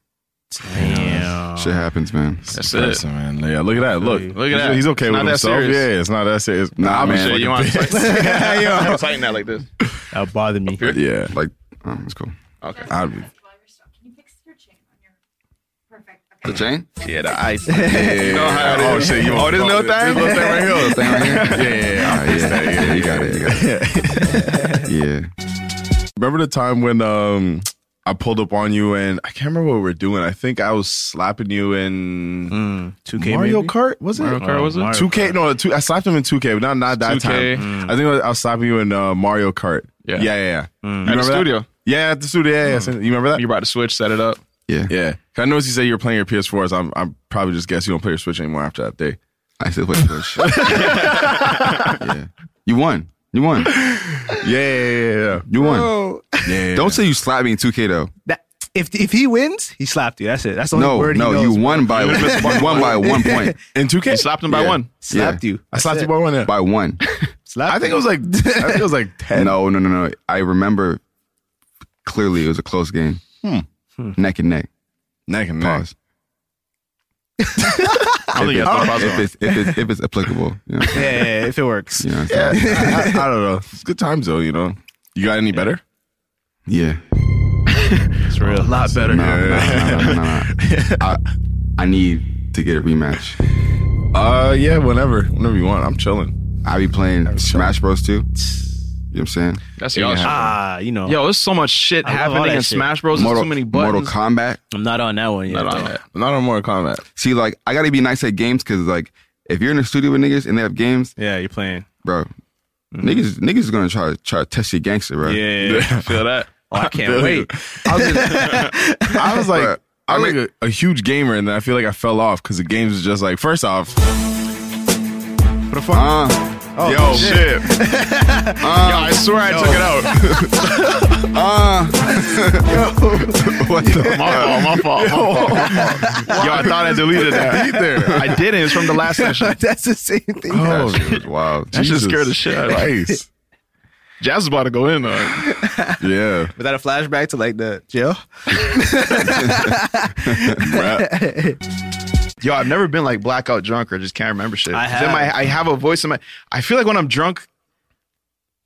[SPEAKER 5] Damn.
[SPEAKER 4] Shit happens, man.
[SPEAKER 3] That's
[SPEAKER 2] That's
[SPEAKER 3] it.
[SPEAKER 2] man. Yeah, look at that. Look,
[SPEAKER 3] Look at
[SPEAKER 2] He's-
[SPEAKER 3] that.
[SPEAKER 2] He's okay
[SPEAKER 3] It's
[SPEAKER 2] with
[SPEAKER 3] not that
[SPEAKER 2] himself.
[SPEAKER 3] serious.
[SPEAKER 2] Yeah, it's not that serious. Nah,
[SPEAKER 3] I'm
[SPEAKER 2] man.
[SPEAKER 3] sure you want
[SPEAKER 2] fucking
[SPEAKER 3] to
[SPEAKER 2] bitch.
[SPEAKER 3] tighten, tighten that like this.
[SPEAKER 5] That bothered me.
[SPEAKER 2] Yeah,
[SPEAKER 4] Like, um, it's cool.
[SPEAKER 3] Okay.
[SPEAKER 2] I'd be.
[SPEAKER 4] The chain?
[SPEAKER 3] Yeah, the ice.
[SPEAKER 2] Yeah. oh shit! You oh,
[SPEAKER 3] this little
[SPEAKER 2] This little thing right here.
[SPEAKER 4] Thing right here?
[SPEAKER 2] Yeah, yeah, yeah.
[SPEAKER 4] All right, yeah, yeah, you got it. You got it. Yeah.
[SPEAKER 2] Remember the time when um I pulled up on you and I can't remember what we were doing. I think I was slapping you in
[SPEAKER 5] Two K
[SPEAKER 2] Mario Kart. Was it
[SPEAKER 3] Mm-hmm. Mario Kart was it?
[SPEAKER 2] Two K? No, two, I slapped him in two K, but not not that
[SPEAKER 3] 2K.
[SPEAKER 2] time. I think I was, I was slapping you in uh, Mario Kart.
[SPEAKER 3] Mm. Yeah.
[SPEAKER 2] yeah, yeah. yeah. You
[SPEAKER 3] At the
[SPEAKER 2] remember that?
[SPEAKER 3] studio,
[SPEAKER 2] Yeah, at the studio. Yeah, yeah. You remember that?
[SPEAKER 3] you brought the switch, set it up.
[SPEAKER 4] Yeah.
[SPEAKER 2] Yeah. 'Cause I noticed you said you were playing your PS4s. I'm I'm probably just guess you don't play your Switch anymore after that day.
[SPEAKER 4] I said, wait, push. yeah. You won. You won.
[SPEAKER 2] Yeah, yeah, yeah, yeah.
[SPEAKER 4] You won.
[SPEAKER 2] yeah, yeah.
[SPEAKER 4] Don't say you slapped me in 2K, though.
[SPEAKER 5] That, if if he wins, he slapped you. That's it. That's the only
[SPEAKER 4] No,
[SPEAKER 5] word he
[SPEAKER 4] no,
[SPEAKER 5] knows.
[SPEAKER 4] you
[SPEAKER 5] bro.
[SPEAKER 4] won by, you won by one point.
[SPEAKER 2] in 2K.
[SPEAKER 3] You slapped him by
[SPEAKER 4] Yeah.
[SPEAKER 3] one.
[SPEAKER 5] slapped you.
[SPEAKER 2] I slapped you
[SPEAKER 5] That's
[SPEAKER 2] by one. Yeah.
[SPEAKER 4] By one.
[SPEAKER 5] Slapped
[SPEAKER 2] I think it was like I think it was like ten.
[SPEAKER 4] No, no, no, no. I remember clearly it was a close game.
[SPEAKER 3] Hmm.
[SPEAKER 4] Neck and neck.
[SPEAKER 2] Neck and neck.
[SPEAKER 4] Pause.
[SPEAKER 3] I don't think that's the
[SPEAKER 4] if
[SPEAKER 3] possible.
[SPEAKER 4] it's if it's if it's applicable. You know what
[SPEAKER 5] Yeah,
[SPEAKER 4] I'm saying?
[SPEAKER 5] yeah, yeah, if it works.
[SPEAKER 4] You know what I'm saying?
[SPEAKER 2] I, I don't know. It's good times though, you know. You got any better?
[SPEAKER 4] Yeah.
[SPEAKER 3] It's real. A lot better.
[SPEAKER 4] No, no, no, no, no, no. I I need to get a rematch.
[SPEAKER 2] Uh yeah, whenever. Whenever you want. I'm chilling.
[SPEAKER 4] I be playing Smash Bros. too. You know what I'm saying?
[SPEAKER 3] That's y'all.
[SPEAKER 5] Ah, you know,
[SPEAKER 3] Yo, there's so much shit
[SPEAKER 5] love all
[SPEAKER 3] happening
[SPEAKER 5] that
[SPEAKER 3] in
[SPEAKER 5] shit.
[SPEAKER 3] Smash Bros. There's
[SPEAKER 4] Mortal,
[SPEAKER 3] too many
[SPEAKER 4] Mortal
[SPEAKER 3] buttons.
[SPEAKER 4] Kombat.
[SPEAKER 5] I'm not on that one yet.
[SPEAKER 3] Not on
[SPEAKER 5] though.
[SPEAKER 3] that.
[SPEAKER 2] Not on Mortal Kombat.
[SPEAKER 4] See, like I gotta be nice at games because like if you're in a studio with niggas and they have games,
[SPEAKER 5] Yeah, you're playing.
[SPEAKER 4] bro, niggas niggas is gonna try to try to test your gangster, bro.
[SPEAKER 5] Yeah.
[SPEAKER 3] Feel that?
[SPEAKER 5] Oh, I can't wait.
[SPEAKER 2] I was, just- I was like I'm like a, a huge gamer and then I feel like I fell off because the games is just like first off. What the fuck?
[SPEAKER 4] Uh,
[SPEAKER 2] yo, shit. yo, I swear I took it out.
[SPEAKER 4] what the?
[SPEAKER 3] My fault. My fault. My fault. My fault. Yo, I thought I deleted that. I didn't. It's from the last session.
[SPEAKER 5] That's the same thing.
[SPEAKER 4] Oh, that shit was wild.
[SPEAKER 3] That should scare the shit out of me.
[SPEAKER 2] Christ.
[SPEAKER 3] Jazz is about to go in though.
[SPEAKER 2] Yeah.
[SPEAKER 5] Was that a flashback to like the jail?
[SPEAKER 2] Rap.
[SPEAKER 3] Yo, I've never been like blackout drunk or just can't remember shit.
[SPEAKER 5] I
[SPEAKER 3] 'Cause then my-
[SPEAKER 5] have.
[SPEAKER 3] I have a voice in my. I feel like when I'm drunk,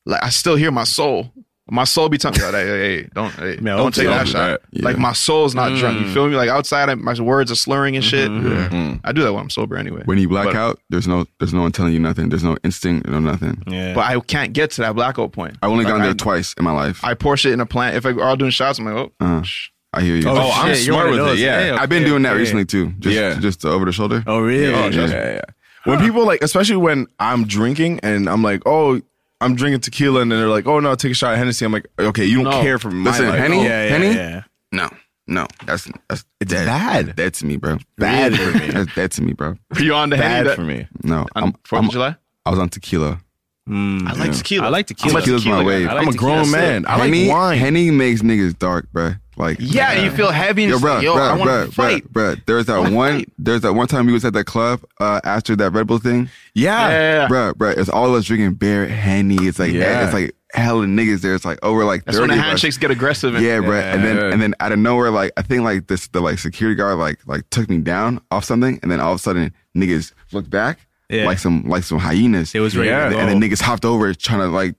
[SPEAKER 3] like I still hear my soul. My soul be telling me, like, hey, hey, don't, hey,
[SPEAKER 5] Man,
[SPEAKER 3] don't take
[SPEAKER 5] don't
[SPEAKER 3] that
[SPEAKER 5] do
[SPEAKER 3] shot.
[SPEAKER 2] that. Yeah.
[SPEAKER 3] Like my soul's not drunk. You
[SPEAKER 5] Mm.
[SPEAKER 3] feel me? Like outside, I- my words are slurring and shit.
[SPEAKER 4] Mm.
[SPEAKER 3] I do that when I'm sober anyway.
[SPEAKER 4] When you black
[SPEAKER 3] But-
[SPEAKER 4] out, there's no there's no one telling you nothing. There's no instinct, no nothing.
[SPEAKER 5] Yeah.
[SPEAKER 3] but I can't get to that blackout point.
[SPEAKER 4] I've only
[SPEAKER 3] Like,
[SPEAKER 4] gone there
[SPEAKER 3] I-
[SPEAKER 4] twice in my life.
[SPEAKER 3] I pour shit in a plant. If I- we're all doing shots, I'm like, oh,
[SPEAKER 4] Uh,
[SPEAKER 3] sh-
[SPEAKER 4] I hear you.
[SPEAKER 2] Oh, I'm
[SPEAKER 5] shit, you're
[SPEAKER 2] smart
[SPEAKER 5] one
[SPEAKER 2] with
[SPEAKER 5] of
[SPEAKER 2] it.
[SPEAKER 5] those.
[SPEAKER 2] Yeah.
[SPEAKER 5] Hey,
[SPEAKER 4] I've been
[SPEAKER 5] okay,
[SPEAKER 4] doing that
[SPEAKER 5] okay.
[SPEAKER 4] recently too. Just
[SPEAKER 2] Yeah.
[SPEAKER 4] just over the shoulder.
[SPEAKER 5] Oh really?
[SPEAKER 2] Yeah, yeah, yeah. When people like, especially when I'm drinking and I'm like, oh, I'm drinking tequila, and then they're like, oh no, take a shot of Hennessy. I'm like, okay, you don't
[SPEAKER 3] No.
[SPEAKER 2] care for my
[SPEAKER 4] Listen,
[SPEAKER 2] life. Oh.
[SPEAKER 4] Henny,
[SPEAKER 5] Yeah, yeah,
[SPEAKER 4] Henny,
[SPEAKER 5] yeah.
[SPEAKER 4] no, no, that's that's
[SPEAKER 2] It's
[SPEAKER 4] dead.
[SPEAKER 2] bad.
[SPEAKER 4] Dead to me, bro.
[SPEAKER 2] Bad for me.
[SPEAKER 4] That's dead to me, bro.
[SPEAKER 3] are you on the Henny?
[SPEAKER 2] bad
[SPEAKER 3] That-
[SPEAKER 2] for me.
[SPEAKER 4] No,
[SPEAKER 3] On
[SPEAKER 4] I'm,
[SPEAKER 3] Fourth
[SPEAKER 4] I'm-
[SPEAKER 3] of July.
[SPEAKER 4] I was on tequila.
[SPEAKER 3] I like tequila.
[SPEAKER 5] I like tequila.
[SPEAKER 3] I'm a
[SPEAKER 4] Tequila's my
[SPEAKER 3] tequila guy.
[SPEAKER 4] wave.
[SPEAKER 3] I like
[SPEAKER 2] I'm a
[SPEAKER 3] tequila.
[SPEAKER 2] grown
[SPEAKER 3] That's it.
[SPEAKER 2] man. I like
[SPEAKER 4] Henny,
[SPEAKER 2] wine.
[SPEAKER 4] Henny makes niggas dark, bro. Like
[SPEAKER 3] Yeah, you feel heavy. And
[SPEAKER 4] Yo,
[SPEAKER 3] just
[SPEAKER 4] bro,
[SPEAKER 3] like, yo, I
[SPEAKER 4] bro,
[SPEAKER 3] want
[SPEAKER 4] bro,
[SPEAKER 3] to
[SPEAKER 4] bro,
[SPEAKER 3] fight.
[SPEAKER 4] bro. There's that
[SPEAKER 3] wanna
[SPEAKER 4] one.
[SPEAKER 3] fight.
[SPEAKER 4] There's that one time we was at that club uh, after that Red Bull thing.
[SPEAKER 2] Yeah.
[SPEAKER 3] Yeah.
[SPEAKER 4] Bro, bro, it's all of us drinking beer, henny. It's like
[SPEAKER 2] Yeah.
[SPEAKER 4] it's like hella niggas there. It's like oh, we're like
[SPEAKER 3] That's when
[SPEAKER 4] thirty.
[SPEAKER 3] the
[SPEAKER 4] of us.
[SPEAKER 3] handshakes get aggressive. And,
[SPEAKER 4] Yeah, bro. And then
[SPEAKER 2] Yeah.
[SPEAKER 4] and then out of nowhere, like I think like this the like security guard like like took me down off something, and then all of a sudden niggas looked back
[SPEAKER 5] Yeah.
[SPEAKER 4] like some like some hyenas.
[SPEAKER 5] It was ready
[SPEAKER 2] Yeah.
[SPEAKER 5] to go.
[SPEAKER 4] and then niggas hopped over trying to like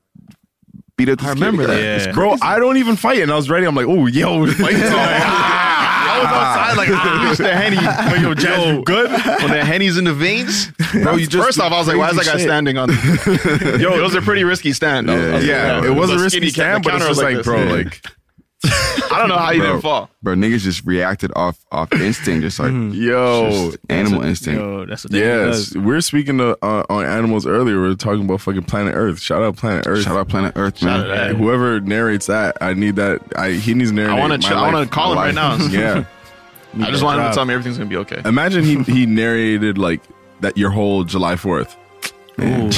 [SPEAKER 4] beat up. The
[SPEAKER 2] I remember that.
[SPEAKER 4] security guard.
[SPEAKER 5] Yeah.
[SPEAKER 2] Bro, I don't even fight. And I was ready. I'm like, oh, yo, fight time. I was outside like, ah, Mr. Henny. Like, yo, Jazz, you good?
[SPEAKER 3] when the henny's in the veins,
[SPEAKER 2] Bro, you just
[SPEAKER 3] first off, I was like, why is that guy
[SPEAKER 2] crazy shit.
[SPEAKER 3] standing on? yo, it was a pretty risky stand. I was- I was like,
[SPEAKER 2] Yeah,
[SPEAKER 3] yo,
[SPEAKER 2] it was a
[SPEAKER 3] skinny
[SPEAKER 2] risky
[SPEAKER 3] cat.
[SPEAKER 2] stand,
[SPEAKER 3] The
[SPEAKER 2] but it's
[SPEAKER 3] counter
[SPEAKER 2] just like,
[SPEAKER 3] this.
[SPEAKER 2] bro,
[SPEAKER 3] Yeah.
[SPEAKER 2] like,
[SPEAKER 3] I don't know how you
[SPEAKER 4] Bro,
[SPEAKER 3] didn't fall.
[SPEAKER 4] bro, niggas just reacted off off instinct, just like
[SPEAKER 2] yo.
[SPEAKER 4] just animal instinct.
[SPEAKER 5] Yo, that's what they
[SPEAKER 2] Yes, we are speaking to, uh, on animals earlier. We were talking about fucking planet Earth. Shout out planet Earth.
[SPEAKER 4] Shout out Planet Earth, man.
[SPEAKER 2] Hey, Whoever narrates that, I need that. I he needs to narrate.
[SPEAKER 3] I wanna
[SPEAKER 2] my
[SPEAKER 3] ch- I
[SPEAKER 2] life-
[SPEAKER 3] wanna call
[SPEAKER 2] my
[SPEAKER 3] him right
[SPEAKER 2] life.
[SPEAKER 3] now.
[SPEAKER 2] yeah.
[SPEAKER 3] I just wanted him
[SPEAKER 2] job.
[SPEAKER 3] to tell me everything's gonna be okay.
[SPEAKER 2] Imagine he he narrated like that your whole July Fourth,
[SPEAKER 4] That would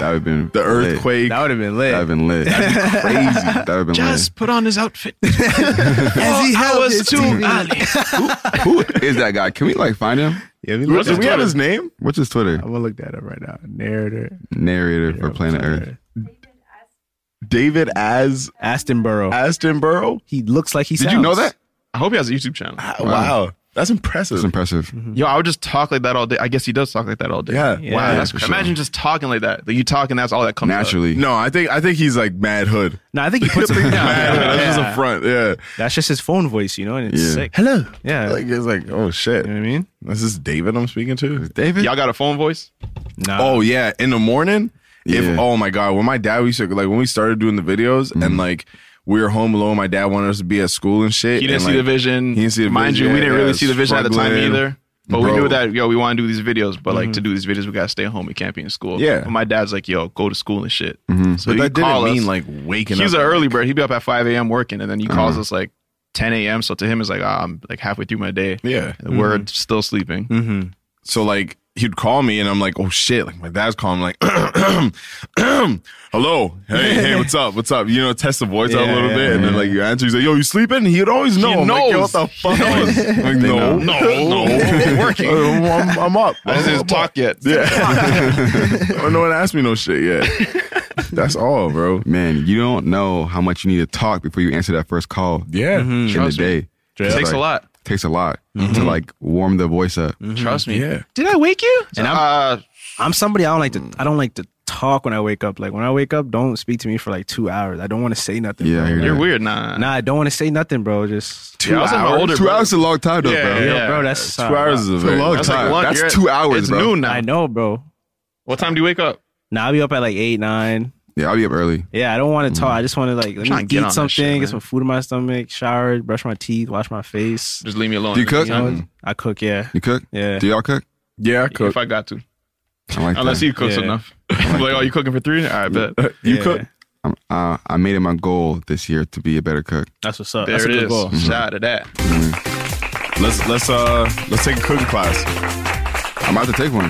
[SPEAKER 4] have been
[SPEAKER 2] the
[SPEAKER 4] lit.
[SPEAKER 2] earthquake.
[SPEAKER 5] That would have been lit.
[SPEAKER 4] That would have been lit. That'd been crazy. That would have been
[SPEAKER 3] Just put on his outfit.
[SPEAKER 5] As he held his TV.
[SPEAKER 4] lit. Who is that guy? Can we like find him?
[SPEAKER 5] Yeah, let me
[SPEAKER 2] Do
[SPEAKER 5] look
[SPEAKER 2] we
[SPEAKER 5] that up.
[SPEAKER 2] have his name?
[SPEAKER 4] What's his Twitter?
[SPEAKER 5] I'm gonna look that up right now. Narrator
[SPEAKER 4] Narrator for Planet Earth.
[SPEAKER 2] David as
[SPEAKER 5] Aston Burrow.
[SPEAKER 2] Aston Burrow.
[SPEAKER 5] He looks like he
[SPEAKER 4] Did
[SPEAKER 5] sounds.
[SPEAKER 4] you know that?
[SPEAKER 3] I hope he has a YouTube channel.
[SPEAKER 2] Wow, that's impressive. Mm-hmm.
[SPEAKER 4] That's impressive.
[SPEAKER 3] Yo, I would just talk like that all day. I guess he does talk like that all day.
[SPEAKER 2] Yeah.
[SPEAKER 5] Yeah.
[SPEAKER 3] Wow. That's
[SPEAKER 4] for
[SPEAKER 3] crazy.
[SPEAKER 4] sure.
[SPEAKER 3] Imagine just talking like that. That you talk and that's all that comes out.
[SPEAKER 4] Naturally.
[SPEAKER 2] No, I think I think he's like Mad Hood.
[SPEAKER 5] No, I think he puts it down.
[SPEAKER 2] Mad Hood. That's just a front. Yeah,
[SPEAKER 5] That's just his phone voice, you know, and it's
[SPEAKER 4] Yeah.
[SPEAKER 5] sick. Hello. Yeah.
[SPEAKER 2] like it's like oh shit.
[SPEAKER 5] you know what I mean?
[SPEAKER 2] This is David I'm speaking to.
[SPEAKER 4] David?
[SPEAKER 3] Y'all got a phone voice?
[SPEAKER 5] Nah.
[SPEAKER 2] Oh yeah, in the morning.
[SPEAKER 4] Yeah.
[SPEAKER 2] If oh my god, when my dad used to like when we started doing the videos and like we were home alone, my dad wanted us to be at school and shit.
[SPEAKER 3] He
[SPEAKER 2] and,
[SPEAKER 3] didn't see
[SPEAKER 2] like,
[SPEAKER 3] the vision.
[SPEAKER 2] He didn't see the
[SPEAKER 3] Mind
[SPEAKER 2] vision.
[SPEAKER 3] you, we
[SPEAKER 2] Yeah,
[SPEAKER 3] didn't really
[SPEAKER 2] yeah,
[SPEAKER 3] see the vision at the time
[SPEAKER 2] struggling.
[SPEAKER 3] either. But
[SPEAKER 2] Bro. Mm-hmm.
[SPEAKER 3] we knew that, yo, we want to do these videos, but like to do these videos, we gotta stay home. We can't be in school.
[SPEAKER 2] Yeah. Mm-hmm.
[SPEAKER 3] But my dad's like, yo, go to school and shit. So
[SPEAKER 2] But
[SPEAKER 3] he
[SPEAKER 2] that didn't
[SPEAKER 3] call us.
[SPEAKER 2] mean like Uh-huh. waking up.
[SPEAKER 3] He's an early bird. He'd be up at 5 a.m. working, and then he calls us like 10 a.m. So to him, it's like, ah, I'm like halfway through my day.
[SPEAKER 2] Yeah. Mm-hmm.
[SPEAKER 3] And We're still sleeping.
[SPEAKER 2] So like he'd call me and I'm like, oh shit, like my dad's calling like hello. Hey, hey, what's up? What's up? You know, test the voice out a
[SPEAKER 5] Yeah,
[SPEAKER 2] little
[SPEAKER 5] yeah,
[SPEAKER 2] bit. And then like you answer, he's like, yo, you sleeping? He'd always know. I'm like, yo, what
[SPEAKER 3] knows.
[SPEAKER 2] the fuck? I'm like, no, no, no, I'm working. I'm, I'm up.
[SPEAKER 3] I just
[SPEAKER 2] I'm
[SPEAKER 3] didn't
[SPEAKER 2] up.
[SPEAKER 3] talk yet.
[SPEAKER 2] Yeah. no one asked me no shit yet. That's all, bro.
[SPEAKER 4] Man, you don't know how much you need to talk before you answer that first call
[SPEAKER 2] Yeah.
[SPEAKER 4] in
[SPEAKER 3] Trust
[SPEAKER 4] the
[SPEAKER 3] me.
[SPEAKER 4] day.
[SPEAKER 3] It
[SPEAKER 4] It's
[SPEAKER 3] takes a
[SPEAKER 4] like-
[SPEAKER 3] lot.
[SPEAKER 4] Takes a lot
[SPEAKER 2] Mm-hmm.
[SPEAKER 4] to like warm the voice up.
[SPEAKER 3] Trust me.
[SPEAKER 2] Yeah.
[SPEAKER 3] Did I wake you?
[SPEAKER 5] And
[SPEAKER 3] uh,
[SPEAKER 5] I'm somebody I don't like to I don't like to talk when I wake up. Like when I wake up, don't speak to me for like two hours. I don't want to say nothing.
[SPEAKER 4] Yeah,
[SPEAKER 5] bro.
[SPEAKER 4] I hear
[SPEAKER 3] you're
[SPEAKER 4] Yeah.
[SPEAKER 3] weird. Nah.
[SPEAKER 5] Nah, I don't want to say nothing, bro. Just
[SPEAKER 3] Yeah, I was with my older
[SPEAKER 4] two
[SPEAKER 3] brother.
[SPEAKER 4] hours is a long time though,
[SPEAKER 3] Yeah,
[SPEAKER 4] bro.
[SPEAKER 5] Yo,
[SPEAKER 3] yeah.
[SPEAKER 5] bro, that's
[SPEAKER 2] Two hours is a
[SPEAKER 4] It's a
[SPEAKER 2] very
[SPEAKER 4] long
[SPEAKER 3] That's
[SPEAKER 4] time.
[SPEAKER 3] like lunch.
[SPEAKER 4] That's
[SPEAKER 3] You're-
[SPEAKER 4] two hours,
[SPEAKER 3] It's
[SPEAKER 4] bro.
[SPEAKER 3] noon now.
[SPEAKER 5] I know, bro.
[SPEAKER 3] What time do you wake up?
[SPEAKER 5] Now I'll be up at like eight, nine.
[SPEAKER 4] Yeah, I'll be up early.
[SPEAKER 5] Yeah, I don't want to talk. I just want to like let
[SPEAKER 3] Tryna
[SPEAKER 5] me
[SPEAKER 3] get on
[SPEAKER 5] eat
[SPEAKER 3] that
[SPEAKER 5] something,
[SPEAKER 3] shit, man.
[SPEAKER 5] get some food in my stomach, shower, brush my teeth, wash my face.
[SPEAKER 3] Just leave me alone.
[SPEAKER 4] Do you cook?
[SPEAKER 3] You know,
[SPEAKER 5] I cook, yeah.
[SPEAKER 4] You cook?
[SPEAKER 5] Yeah.
[SPEAKER 4] Do y'all cook?
[SPEAKER 2] Yeah, I cook.
[SPEAKER 3] If I got to.
[SPEAKER 4] I like
[SPEAKER 3] Unless
[SPEAKER 4] that.
[SPEAKER 3] he cooks
[SPEAKER 5] Yeah.
[SPEAKER 3] enough. I'm like, oh, you cooking for three? All right, bet.
[SPEAKER 2] you
[SPEAKER 5] Yeah.
[SPEAKER 2] cook.
[SPEAKER 4] I'm, uh, I made it my goal this year to be a better cook.
[SPEAKER 5] That's what's up.
[SPEAKER 3] There
[SPEAKER 5] That's a
[SPEAKER 3] it
[SPEAKER 5] good
[SPEAKER 3] is.
[SPEAKER 2] Mm-hmm.
[SPEAKER 5] goal.
[SPEAKER 3] Shout out to that.
[SPEAKER 2] Let's let's uh let's take a cooking class.
[SPEAKER 4] I'm about to take one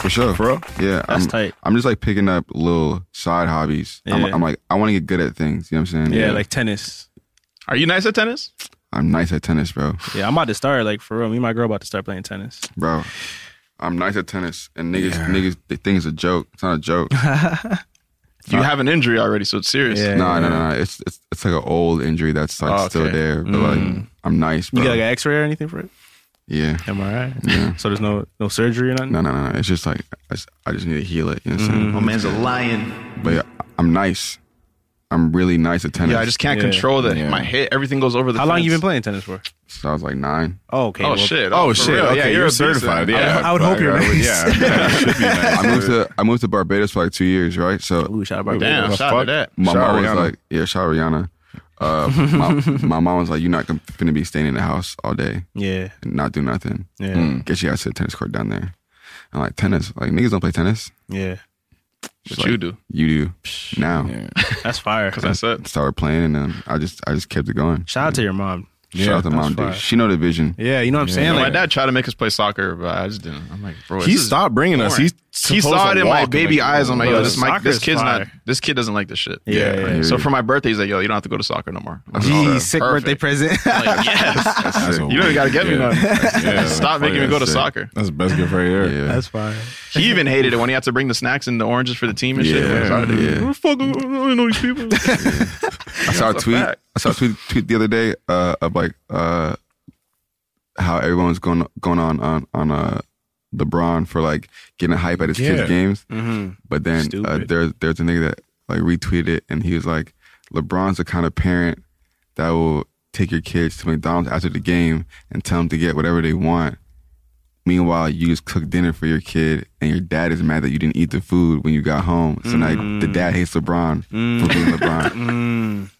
[SPEAKER 4] for sure,
[SPEAKER 2] Bro.
[SPEAKER 4] Yeah,
[SPEAKER 5] That's
[SPEAKER 4] I'm,
[SPEAKER 5] tight.
[SPEAKER 4] I'm just like picking up little side hobbies. I'm,
[SPEAKER 5] Yeah.
[SPEAKER 4] I'm like, I want to get good at things. You know what I'm saying?
[SPEAKER 5] Yeah, like tennis.
[SPEAKER 3] Are you nice at tennis?
[SPEAKER 4] I'm nice at tennis, bro.
[SPEAKER 5] Yeah, I'm about to start like for real. Me and my girl about to start playing tennis.
[SPEAKER 4] Bro, I'm nice at tennis, and niggas, niggas, they think it's a joke. It's not a joke. no,
[SPEAKER 2] Uh,
[SPEAKER 3] You have an injury already, so it's serious.
[SPEAKER 5] Yeah.
[SPEAKER 4] no, no, no. It's it's it's like an old injury that's like
[SPEAKER 3] Oh,
[SPEAKER 4] still
[SPEAKER 3] okay.
[SPEAKER 4] there, but like I'm nice,
[SPEAKER 5] You
[SPEAKER 4] bro.
[SPEAKER 5] got like an X-ray or anything for it?
[SPEAKER 4] Yeah.
[SPEAKER 5] MRI.
[SPEAKER 4] Yeah.
[SPEAKER 5] So there's no no surgery or nothing.
[SPEAKER 4] No, no, no, no. It's just like I just, I just need to heal it. You know what I'm saying?
[SPEAKER 3] Mhm. Oh, man's a lion.
[SPEAKER 4] But yeah, I'm nice. I'm really nice at tennis.
[SPEAKER 3] Yeah, I just can't control that.
[SPEAKER 4] Yeah.
[SPEAKER 3] My hit, everything goes over the.
[SPEAKER 5] How long you been
[SPEAKER 3] fence.
[SPEAKER 5] playing tennis for?
[SPEAKER 4] So I was like nine.
[SPEAKER 5] Oh, okay.
[SPEAKER 3] Oh
[SPEAKER 5] well,
[SPEAKER 3] shit!
[SPEAKER 2] Oh,
[SPEAKER 3] for
[SPEAKER 2] shit.
[SPEAKER 3] real.
[SPEAKER 2] Okay,
[SPEAKER 3] yeah,
[SPEAKER 2] you're,
[SPEAKER 3] a decent-
[SPEAKER 2] certified.
[SPEAKER 3] I-
[SPEAKER 2] Yeah,
[SPEAKER 5] I would hope you're
[SPEAKER 2] I would-
[SPEAKER 5] nice.
[SPEAKER 2] Yeah, yeah, you should be nice.
[SPEAKER 4] I moved to I moved to Barbados for like two years, right? So
[SPEAKER 5] Ooh, shout out Barbados.
[SPEAKER 3] Damn,
[SPEAKER 2] the
[SPEAKER 3] shout out to
[SPEAKER 2] fuck?
[SPEAKER 3] that.
[SPEAKER 4] my
[SPEAKER 2] Shout out
[SPEAKER 4] mom was
[SPEAKER 2] Rihanna.
[SPEAKER 4] like, "Yeah, shout out Rihanna." Uh, my, my mom was like, "You're not gonna finna be staying in the house all day
[SPEAKER 5] Yeah.
[SPEAKER 4] and not do nothing."
[SPEAKER 5] Yeah.
[SPEAKER 4] Guess you got to the tennis court down there. I'm like, "Tennis? Like niggas don't play tennis.
[SPEAKER 5] Yeah.
[SPEAKER 3] What
[SPEAKER 4] like-
[SPEAKER 3] you do?
[SPEAKER 4] You do now."
[SPEAKER 5] That's fire.
[SPEAKER 3] Because I said
[SPEAKER 4] Started playing, and um, I just I just kept it going.
[SPEAKER 5] Shout out to your mom.
[SPEAKER 4] Shout out to
[SPEAKER 5] that's
[SPEAKER 4] mom,
[SPEAKER 5] fire.
[SPEAKER 4] dude. She know the vision.
[SPEAKER 5] Yeah, you know what I'm saying?
[SPEAKER 3] my
[SPEAKER 5] Like,
[SPEAKER 3] dad tried to make us play soccer, but I just didn't. I'm like, bro,
[SPEAKER 2] He
[SPEAKER 3] this is-
[SPEAKER 2] stopped bringing us. He
[SPEAKER 3] boring. he saw it in my baby eyes. I'm like, yo,
[SPEAKER 5] bro,
[SPEAKER 3] this my,
[SPEAKER 5] soccer
[SPEAKER 3] this
[SPEAKER 5] is
[SPEAKER 3] kid's not.
[SPEAKER 5] fire.
[SPEAKER 3] This kid doesn't like this shit.
[SPEAKER 5] Yeah, yeah, yeah.
[SPEAKER 3] So for my birthday, he's like, yo, you don't have to go to soccer no more. I'm like,
[SPEAKER 5] Gee,
[SPEAKER 3] "Okay,
[SPEAKER 5] sick
[SPEAKER 3] perfect."
[SPEAKER 5] birthday present.
[SPEAKER 3] I'm like, yes.
[SPEAKER 2] That's
[SPEAKER 3] You don't gotta get me nothing. Stop making me go to
[SPEAKER 4] shit.
[SPEAKER 3] soccer.
[SPEAKER 2] That's the best gift right there.
[SPEAKER 4] Yeah.
[SPEAKER 5] That's fire.
[SPEAKER 3] He even hated it when he had to bring the snacks and the oranges for the team and shit.
[SPEAKER 4] Yeah.
[SPEAKER 3] When I was out of there,
[SPEAKER 4] Yeah.
[SPEAKER 3] "Who the fuck, I don't know these people.
[SPEAKER 4] I saw a
[SPEAKER 3] That's a
[SPEAKER 4] tweet.
[SPEAKER 3] fact.
[SPEAKER 4] I saw a tweet, tweet the other day uh, of like uh, how everyone was going going on on on uh, LeBron for like getting hype at his
[SPEAKER 2] Yeah.
[SPEAKER 4] kids' games,
[SPEAKER 5] Mm-hmm.
[SPEAKER 4] but then uh,
[SPEAKER 5] Stupid.
[SPEAKER 4] there's there's a nigga that like retweeted it, and he was like, "LeBron's the kind of parent that will take your kids to McDonald's after the game and tell them to get whatever they want." Meanwhile, you just cook dinner for your kid, and your dad is mad that you didn't eat the food when you got home. So now the dad hates LeBron for being LeBron.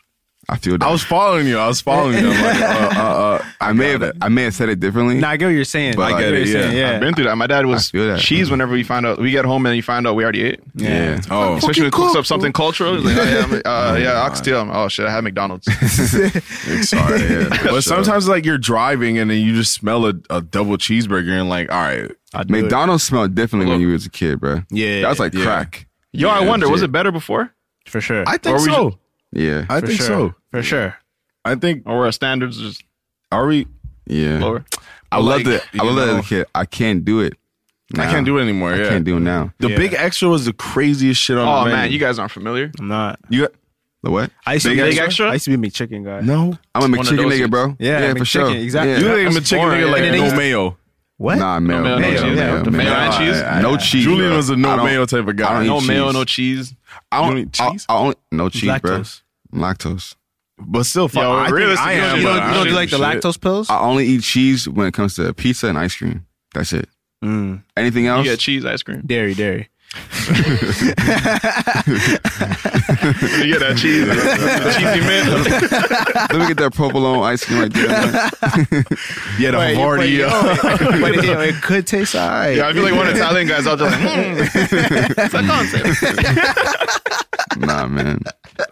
[SPEAKER 4] I feel that.
[SPEAKER 2] I was following you. I was following you. I'm like, uh, uh, uh,
[SPEAKER 4] I may have I may have said it differently.
[SPEAKER 5] Nah, I get what you're saying.
[SPEAKER 4] But I
[SPEAKER 5] get
[SPEAKER 4] get
[SPEAKER 5] what
[SPEAKER 4] it,
[SPEAKER 5] you're saying.
[SPEAKER 4] yeah.
[SPEAKER 3] I've been through that. My dad was
[SPEAKER 4] I feel that.
[SPEAKER 3] cheese whenever we find out. We get home and he find out we already ate.
[SPEAKER 4] yeah.
[SPEAKER 2] oh,
[SPEAKER 3] Especially when he cooks up something cultural. He's like, oh, yeah, I'm, uh, yeah, oxtail. I'm, oh, shit, I had McDonald's.
[SPEAKER 2] sorry. Yeah. But sometimes, like, you're driving and then you just smell a, a double cheeseburger and, like, all right.
[SPEAKER 5] I'd do it.
[SPEAKER 4] McDonald's smelled differently when you was a kid, bro.
[SPEAKER 5] Yeah,
[SPEAKER 4] that was like
[SPEAKER 2] yeah.
[SPEAKER 4] crack.
[SPEAKER 3] Yo, I
[SPEAKER 4] Yeah,
[SPEAKER 3] wonder, was
[SPEAKER 4] legit.
[SPEAKER 3] it better before?
[SPEAKER 5] for sure.
[SPEAKER 2] I think
[SPEAKER 3] Or we
[SPEAKER 2] so.
[SPEAKER 4] Yeah,
[SPEAKER 2] I
[SPEAKER 5] for
[SPEAKER 2] think
[SPEAKER 5] sure.
[SPEAKER 2] so.
[SPEAKER 5] For sure.
[SPEAKER 2] I think,
[SPEAKER 3] Or were our standards just
[SPEAKER 2] are we?
[SPEAKER 4] yeah.
[SPEAKER 3] lower?
[SPEAKER 4] I
[SPEAKER 2] Like,
[SPEAKER 4] loved it. I
[SPEAKER 2] you
[SPEAKER 4] loved it as
[SPEAKER 2] know.
[SPEAKER 4] a kid. I can't do it.
[SPEAKER 2] I
[SPEAKER 4] now.
[SPEAKER 2] can't do it anymore.
[SPEAKER 4] I
[SPEAKER 2] yeah.
[SPEAKER 4] can't do it now.
[SPEAKER 2] The big extra was the craziest shit on
[SPEAKER 3] Oh,
[SPEAKER 2] the menu.
[SPEAKER 3] man, you guys aren't familiar.
[SPEAKER 5] I'm not.
[SPEAKER 2] You got,
[SPEAKER 4] The what?
[SPEAKER 5] I used to
[SPEAKER 3] Big
[SPEAKER 5] be
[SPEAKER 3] extra?
[SPEAKER 5] I used to be a McChicken guy.
[SPEAKER 2] no.
[SPEAKER 4] I'm a
[SPEAKER 3] One of
[SPEAKER 4] McChicken
[SPEAKER 3] those
[SPEAKER 4] nigga,
[SPEAKER 3] is-
[SPEAKER 4] bro.
[SPEAKER 5] Yeah,
[SPEAKER 4] for
[SPEAKER 5] McChicken,
[SPEAKER 4] sure.
[SPEAKER 5] exactly.
[SPEAKER 4] Yeah.
[SPEAKER 2] You ain't even
[SPEAKER 3] That's
[SPEAKER 2] chicken
[SPEAKER 3] boring.
[SPEAKER 2] nigga like
[SPEAKER 3] And
[SPEAKER 5] then
[SPEAKER 2] no
[SPEAKER 5] he's-
[SPEAKER 2] mayo.
[SPEAKER 5] What?
[SPEAKER 4] Nah, mayo,
[SPEAKER 3] No mayo,
[SPEAKER 4] mayo,
[SPEAKER 3] no
[SPEAKER 4] mayo,
[SPEAKER 3] cheese.
[SPEAKER 4] mayo,
[SPEAKER 3] The mayo and cheese?
[SPEAKER 2] I- I-
[SPEAKER 4] no cheese.
[SPEAKER 2] Julian
[SPEAKER 4] bro.
[SPEAKER 2] was a
[SPEAKER 4] I
[SPEAKER 2] no
[SPEAKER 4] don't-
[SPEAKER 2] mayo type of guy.
[SPEAKER 4] I don't
[SPEAKER 3] No
[SPEAKER 4] eat
[SPEAKER 3] mayo,
[SPEAKER 4] cheese.
[SPEAKER 3] no cheese.
[SPEAKER 4] I
[SPEAKER 2] You
[SPEAKER 4] don't.
[SPEAKER 2] don't eat
[SPEAKER 4] I,
[SPEAKER 2] cheese?
[SPEAKER 4] I don't. No cheese,
[SPEAKER 5] Lactose.
[SPEAKER 4] bro. Lactose.
[SPEAKER 2] But still, fuck,
[SPEAKER 3] Yo,
[SPEAKER 2] I, think
[SPEAKER 3] realistically,
[SPEAKER 2] I
[SPEAKER 3] you don't-
[SPEAKER 2] am.
[SPEAKER 5] You
[SPEAKER 2] but
[SPEAKER 5] don't,
[SPEAKER 2] I
[SPEAKER 5] you don't do
[SPEAKER 2] shouldn't
[SPEAKER 5] like
[SPEAKER 2] shit.
[SPEAKER 5] the lactose pills?
[SPEAKER 4] I only eat cheese when it comes to pizza and ice cream. That's it.
[SPEAKER 5] Mm.
[SPEAKER 4] Anything
[SPEAKER 3] You
[SPEAKER 4] else?
[SPEAKER 3] get cheese ice cream.
[SPEAKER 5] Dairy, dairy.
[SPEAKER 3] you get that cheese. cheesy man.
[SPEAKER 4] Let me get that provolone ice cream right there. man.
[SPEAKER 2] Yeah, the Havarti. uh,
[SPEAKER 5] but it, it could taste all right.
[SPEAKER 3] Yeah, I feel like one of the Italian guys, I was just like, hmm. It's a concept.
[SPEAKER 4] nah, man.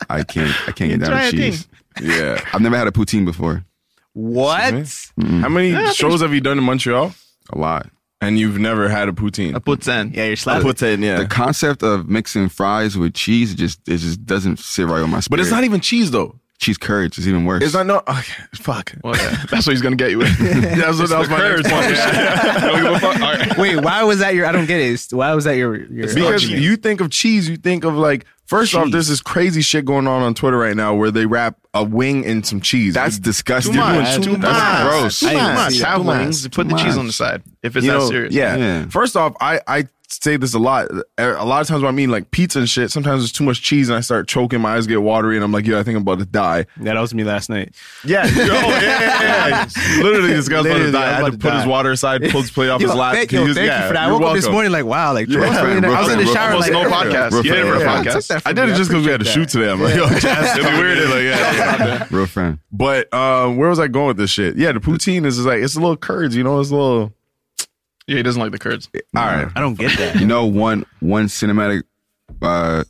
[SPEAKER 4] I can't. I can't get down
[SPEAKER 3] try a
[SPEAKER 4] with
[SPEAKER 3] thing.
[SPEAKER 4] cheese.
[SPEAKER 2] Yeah.
[SPEAKER 4] I've never had a poutine before.
[SPEAKER 5] what?
[SPEAKER 2] hmm. How many shows have you done in Montreal?
[SPEAKER 4] A lot.
[SPEAKER 2] And you've never had a poutine?
[SPEAKER 3] A poutine.
[SPEAKER 5] Yeah, you're
[SPEAKER 2] A
[SPEAKER 5] slapping.
[SPEAKER 2] poutine, yeah.
[SPEAKER 4] The concept of mixing fries with cheese just it just doesn't sit right with my spirit.
[SPEAKER 2] but it's not even cheese though.
[SPEAKER 4] cheese curds. It's even worse.
[SPEAKER 2] It's not no. Okay, fuck.
[SPEAKER 3] Well, yeah, That's what he's going to get you with.
[SPEAKER 2] That was, that was my next point.
[SPEAKER 3] Don't give a Oh, fuck. All right.
[SPEAKER 5] Wait, why was that your? I don't get it. It's- Why was that your? your
[SPEAKER 2] Because you think of cheese, you think of like. First off,
[SPEAKER 5] Cheese.
[SPEAKER 2] there's this crazy shit going on on Twitter right now where they wrap a wing in some cheese.
[SPEAKER 4] That's disgusting.
[SPEAKER 2] Too much.
[SPEAKER 4] That's
[SPEAKER 2] Too much.
[SPEAKER 4] gross.
[SPEAKER 2] Too
[SPEAKER 5] much.
[SPEAKER 3] Must Have
[SPEAKER 2] Too much.
[SPEAKER 3] wings. Put the
[SPEAKER 4] Too
[SPEAKER 3] cheese on the
[SPEAKER 4] much.
[SPEAKER 3] side if it's
[SPEAKER 2] you
[SPEAKER 3] not
[SPEAKER 2] know,
[SPEAKER 3] serious.
[SPEAKER 2] Yeah.
[SPEAKER 4] Yeah.
[SPEAKER 2] First off, I I say this a lot. E, A lot of times when I mean like pizza and shit, sometimes there's too much cheese and I start choking, my eyes get watery, and I'm like, yo, I think I'm about to die.
[SPEAKER 5] that was me last night.
[SPEAKER 2] Yeah, yo, Oh, yeah, yeah, yeah. Literally, this guy's about to
[SPEAKER 5] Literally,
[SPEAKER 2] die. I
[SPEAKER 5] I'm
[SPEAKER 2] had to,
[SPEAKER 5] about to
[SPEAKER 2] put his
[SPEAKER 5] die.
[SPEAKER 2] water aside, pulled his plate off
[SPEAKER 5] Yo,
[SPEAKER 2] his lap.
[SPEAKER 5] thank,
[SPEAKER 2] He
[SPEAKER 5] yo,
[SPEAKER 2] was-
[SPEAKER 5] thank
[SPEAKER 2] yeah,
[SPEAKER 5] you for that. I
[SPEAKER 2] you're
[SPEAKER 5] woke up this
[SPEAKER 2] welcome.
[SPEAKER 5] morning like, wow, like Trump
[SPEAKER 4] welcome,
[SPEAKER 5] really- I was in the
[SPEAKER 4] bro.
[SPEAKER 5] shower
[SPEAKER 3] Almost
[SPEAKER 5] like
[SPEAKER 3] no
[SPEAKER 4] Yeah.
[SPEAKER 3] podcast.
[SPEAKER 4] Real
[SPEAKER 3] You did it
[SPEAKER 4] friend,
[SPEAKER 3] for a
[SPEAKER 4] real
[SPEAKER 5] friend. I took
[SPEAKER 3] podcast.
[SPEAKER 5] that
[SPEAKER 3] I
[SPEAKER 5] from
[SPEAKER 3] did
[SPEAKER 5] you.
[SPEAKER 3] it
[SPEAKER 5] I
[SPEAKER 3] just because
[SPEAKER 2] we had to shoot today. I'm like, yo, Jazz,
[SPEAKER 3] it'd be weird. Like, yeah, yeah.
[SPEAKER 4] Real friend.
[SPEAKER 2] But um, where was I going with this shit? Yeah, the poutine is just like it's a little curds, you know, it's a little.
[SPEAKER 3] yeah, he doesn't like the curds.
[SPEAKER 2] All right,
[SPEAKER 5] I don't get that.
[SPEAKER 4] You know one one cinematic uh,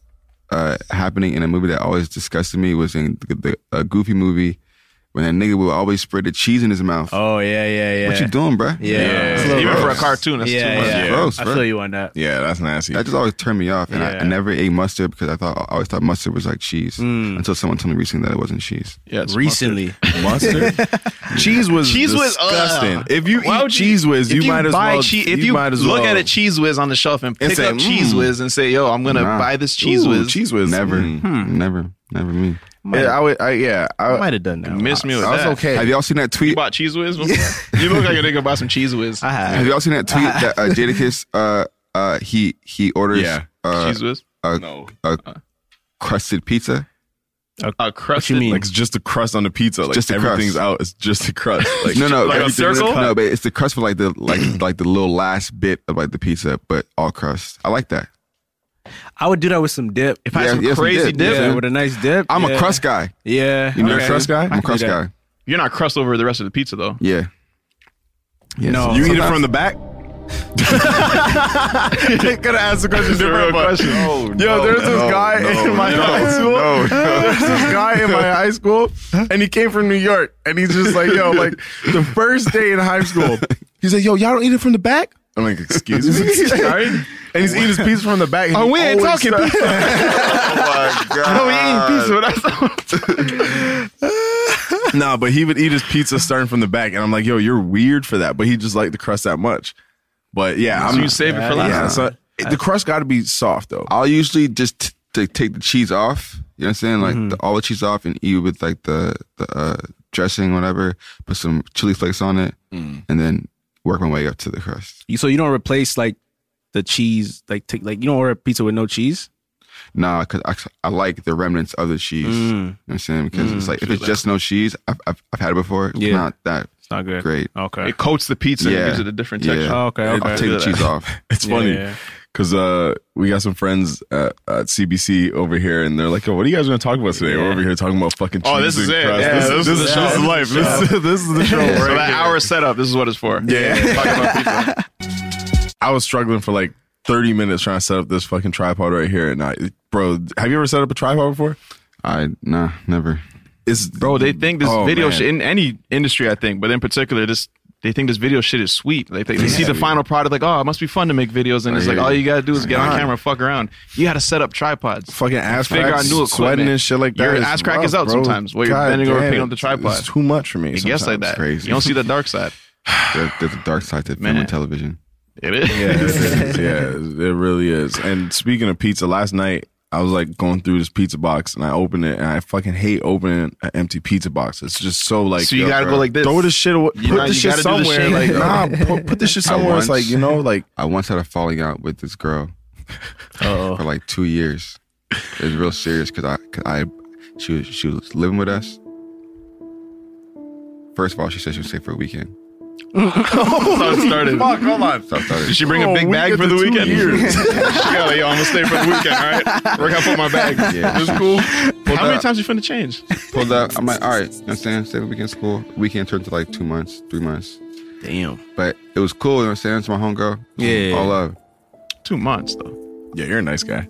[SPEAKER 4] uh, happening in a movie that always disgusted me was in the, the a Goofy movie when that nigga would always spray the cheese in his mouth.
[SPEAKER 5] oh yeah, yeah, yeah.
[SPEAKER 4] What you doing, bruh?
[SPEAKER 5] Yeah, yeah.
[SPEAKER 3] Even
[SPEAKER 5] yeah.
[SPEAKER 3] for a cartoon, that's
[SPEAKER 5] yeah,
[SPEAKER 3] too much.
[SPEAKER 5] yeah.
[SPEAKER 2] Yeah.
[SPEAKER 4] Gross,
[SPEAKER 5] I
[SPEAKER 4] bro.
[SPEAKER 5] feel you on that.
[SPEAKER 2] yeah, that's nasty.
[SPEAKER 4] That just always turned me off, and I,
[SPEAKER 5] Yeah.
[SPEAKER 4] I never ate mustard because I thought I always thought mustard was like cheese
[SPEAKER 5] Mm.
[SPEAKER 4] until someone told me recently that it wasn't cheese.
[SPEAKER 3] Yeah, it's
[SPEAKER 5] Recently,
[SPEAKER 2] mustard. cheese was
[SPEAKER 3] Cheese Whiz, uh,
[SPEAKER 2] disgusting. if you
[SPEAKER 3] why
[SPEAKER 2] eat
[SPEAKER 3] would
[SPEAKER 2] cheese whiz,
[SPEAKER 3] if
[SPEAKER 2] you, might as
[SPEAKER 3] buy
[SPEAKER 2] well.
[SPEAKER 3] chee- if you,
[SPEAKER 2] might as
[SPEAKER 3] look
[SPEAKER 2] well-
[SPEAKER 3] at a cheese whiz on the shelf and pick
[SPEAKER 2] say,
[SPEAKER 3] up cheese
[SPEAKER 2] "Mm,
[SPEAKER 3] whiz and say, "Yo, I'm gonna
[SPEAKER 4] nah.
[SPEAKER 3] buy this cheese
[SPEAKER 2] Ooh,
[SPEAKER 3] whiz."
[SPEAKER 2] cheese whiz,
[SPEAKER 5] Hmm.
[SPEAKER 4] Never,
[SPEAKER 2] Mm.
[SPEAKER 4] never. Never me.
[SPEAKER 2] Yeah, I would. I, yeah, I
[SPEAKER 5] might have done that.
[SPEAKER 3] Miss me with
[SPEAKER 2] I was
[SPEAKER 3] that.
[SPEAKER 2] okay.
[SPEAKER 4] Have y'all seen that tweet?
[SPEAKER 3] You bought cheese whiz before? you look like a nigga bought some cheese whiz. I
[SPEAKER 4] Have y'all seen that tweet that uh, Jadakiss? Uh, uh, he he orders
[SPEAKER 2] Yeah.
[SPEAKER 4] uh,
[SPEAKER 3] cheese whiz.
[SPEAKER 4] a,
[SPEAKER 3] No.
[SPEAKER 4] a crusted pizza.
[SPEAKER 2] uh,
[SPEAKER 3] A crust.
[SPEAKER 5] you mean?
[SPEAKER 2] Like it's just the crust on the pizza. Like
[SPEAKER 4] just the crust.
[SPEAKER 2] everything's out. It's just the crust. Like
[SPEAKER 4] no, no,
[SPEAKER 3] like a
[SPEAKER 4] everything-
[SPEAKER 3] circle?
[SPEAKER 4] No, but it's the crust for like the like like the little last bit of like the pizza, but all crust. I like that.
[SPEAKER 5] I would do that with some dip. If I had
[SPEAKER 4] Yeah,
[SPEAKER 5] some
[SPEAKER 4] yeah, some
[SPEAKER 5] crazy
[SPEAKER 4] dip,
[SPEAKER 5] dip,
[SPEAKER 4] yeah.
[SPEAKER 5] with a nice dip.
[SPEAKER 4] I'm
[SPEAKER 5] yeah.
[SPEAKER 4] a crust guy.
[SPEAKER 5] Yeah,
[SPEAKER 4] You know
[SPEAKER 5] okay.
[SPEAKER 4] a crust guy?
[SPEAKER 5] I
[SPEAKER 4] I'm
[SPEAKER 5] can
[SPEAKER 4] a
[SPEAKER 5] do
[SPEAKER 4] crust
[SPEAKER 5] that.
[SPEAKER 4] guy.
[SPEAKER 3] You're not crust over the rest of the pizza though.
[SPEAKER 4] Yeah. yeah
[SPEAKER 5] No.
[SPEAKER 2] you eat it from the back. Gotta ask the question different, but yo, there's this guy in my high school. There's this guy in my high school, and he came from New York, and he's just like, yo, like the first day in high school, he's like, yo, y'all don't eat it from the back. I'm like, excuse me, sorry. And he's eating his pizza from the back. and
[SPEAKER 3] Oh,
[SPEAKER 2] he
[SPEAKER 3] we ain't
[SPEAKER 2] always
[SPEAKER 3] talking
[SPEAKER 2] said-
[SPEAKER 4] Oh my
[SPEAKER 3] No,
[SPEAKER 4] god.
[SPEAKER 3] we eating pizza. But that's
[SPEAKER 2] nah, but he would eat his pizza starting from the back, and I'm like, yo, you're weird for that. But he just liked the crust that much. But yeah,
[SPEAKER 3] so
[SPEAKER 2] I'm
[SPEAKER 3] you save it for last.
[SPEAKER 2] yeah. So the crust got to be soft though.
[SPEAKER 4] I'll usually just t- t- take the cheese off. You know what I'm saying? Like the, all the cheese off and eat with like the the uh, dressing, whatever. Put some chili flakes on it, and then work my way up to the crust.
[SPEAKER 5] You- So you don't replace like the cheese, like take like you don't order a pizza with no cheese.
[SPEAKER 4] Nah, cause I, I like the remnants of the cheese. You know
[SPEAKER 5] Mm,
[SPEAKER 4] what I'm saying? Because
[SPEAKER 3] Mm,
[SPEAKER 4] it's like if it's just no cheese, I've I've, I've had it before. It's
[SPEAKER 5] Yeah.
[SPEAKER 4] not that
[SPEAKER 5] It's not good.
[SPEAKER 4] great.
[SPEAKER 5] Okay.
[SPEAKER 3] It coats the pizza and gives it a different texture.
[SPEAKER 4] Yeah.
[SPEAKER 5] Oh, okay, okay.
[SPEAKER 4] I'll take the
[SPEAKER 3] Yeah.
[SPEAKER 4] cheese off.
[SPEAKER 2] It's funny
[SPEAKER 5] Yeah.
[SPEAKER 2] because uh, we got some friends
[SPEAKER 4] uh,
[SPEAKER 2] at, at CBC over here, and they're like, "Yo, what are you guys going to talk about today?" We're over here talking about fucking.
[SPEAKER 3] Oh,
[SPEAKER 2] cheese
[SPEAKER 3] this is
[SPEAKER 2] and
[SPEAKER 3] it.
[SPEAKER 2] crust.
[SPEAKER 3] Yeah,
[SPEAKER 2] this, this
[SPEAKER 3] this is
[SPEAKER 2] is
[SPEAKER 3] the
[SPEAKER 2] this
[SPEAKER 3] show.
[SPEAKER 2] is life. This, is- this is the show.
[SPEAKER 3] so
[SPEAKER 2] right
[SPEAKER 3] that
[SPEAKER 2] here.
[SPEAKER 3] hour setup, this is what it's for.
[SPEAKER 2] Yeah.
[SPEAKER 3] Talking about pizza.
[SPEAKER 2] I was struggling for like thirty minutes trying to set up this fucking tripod right here, and I, bro, have you ever set up a tripod before?
[SPEAKER 4] I nah, never.
[SPEAKER 2] It's
[SPEAKER 3] Bro, they think this
[SPEAKER 2] Oh,
[SPEAKER 3] video
[SPEAKER 2] man.
[SPEAKER 3] shit in any industry, I think, but in particular, this they think this video shit is sweet. Like they, they see the final product, like, oh, it must be fun to make videos, and it's
[SPEAKER 4] hear
[SPEAKER 3] like all
[SPEAKER 4] you.
[SPEAKER 3] you gotta do is get on camera, and fuck around. You gotta set up tripods.
[SPEAKER 2] fucking ass
[SPEAKER 3] Figure
[SPEAKER 2] cracks,
[SPEAKER 3] out new
[SPEAKER 2] sweating
[SPEAKER 3] equipment.
[SPEAKER 2] and shit like that.
[SPEAKER 3] Your
[SPEAKER 2] It's
[SPEAKER 3] ass crack
[SPEAKER 2] rough,
[SPEAKER 3] is out
[SPEAKER 2] bro.
[SPEAKER 3] sometimes, where you're
[SPEAKER 2] God
[SPEAKER 3] bending over
[SPEAKER 2] damn,
[SPEAKER 3] picking up the tripod.
[SPEAKER 2] It's too much for me.
[SPEAKER 3] It gets like
[SPEAKER 2] sometimes.
[SPEAKER 3] that.
[SPEAKER 4] crazy.
[SPEAKER 3] You don't see the dark side.
[SPEAKER 4] There- There's a dark side to film
[SPEAKER 3] Man.
[SPEAKER 4] and television.
[SPEAKER 3] It is.
[SPEAKER 2] Yeah, it is. yeah, it really is. And speaking of pizza, last night I was like going through this pizza box and I opened it and I fucking hate opening an empty pizza box. It's just so like
[SPEAKER 3] So you
[SPEAKER 2] yo,
[SPEAKER 3] gotta
[SPEAKER 2] bro,
[SPEAKER 3] go like this.
[SPEAKER 2] Throw this shit away.
[SPEAKER 3] You
[SPEAKER 2] put
[SPEAKER 3] know,
[SPEAKER 2] this
[SPEAKER 3] you
[SPEAKER 2] shit
[SPEAKER 3] gotta do the
[SPEAKER 2] somewhere.
[SPEAKER 3] shake.
[SPEAKER 2] like nah, put, put this shit somewhere.
[SPEAKER 4] I
[SPEAKER 2] it's like
[SPEAKER 4] once-
[SPEAKER 2] you know, like
[SPEAKER 4] I once had a falling out with this girl for like two years. It was real serious because I, 'cause I, she was she was living with us. First of all, she said she would stay for a weekend.
[SPEAKER 3] That's how it started.
[SPEAKER 2] fuck. Hold on.
[SPEAKER 4] So I started.
[SPEAKER 3] Did she bring
[SPEAKER 2] Oh,
[SPEAKER 3] a big
[SPEAKER 2] we
[SPEAKER 3] bag
[SPEAKER 2] get
[SPEAKER 3] for the
[SPEAKER 2] the two
[SPEAKER 3] weekend?
[SPEAKER 2] years.
[SPEAKER 3] she got like, yo, I'm gonna stay for the weekend, all right? We're gonna put my bag.
[SPEAKER 4] Yeah.
[SPEAKER 3] It's cool. How many
[SPEAKER 4] up.
[SPEAKER 3] times you finna change?
[SPEAKER 4] pulled up. I'm like, all right, you know what I'm saying? Stay for weekend school. Weekend turned to like two months, three months.
[SPEAKER 5] Damn.
[SPEAKER 4] But it was cool, you know what I'm saying? It's my homegirl.
[SPEAKER 5] Yeah.
[SPEAKER 4] All love.
[SPEAKER 3] Two months though.
[SPEAKER 2] Yeah, you're a nice guy.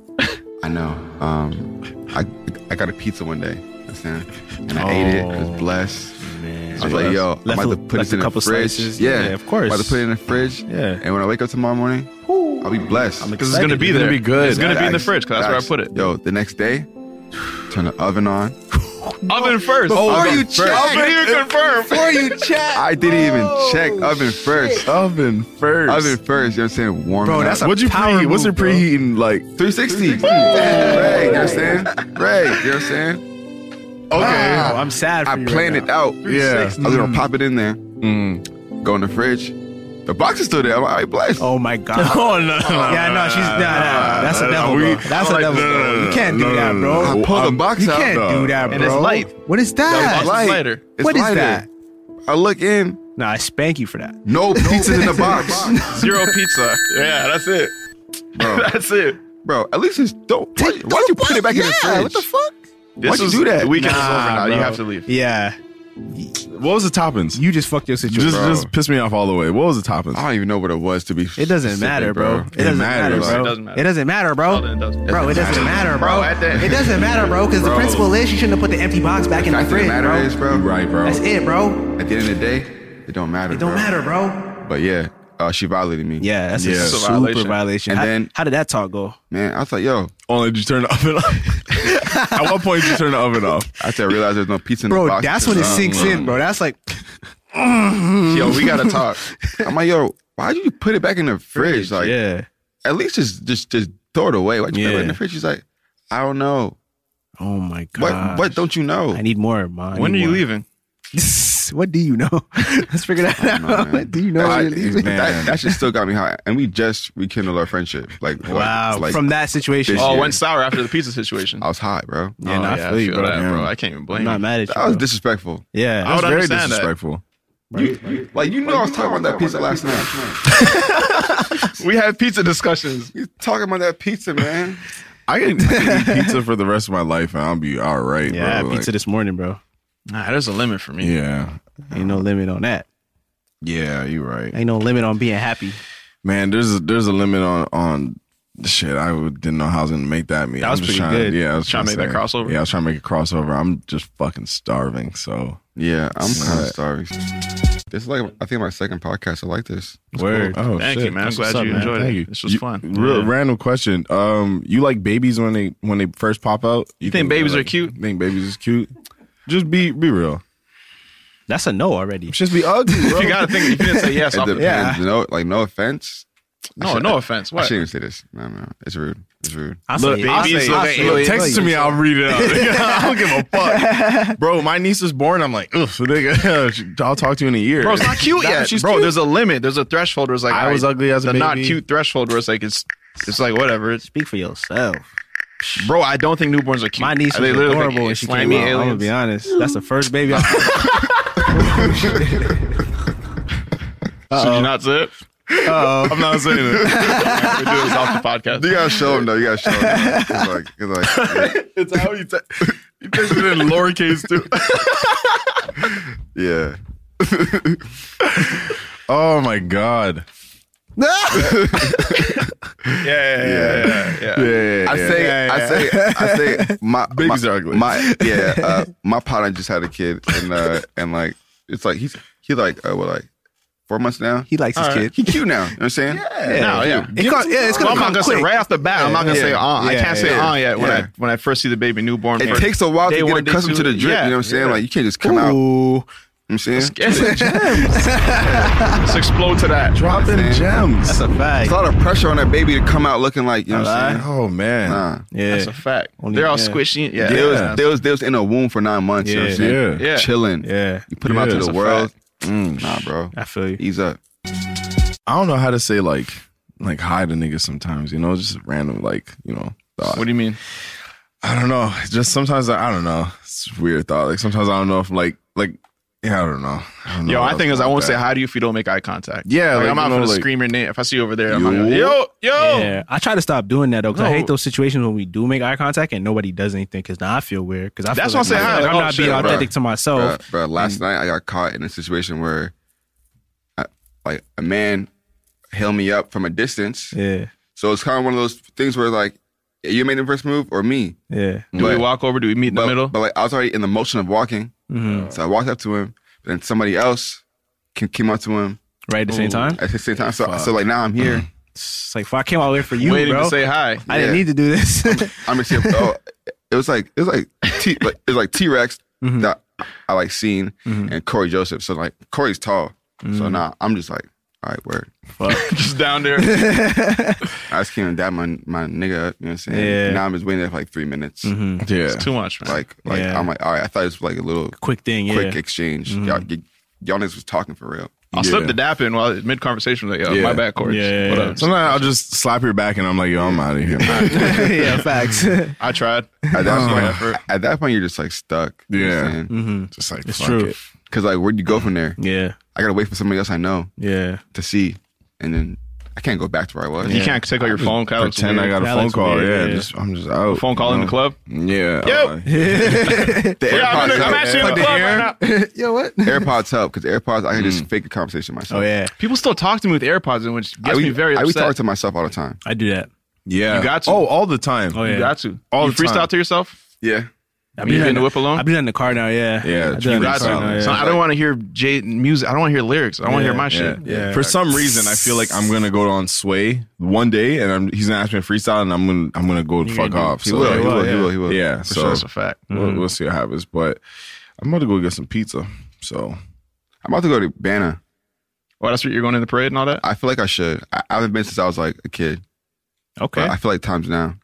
[SPEAKER 4] I know. Um, I I got a pizza one day. You know what I'm saying? And I ate it. I was blessed. I was like, yo,
[SPEAKER 5] Oh, Left
[SPEAKER 4] I'm
[SPEAKER 5] a-
[SPEAKER 4] about to put
[SPEAKER 5] left
[SPEAKER 4] this in
[SPEAKER 5] a
[SPEAKER 4] the
[SPEAKER 5] couple
[SPEAKER 4] fridge.
[SPEAKER 5] slices.
[SPEAKER 4] Yeah,
[SPEAKER 5] Yeah, of course.
[SPEAKER 4] About to put it in the fridge.
[SPEAKER 5] Yeah.
[SPEAKER 4] And when I wake up tomorrow morning, I'll be blessed. I'm
[SPEAKER 3] Because it's gonna be
[SPEAKER 2] It's
[SPEAKER 3] there.
[SPEAKER 2] gonna be good.
[SPEAKER 3] It's gonna be in the fridge, because that's where I put it.
[SPEAKER 4] Yo, the next day, turn the oven on.
[SPEAKER 3] Oven Oh, first.
[SPEAKER 4] Oven
[SPEAKER 5] you
[SPEAKER 4] first.
[SPEAKER 3] Oven even confirmed.
[SPEAKER 5] Before you chat,
[SPEAKER 4] I didn't even check oven first.
[SPEAKER 2] Oven first.
[SPEAKER 4] Oven first, you know what I'm saying? Warm
[SPEAKER 5] Bro,
[SPEAKER 4] it
[SPEAKER 5] that's
[SPEAKER 4] up.
[SPEAKER 5] a
[SPEAKER 2] What'd you
[SPEAKER 5] power
[SPEAKER 2] preheat? What's your
[SPEAKER 5] move, bro.
[SPEAKER 2] preheating like?
[SPEAKER 4] 360. Ray, you know what I'm saying? Ray, you know what I'm saying?
[SPEAKER 2] Okay.
[SPEAKER 4] Ah.
[SPEAKER 5] Wow, I'm sad. For
[SPEAKER 4] I
[SPEAKER 5] you
[SPEAKER 4] planned
[SPEAKER 5] right
[SPEAKER 4] it out.
[SPEAKER 2] Yeah.
[SPEAKER 4] I was gonna pop it in there,
[SPEAKER 2] Mm.
[SPEAKER 4] go in the fridge. The box is still there. I'm like, all right, blessed.
[SPEAKER 5] Oh my god.
[SPEAKER 2] Oh no. no,
[SPEAKER 5] yeah, no, she's nah, nah, nah. That's a
[SPEAKER 2] nah,
[SPEAKER 5] devil.
[SPEAKER 2] Uh, we-
[SPEAKER 5] bro. That's a
[SPEAKER 2] I'm like,
[SPEAKER 5] devil.
[SPEAKER 2] no, no,
[SPEAKER 5] bro.
[SPEAKER 2] no,
[SPEAKER 5] You can't
[SPEAKER 2] no,
[SPEAKER 5] do
[SPEAKER 2] no,
[SPEAKER 5] that,
[SPEAKER 2] no,
[SPEAKER 5] bro. Um,
[SPEAKER 2] no,
[SPEAKER 4] I pulled the box
[SPEAKER 5] You
[SPEAKER 4] out.
[SPEAKER 5] can't
[SPEAKER 4] though.
[SPEAKER 5] do that, bro.
[SPEAKER 3] And it's light.
[SPEAKER 5] What is
[SPEAKER 3] That
[SPEAKER 5] that?
[SPEAKER 3] was
[SPEAKER 4] light.
[SPEAKER 3] lighter.
[SPEAKER 4] It's
[SPEAKER 5] What is
[SPEAKER 4] lighter.
[SPEAKER 5] that?
[SPEAKER 4] I look in,
[SPEAKER 5] Nah, I spank you for that.
[SPEAKER 4] no pizza in the box.
[SPEAKER 3] Zero pizza. Yeah, that's it. that's it.
[SPEAKER 4] Bro, at least it's don't. Why, why'd you put it back in the fridge? What the fuck?
[SPEAKER 3] This
[SPEAKER 4] you
[SPEAKER 3] is,
[SPEAKER 4] do that?
[SPEAKER 3] The weekend is over
[SPEAKER 5] Nah,
[SPEAKER 3] now. You
[SPEAKER 5] bro.
[SPEAKER 3] have to leave.
[SPEAKER 5] Yeah,
[SPEAKER 2] What was the toppings?
[SPEAKER 5] you just fucked your situation.
[SPEAKER 2] just,
[SPEAKER 5] bro.
[SPEAKER 2] just pissed me off all the way. What was the toppings?
[SPEAKER 4] I don't even know what it was to be.
[SPEAKER 5] it doesn't
[SPEAKER 4] specific,
[SPEAKER 5] matter, bro. It
[SPEAKER 2] It
[SPEAKER 5] doesn't matter,
[SPEAKER 2] matters.
[SPEAKER 5] bro.
[SPEAKER 3] It doesn't matter.
[SPEAKER 5] It doesn't matter,
[SPEAKER 3] Oh,
[SPEAKER 5] bro.
[SPEAKER 3] then it doesn't.
[SPEAKER 5] Bro, it doesn't matter,
[SPEAKER 3] Bro,
[SPEAKER 5] bro.
[SPEAKER 3] at that-
[SPEAKER 5] It doesn't matter, bro, because the
[SPEAKER 3] Bro.
[SPEAKER 5] principle is you shouldn't have put the empty box back in the
[SPEAKER 4] Fact of the
[SPEAKER 5] fridge,
[SPEAKER 4] matter
[SPEAKER 5] bro.
[SPEAKER 4] is, bro.
[SPEAKER 2] Right, bro.
[SPEAKER 5] That's it, bro.
[SPEAKER 4] At the end of the day, it don't matter.
[SPEAKER 5] It don't
[SPEAKER 4] bro.
[SPEAKER 5] matter, bro.
[SPEAKER 4] But yeah, uh, she violated me.
[SPEAKER 5] Yeah, that's
[SPEAKER 2] Yeah.
[SPEAKER 5] a
[SPEAKER 2] It's a
[SPEAKER 5] super
[SPEAKER 3] violation.
[SPEAKER 5] violation.
[SPEAKER 4] And
[SPEAKER 5] how,
[SPEAKER 4] then-
[SPEAKER 5] how did that talk go?
[SPEAKER 4] man. I was like, yo.
[SPEAKER 2] Only Oh, did you turn the oven off? At what point did you turn the oven off?
[SPEAKER 4] I said, I realized there's no pizza in the
[SPEAKER 5] Bro,
[SPEAKER 4] box.
[SPEAKER 5] that's when it
[SPEAKER 4] Um,
[SPEAKER 5] sinks in, bro. That's like,
[SPEAKER 4] Yo, we gotta talk. I'm like, yo, why would you put it back in the fridge? Like,
[SPEAKER 5] yeah.
[SPEAKER 4] at least just just just throw it away. Why'd you put it back
[SPEAKER 5] Yeah.
[SPEAKER 4] in the fridge? She's like, I don't know.
[SPEAKER 5] Oh my
[SPEAKER 4] What-
[SPEAKER 5] god.
[SPEAKER 4] what don't you know?
[SPEAKER 5] I need more, Ma. I
[SPEAKER 3] When are
[SPEAKER 5] need
[SPEAKER 3] you
[SPEAKER 5] more.
[SPEAKER 3] leaving?
[SPEAKER 5] what do you know? Let's figure that out. What do you know? when
[SPEAKER 4] I-
[SPEAKER 5] you're leaving?
[SPEAKER 4] that, that shit still got me high, and we just rekindled our friendship. Like what-
[SPEAKER 5] wow.
[SPEAKER 4] like,
[SPEAKER 5] From that situation.
[SPEAKER 4] this
[SPEAKER 3] Oh,
[SPEAKER 4] year.
[SPEAKER 3] went sour after the pizza situation.
[SPEAKER 4] I was high, bro.
[SPEAKER 5] Yeah, no, I feel you, bro.
[SPEAKER 3] that,
[SPEAKER 2] Yeah.
[SPEAKER 3] bro. I can't even
[SPEAKER 5] I'm
[SPEAKER 3] blame
[SPEAKER 5] not
[SPEAKER 3] you.
[SPEAKER 5] mad at you.
[SPEAKER 4] That was
[SPEAKER 5] bro.
[SPEAKER 4] disrespectful.
[SPEAKER 5] yeah.
[SPEAKER 2] That's
[SPEAKER 3] I would
[SPEAKER 2] very
[SPEAKER 3] understand that.
[SPEAKER 2] disrespectful.
[SPEAKER 4] Like you know, I was talking about that pizza last night.
[SPEAKER 3] We had pizza discussions.
[SPEAKER 4] You talking about that pizza, man?
[SPEAKER 2] I can, I can eat pizza for the rest of my life and I'll be all right.
[SPEAKER 5] Yeah,
[SPEAKER 2] bro.
[SPEAKER 5] pizza
[SPEAKER 2] Like,
[SPEAKER 5] this morning, bro.
[SPEAKER 3] Nah, there's a limit for me.
[SPEAKER 2] yeah,
[SPEAKER 5] Ain't no limit on that.
[SPEAKER 2] yeah, you're right.
[SPEAKER 5] Ain't no limit on being happy.
[SPEAKER 2] Man, there's a, there's a limit on on shit. I would- didn't know how I was gonna make that. Me,
[SPEAKER 5] That
[SPEAKER 2] I
[SPEAKER 5] was
[SPEAKER 2] just
[SPEAKER 5] pretty
[SPEAKER 2] trying,
[SPEAKER 5] good.
[SPEAKER 2] Yeah, I was
[SPEAKER 3] Trying to make that
[SPEAKER 2] say-
[SPEAKER 3] crossover?
[SPEAKER 2] Yeah, I was trying to make a crossover. I'm just fucking starving. So
[SPEAKER 4] Yeah, I'm kind of
[SPEAKER 2] Alright.
[SPEAKER 4] starving. This is like I think my second podcast. I like this.
[SPEAKER 5] Word.
[SPEAKER 2] oh,
[SPEAKER 3] Thank you, man. I'm
[SPEAKER 5] That's
[SPEAKER 3] glad
[SPEAKER 5] what's up,
[SPEAKER 3] you
[SPEAKER 5] man.
[SPEAKER 3] enjoyed
[SPEAKER 2] Thank
[SPEAKER 3] it.
[SPEAKER 2] you.
[SPEAKER 3] This was
[SPEAKER 2] You-
[SPEAKER 3] fun.
[SPEAKER 2] Real random question. Um, you like babies when they when they first pop out? You,
[SPEAKER 3] think babies are
[SPEAKER 2] like,
[SPEAKER 3] cute?
[SPEAKER 2] you Think babies is cute? Just be be real.
[SPEAKER 5] That's a no already.
[SPEAKER 2] Just be ugly. Bro.
[SPEAKER 3] You gotta think if you didn't say yes.
[SPEAKER 4] It
[SPEAKER 3] I'll-
[SPEAKER 4] depends. No, like no offense.
[SPEAKER 3] No, no offense.
[SPEAKER 4] I
[SPEAKER 3] What?
[SPEAKER 4] shouldn't even say this. No, no, it's rude. It's rude.
[SPEAKER 5] I'll
[SPEAKER 3] Look,
[SPEAKER 5] say- I'll
[SPEAKER 3] babies
[SPEAKER 5] say-
[SPEAKER 3] look
[SPEAKER 5] I'll
[SPEAKER 3] like
[SPEAKER 5] say-
[SPEAKER 3] aliens.
[SPEAKER 2] Text to me, I'll read it out. I don't give a fuck, bro. My niece was born. I'm like, ugh, nigga. I'll talk to you in a year,
[SPEAKER 3] Bro, it's not cute
[SPEAKER 2] Nah,
[SPEAKER 3] yet.
[SPEAKER 2] she's
[SPEAKER 3] Bro,
[SPEAKER 2] cute.
[SPEAKER 3] there's a limit. There's a threshold where it's like
[SPEAKER 2] I
[SPEAKER 3] all
[SPEAKER 2] was ugly as a
[SPEAKER 3] the not
[SPEAKER 2] baby.
[SPEAKER 3] cute threshold where it's like it's it's like whatever. It's,
[SPEAKER 5] Speak for yourself.
[SPEAKER 3] bro, I don't think newborns are cute.
[SPEAKER 5] My niece
[SPEAKER 3] They
[SPEAKER 5] was
[SPEAKER 3] literally
[SPEAKER 5] adorable when
[SPEAKER 3] it's
[SPEAKER 5] she came
[SPEAKER 3] slimy
[SPEAKER 5] out. I'm gonna
[SPEAKER 3] aliens.
[SPEAKER 5] be honest. That's the first baby. I-
[SPEAKER 3] Should
[SPEAKER 4] Uh,
[SPEAKER 3] you not say it? I'm not saying it. we do this off the podcast.
[SPEAKER 4] You gotta show him though. You gotta show him. It's like, it's like,
[SPEAKER 2] It's how you te- you text it in lowercase too.
[SPEAKER 4] yeah.
[SPEAKER 2] Oh my god.
[SPEAKER 3] Yeah, yeah, yeah, yeah, yeah.
[SPEAKER 2] Yeah,
[SPEAKER 4] I say, I say, I say, my
[SPEAKER 2] Babies
[SPEAKER 4] my,
[SPEAKER 2] are ugly.
[SPEAKER 4] My yeah, uh, my partner just had a kid, and uh, and like it's like he's he like uh, what like four months now.
[SPEAKER 5] he likes his kid.
[SPEAKER 4] He cute now. You know what I'm saying? Yeah.
[SPEAKER 3] No, yeah.
[SPEAKER 5] It come- yeah, it's
[SPEAKER 3] Well,
[SPEAKER 5] gonna
[SPEAKER 3] I'm not gonna
[SPEAKER 5] come
[SPEAKER 3] say
[SPEAKER 5] quick.
[SPEAKER 3] right off the bat. I'm not gonna
[SPEAKER 4] Yeah.
[SPEAKER 3] say on. I
[SPEAKER 5] Yeah,
[SPEAKER 3] can't say
[SPEAKER 4] yeah.
[SPEAKER 3] on yet when
[SPEAKER 4] Yeah.
[SPEAKER 3] I when I first see the baby newborn.
[SPEAKER 4] It
[SPEAKER 3] first-
[SPEAKER 4] takes a while
[SPEAKER 3] Day
[SPEAKER 4] to
[SPEAKER 3] one,
[SPEAKER 4] get
[SPEAKER 3] day
[SPEAKER 4] accustomed
[SPEAKER 3] two.
[SPEAKER 4] to the drip.
[SPEAKER 3] Yeah,
[SPEAKER 4] You know what I'm saying?
[SPEAKER 3] yeah.
[SPEAKER 4] Like you can't just come out. You
[SPEAKER 5] Ooh.
[SPEAKER 4] know what I'm saying?
[SPEAKER 3] Let's explode to that.
[SPEAKER 2] dropping gems.
[SPEAKER 5] That's a fact.
[SPEAKER 4] It's a lot of pressure on that baby to come out looking like you know what I'm saying.
[SPEAKER 2] Oh man.
[SPEAKER 4] Nah.
[SPEAKER 5] Yeah.
[SPEAKER 3] That's a fact.
[SPEAKER 5] Only-
[SPEAKER 3] They're all
[SPEAKER 5] yeah.
[SPEAKER 3] squishy. Yeah,
[SPEAKER 4] They was they was they was in a womb for nine months. You know what I'm
[SPEAKER 5] Yeah.
[SPEAKER 4] saying?
[SPEAKER 3] Yeah. Yeah.
[SPEAKER 4] Chilling.
[SPEAKER 5] Yeah.
[SPEAKER 4] You put him out
[SPEAKER 2] Yeah.
[SPEAKER 4] to
[SPEAKER 2] That's
[SPEAKER 4] the
[SPEAKER 2] a
[SPEAKER 4] world. Mm, nah, bro.
[SPEAKER 5] I feel you.
[SPEAKER 4] Ease up.
[SPEAKER 2] I don't know how to say like like hi to niggas sometimes, you know, just random like, you know, thought.
[SPEAKER 3] What do you mean?
[SPEAKER 2] I don't know. It's Just sometimes I, I don't know. It's a weird thought. Like sometimes I don't know if like like yeah, I don't know. I don't know
[SPEAKER 3] Yo,
[SPEAKER 2] what
[SPEAKER 3] I
[SPEAKER 2] else
[SPEAKER 3] think is
[SPEAKER 2] to
[SPEAKER 3] I
[SPEAKER 2] call
[SPEAKER 3] won't
[SPEAKER 2] it
[SPEAKER 3] say
[SPEAKER 2] that.
[SPEAKER 3] hi to you if you don't make eye contact.
[SPEAKER 2] Yeah,
[SPEAKER 3] like,
[SPEAKER 2] like,
[SPEAKER 3] I'm not
[SPEAKER 2] you know,
[SPEAKER 3] gonna
[SPEAKER 2] like,
[SPEAKER 3] scream your name. If I see you over there, I'm not gonna,
[SPEAKER 2] Yo.
[SPEAKER 3] yo, yo.
[SPEAKER 5] Yeah, I try to stop doing that though, because I
[SPEAKER 3] No.
[SPEAKER 5] hate those situations when we do make eye contact and nobody does anything. Because now I feel weird. Because I
[SPEAKER 3] That's
[SPEAKER 5] feel
[SPEAKER 3] why I say hi,
[SPEAKER 5] I'm
[SPEAKER 3] like,
[SPEAKER 5] I'm
[SPEAKER 3] oh,
[SPEAKER 5] not
[SPEAKER 3] shit,
[SPEAKER 5] being
[SPEAKER 3] bruh.
[SPEAKER 5] authentic to myself.
[SPEAKER 4] Bruh, bruh, Uh,
[SPEAKER 2] Mm.
[SPEAKER 4] last night I got caught in a situation where, I, like, a man held me up from a distance.
[SPEAKER 5] Yeah,
[SPEAKER 4] So it's kind of one of those things where, like, you made the first move or me.
[SPEAKER 5] yeah,
[SPEAKER 3] Do we walk over? Do we meet in
[SPEAKER 4] but,
[SPEAKER 3] the middle?
[SPEAKER 4] But, like, I was already in the motion of walking. So I walked up to him, but then somebody else came, came up to him
[SPEAKER 5] right at the same time.
[SPEAKER 4] at the same time. So, so like, now I'm here.
[SPEAKER 5] It's like, fuck, I came all the way for you,
[SPEAKER 3] Waiting
[SPEAKER 5] bro.
[SPEAKER 3] to say hi.
[SPEAKER 5] I didn't
[SPEAKER 4] Yeah.
[SPEAKER 5] need to do this.
[SPEAKER 4] I'm gonna see if oh, it was like it was like T like it was like T Rex that I like seen and Corey Joseph. So like Corey's tall. So now I'm just like, all right, word.
[SPEAKER 3] Just down there.
[SPEAKER 4] I just came and dab my my nigga up, you know what I'm saying?
[SPEAKER 5] Yeah.
[SPEAKER 4] Now I'm just waiting there for like three minutes.
[SPEAKER 2] Yeah.
[SPEAKER 3] It's too much, man.
[SPEAKER 4] Like like
[SPEAKER 5] Yeah.
[SPEAKER 4] I'm like, all right, I thought it was like a little
[SPEAKER 5] Quick thing, yeah.
[SPEAKER 4] quick exchange.
[SPEAKER 3] Mm-hmm.
[SPEAKER 4] Y'all y- y'all niggas was talking for real.
[SPEAKER 3] I'll slip the dap in while mid conversation. Like, yo,
[SPEAKER 2] Yeah.
[SPEAKER 3] my bad, Corey.
[SPEAKER 5] Yeah, yeah,
[SPEAKER 3] What
[SPEAKER 5] yeah.
[SPEAKER 3] up?
[SPEAKER 2] Sometimes I'll just slap your back and I'm like, yo, I'm out of here. man.
[SPEAKER 5] yeah, facts.
[SPEAKER 3] I tried.
[SPEAKER 4] At that
[SPEAKER 2] Oh.
[SPEAKER 4] point, at that point you're just like stuck. You know what I'm
[SPEAKER 2] Yeah.
[SPEAKER 3] Mm-hmm.
[SPEAKER 4] saying?
[SPEAKER 2] just like
[SPEAKER 5] It's
[SPEAKER 2] fuck
[SPEAKER 5] true.
[SPEAKER 2] it.
[SPEAKER 4] Cause like where'd you go from there?
[SPEAKER 5] yeah,
[SPEAKER 4] I gotta wait for somebody else I know
[SPEAKER 5] yeah.
[SPEAKER 4] to see. And then I can't go back to where I was.
[SPEAKER 3] You can't take out your phone. Kyle. It's
[SPEAKER 2] Pretend I
[SPEAKER 3] weird.
[SPEAKER 2] got a
[SPEAKER 5] That
[SPEAKER 2] phone
[SPEAKER 5] looks
[SPEAKER 2] call.
[SPEAKER 5] weird,
[SPEAKER 2] yeah,
[SPEAKER 5] yeah.
[SPEAKER 2] just I'm just out.
[SPEAKER 3] phone call
[SPEAKER 2] you
[SPEAKER 3] in the
[SPEAKER 2] know?
[SPEAKER 3] club.
[SPEAKER 2] Yeah.
[SPEAKER 3] Yo.
[SPEAKER 2] uh,
[SPEAKER 4] The
[SPEAKER 3] Yeah, I'm, in
[SPEAKER 4] AirPods
[SPEAKER 3] the- I'm
[SPEAKER 4] help.
[SPEAKER 3] actually in the
[SPEAKER 4] But the
[SPEAKER 3] club right now.
[SPEAKER 5] Yo, what?
[SPEAKER 4] AirPods help because AirPods I can just
[SPEAKER 3] Mm.
[SPEAKER 4] fake a conversation myself.
[SPEAKER 5] Oh yeah,
[SPEAKER 3] People still talk to me with AirPods in, which
[SPEAKER 4] I
[SPEAKER 3] gets me very
[SPEAKER 4] I be talking
[SPEAKER 3] upset.
[SPEAKER 4] to myself all the time.
[SPEAKER 5] I do that.
[SPEAKER 2] Yeah.
[SPEAKER 3] You got to.
[SPEAKER 2] Oh, all the time.
[SPEAKER 5] Oh, yeah.
[SPEAKER 3] You got to.
[SPEAKER 2] All
[SPEAKER 3] you
[SPEAKER 2] the time.
[SPEAKER 3] freestyle to yourself.
[SPEAKER 4] Yeah.
[SPEAKER 5] I
[SPEAKER 3] You getting the whip alone?
[SPEAKER 5] I do that in the car now. Yeah,
[SPEAKER 2] Yeah,
[SPEAKER 5] I do that in
[SPEAKER 2] you
[SPEAKER 5] the
[SPEAKER 2] got
[SPEAKER 3] That's
[SPEAKER 5] car
[SPEAKER 2] to.
[SPEAKER 3] what-
[SPEAKER 5] now,
[SPEAKER 3] so I don't want to hear Jay music. I don't want to hear lyrics. I want to
[SPEAKER 5] Yeah,
[SPEAKER 3] hear my
[SPEAKER 2] Yeah.
[SPEAKER 3] shit.
[SPEAKER 2] yeah. For some reason, I feel like I'm gonna go on Sway one day, and I'm, he's gonna ask me to freestyle, and I'm gonna I'm gonna go the fuck off.
[SPEAKER 4] He
[SPEAKER 2] so
[SPEAKER 4] will,
[SPEAKER 2] like,
[SPEAKER 4] he will, he will, he will.
[SPEAKER 2] Yeah.
[SPEAKER 3] For
[SPEAKER 2] so
[SPEAKER 3] sure, that's a fact.
[SPEAKER 2] we'll, we'll see what happens. But I'm about to go get some pizza. So
[SPEAKER 4] I'm about to go to Banna.
[SPEAKER 3] Well, that's what you're going in the parade and all that.
[SPEAKER 4] I feel like I should. I, I haven't been since I was like a kid.
[SPEAKER 5] Okay,
[SPEAKER 4] But I feel like times now.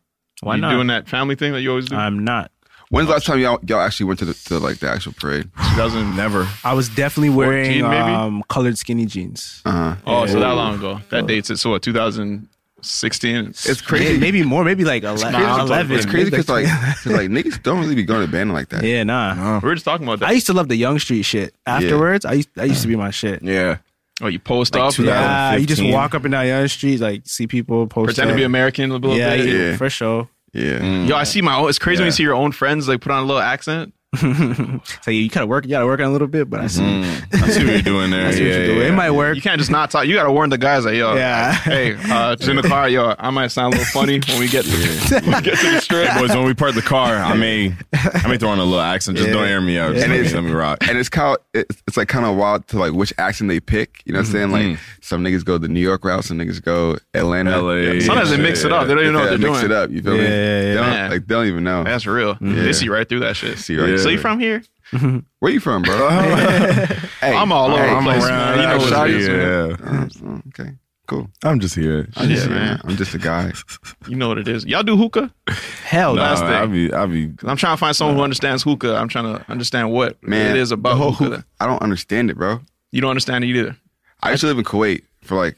[SPEAKER 5] why
[SPEAKER 3] you
[SPEAKER 5] not?
[SPEAKER 3] doing that family thing that you always do?
[SPEAKER 5] I'm not.
[SPEAKER 4] When's the last time y'all, y'all actually went to, the, to like the actual parade?
[SPEAKER 3] Doesn't never.
[SPEAKER 5] I was definitely wearing
[SPEAKER 3] 14 maybe?
[SPEAKER 5] um, colored skinny jeans.
[SPEAKER 4] Uh-huh.
[SPEAKER 3] Oh, so that
[SPEAKER 5] Ooh.
[SPEAKER 3] long ago. That dates it. So what? 2016. It's
[SPEAKER 5] May- Maybe more, maybe like 11.
[SPEAKER 3] crazy.
[SPEAKER 4] It's crazy because like, 'cause, like niggas don't really be going to band like that.
[SPEAKER 5] yeah, nah.
[SPEAKER 3] Oh. We were just talking about that.
[SPEAKER 5] I used to love the Young Street shit. Afterwards, I used that used to be my shit.
[SPEAKER 2] Yeah.
[SPEAKER 3] oh, you post off.
[SPEAKER 5] Yeah, you just
[SPEAKER 2] 2015.
[SPEAKER 5] walk up and down Young Street, like see people post.
[SPEAKER 3] Pretend to be American a little
[SPEAKER 5] Yeah,
[SPEAKER 3] bit.
[SPEAKER 5] yeah,
[SPEAKER 4] Yeah.
[SPEAKER 5] for sure.
[SPEAKER 4] Yeah.
[SPEAKER 3] Yo, I see my own. It's crazy when you see your own friends like put on a little accent.
[SPEAKER 5] So you kind of work, you gotta work on it a little bit, but I see.
[SPEAKER 3] Mm-hmm.
[SPEAKER 2] I see what you're doing there.
[SPEAKER 5] I see what
[SPEAKER 2] yeah,
[SPEAKER 5] you do.
[SPEAKER 2] yeah.
[SPEAKER 5] It might work.
[SPEAKER 3] You can't just not talk. You got to warn the guys like, yo,
[SPEAKER 5] Yeah.
[SPEAKER 3] hey, uh, it's in the car, yo, I might sound a little funny when we get, when we get to the strip.
[SPEAKER 2] Boys, when we park the car, I may, I may throw on a little accent. Just don't air me out. Just
[SPEAKER 4] And
[SPEAKER 2] let, me,
[SPEAKER 4] it's-
[SPEAKER 2] let me rock.
[SPEAKER 4] And it's kind of, it's, it's like kind of wild to like which accent they pick. You know what I'm saying? Like some niggas go the New York route, some niggas go Atlanta.
[SPEAKER 2] LA.
[SPEAKER 4] Yeah,
[SPEAKER 3] Sometimes they mix it up. They don't even know what they're
[SPEAKER 4] mix
[SPEAKER 3] doing.
[SPEAKER 4] it up. You feel me?
[SPEAKER 5] Yeah, yeah,
[SPEAKER 4] They don't-
[SPEAKER 3] yeah.
[SPEAKER 4] like they don't even know.
[SPEAKER 3] That's real. They see right through that shit.
[SPEAKER 4] See right
[SPEAKER 3] So
[SPEAKER 4] through
[SPEAKER 3] you
[SPEAKER 4] it.
[SPEAKER 3] from here?
[SPEAKER 4] Where you from, bro? Hey,
[SPEAKER 3] I'm all over
[SPEAKER 4] hey,
[SPEAKER 3] the
[SPEAKER 4] I'm
[SPEAKER 3] place, man.
[SPEAKER 4] around.
[SPEAKER 3] You know
[SPEAKER 4] Shout
[SPEAKER 3] what
[SPEAKER 4] out
[SPEAKER 3] it is,
[SPEAKER 4] to-
[SPEAKER 3] man.
[SPEAKER 4] Uh, Okay, cool.
[SPEAKER 2] I'm just here.
[SPEAKER 4] I'm just,
[SPEAKER 3] Yeah, man.
[SPEAKER 4] I'm just a guy.
[SPEAKER 3] You know what it is. Y'all do hookah?
[SPEAKER 5] Hell no.
[SPEAKER 3] Nah. Last thing.
[SPEAKER 2] I'll be, I'll be.
[SPEAKER 3] I'm trying to find someone who understands hookah. I'm trying to understand what
[SPEAKER 4] Man,
[SPEAKER 3] it is about
[SPEAKER 4] the whole
[SPEAKER 3] hookah.
[SPEAKER 4] hookah- I don't understand it, bro.
[SPEAKER 3] You don't understand it either.
[SPEAKER 4] I used to live in Kuwait for like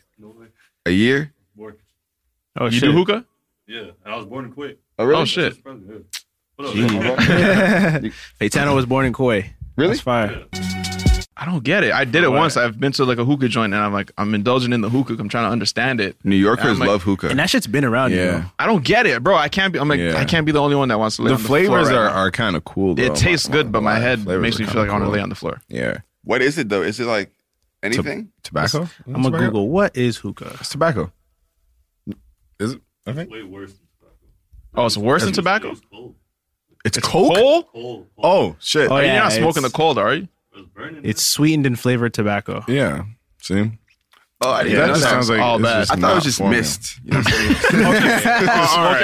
[SPEAKER 4] a year.
[SPEAKER 5] Oh,
[SPEAKER 3] You
[SPEAKER 5] shit.
[SPEAKER 3] do hookah?
[SPEAKER 8] Yeah, and I was born in Kuwait.
[SPEAKER 4] Oh, really?
[SPEAKER 3] Oh shit.
[SPEAKER 5] Faitano was born in Koi.
[SPEAKER 4] Really?
[SPEAKER 5] That's fire.
[SPEAKER 3] I don't get it. I did it once. I've been to like a hookah joint and I'm like, I'm indulging in the hookah. I'm trying to understand it.
[SPEAKER 4] New Yorkers
[SPEAKER 3] I'm like-
[SPEAKER 4] love hookah.
[SPEAKER 5] And that shit's been around. You
[SPEAKER 2] Yeah.
[SPEAKER 5] know?
[SPEAKER 3] I don't get it, bro. I can't be. I'm like,
[SPEAKER 2] Yeah.
[SPEAKER 3] I can't be the only one that wants to lay
[SPEAKER 2] The
[SPEAKER 3] on the floor
[SPEAKER 2] flavors
[SPEAKER 3] right
[SPEAKER 2] are,
[SPEAKER 3] now.
[SPEAKER 2] are kind of cool. Though.
[SPEAKER 3] It tastes good, but my head
[SPEAKER 2] Flavors are
[SPEAKER 3] makes me feel
[SPEAKER 2] kinda
[SPEAKER 3] like I want to
[SPEAKER 2] cool.
[SPEAKER 3] lay on the floor.
[SPEAKER 2] Yeah.
[SPEAKER 4] what is it though? Is it like
[SPEAKER 2] Tob-
[SPEAKER 4] anything?
[SPEAKER 2] tobacco?
[SPEAKER 5] I'm gonna Google what is hookah.
[SPEAKER 2] It's tobacco. Is it? I think
[SPEAKER 3] Oh, it's worse than tobacco.
[SPEAKER 2] it's, coke.
[SPEAKER 3] Coal?
[SPEAKER 2] Oh shit!
[SPEAKER 5] Oh,
[SPEAKER 3] Are
[SPEAKER 5] yeah,
[SPEAKER 3] you not smoking the
[SPEAKER 5] it's-
[SPEAKER 3] cold? Are you?
[SPEAKER 5] It's sweetened and flavored tobacco.
[SPEAKER 2] Yeah. See,
[SPEAKER 4] Oh, I didn't
[SPEAKER 2] that
[SPEAKER 4] know
[SPEAKER 2] just
[SPEAKER 4] that.
[SPEAKER 2] sounds like
[SPEAKER 3] all
[SPEAKER 2] it's
[SPEAKER 3] bad.
[SPEAKER 2] just
[SPEAKER 4] I thought it
[SPEAKER 2] not
[SPEAKER 4] was just
[SPEAKER 2] formula.
[SPEAKER 4] mist. You know what I'm saying?
[SPEAKER 3] Smoking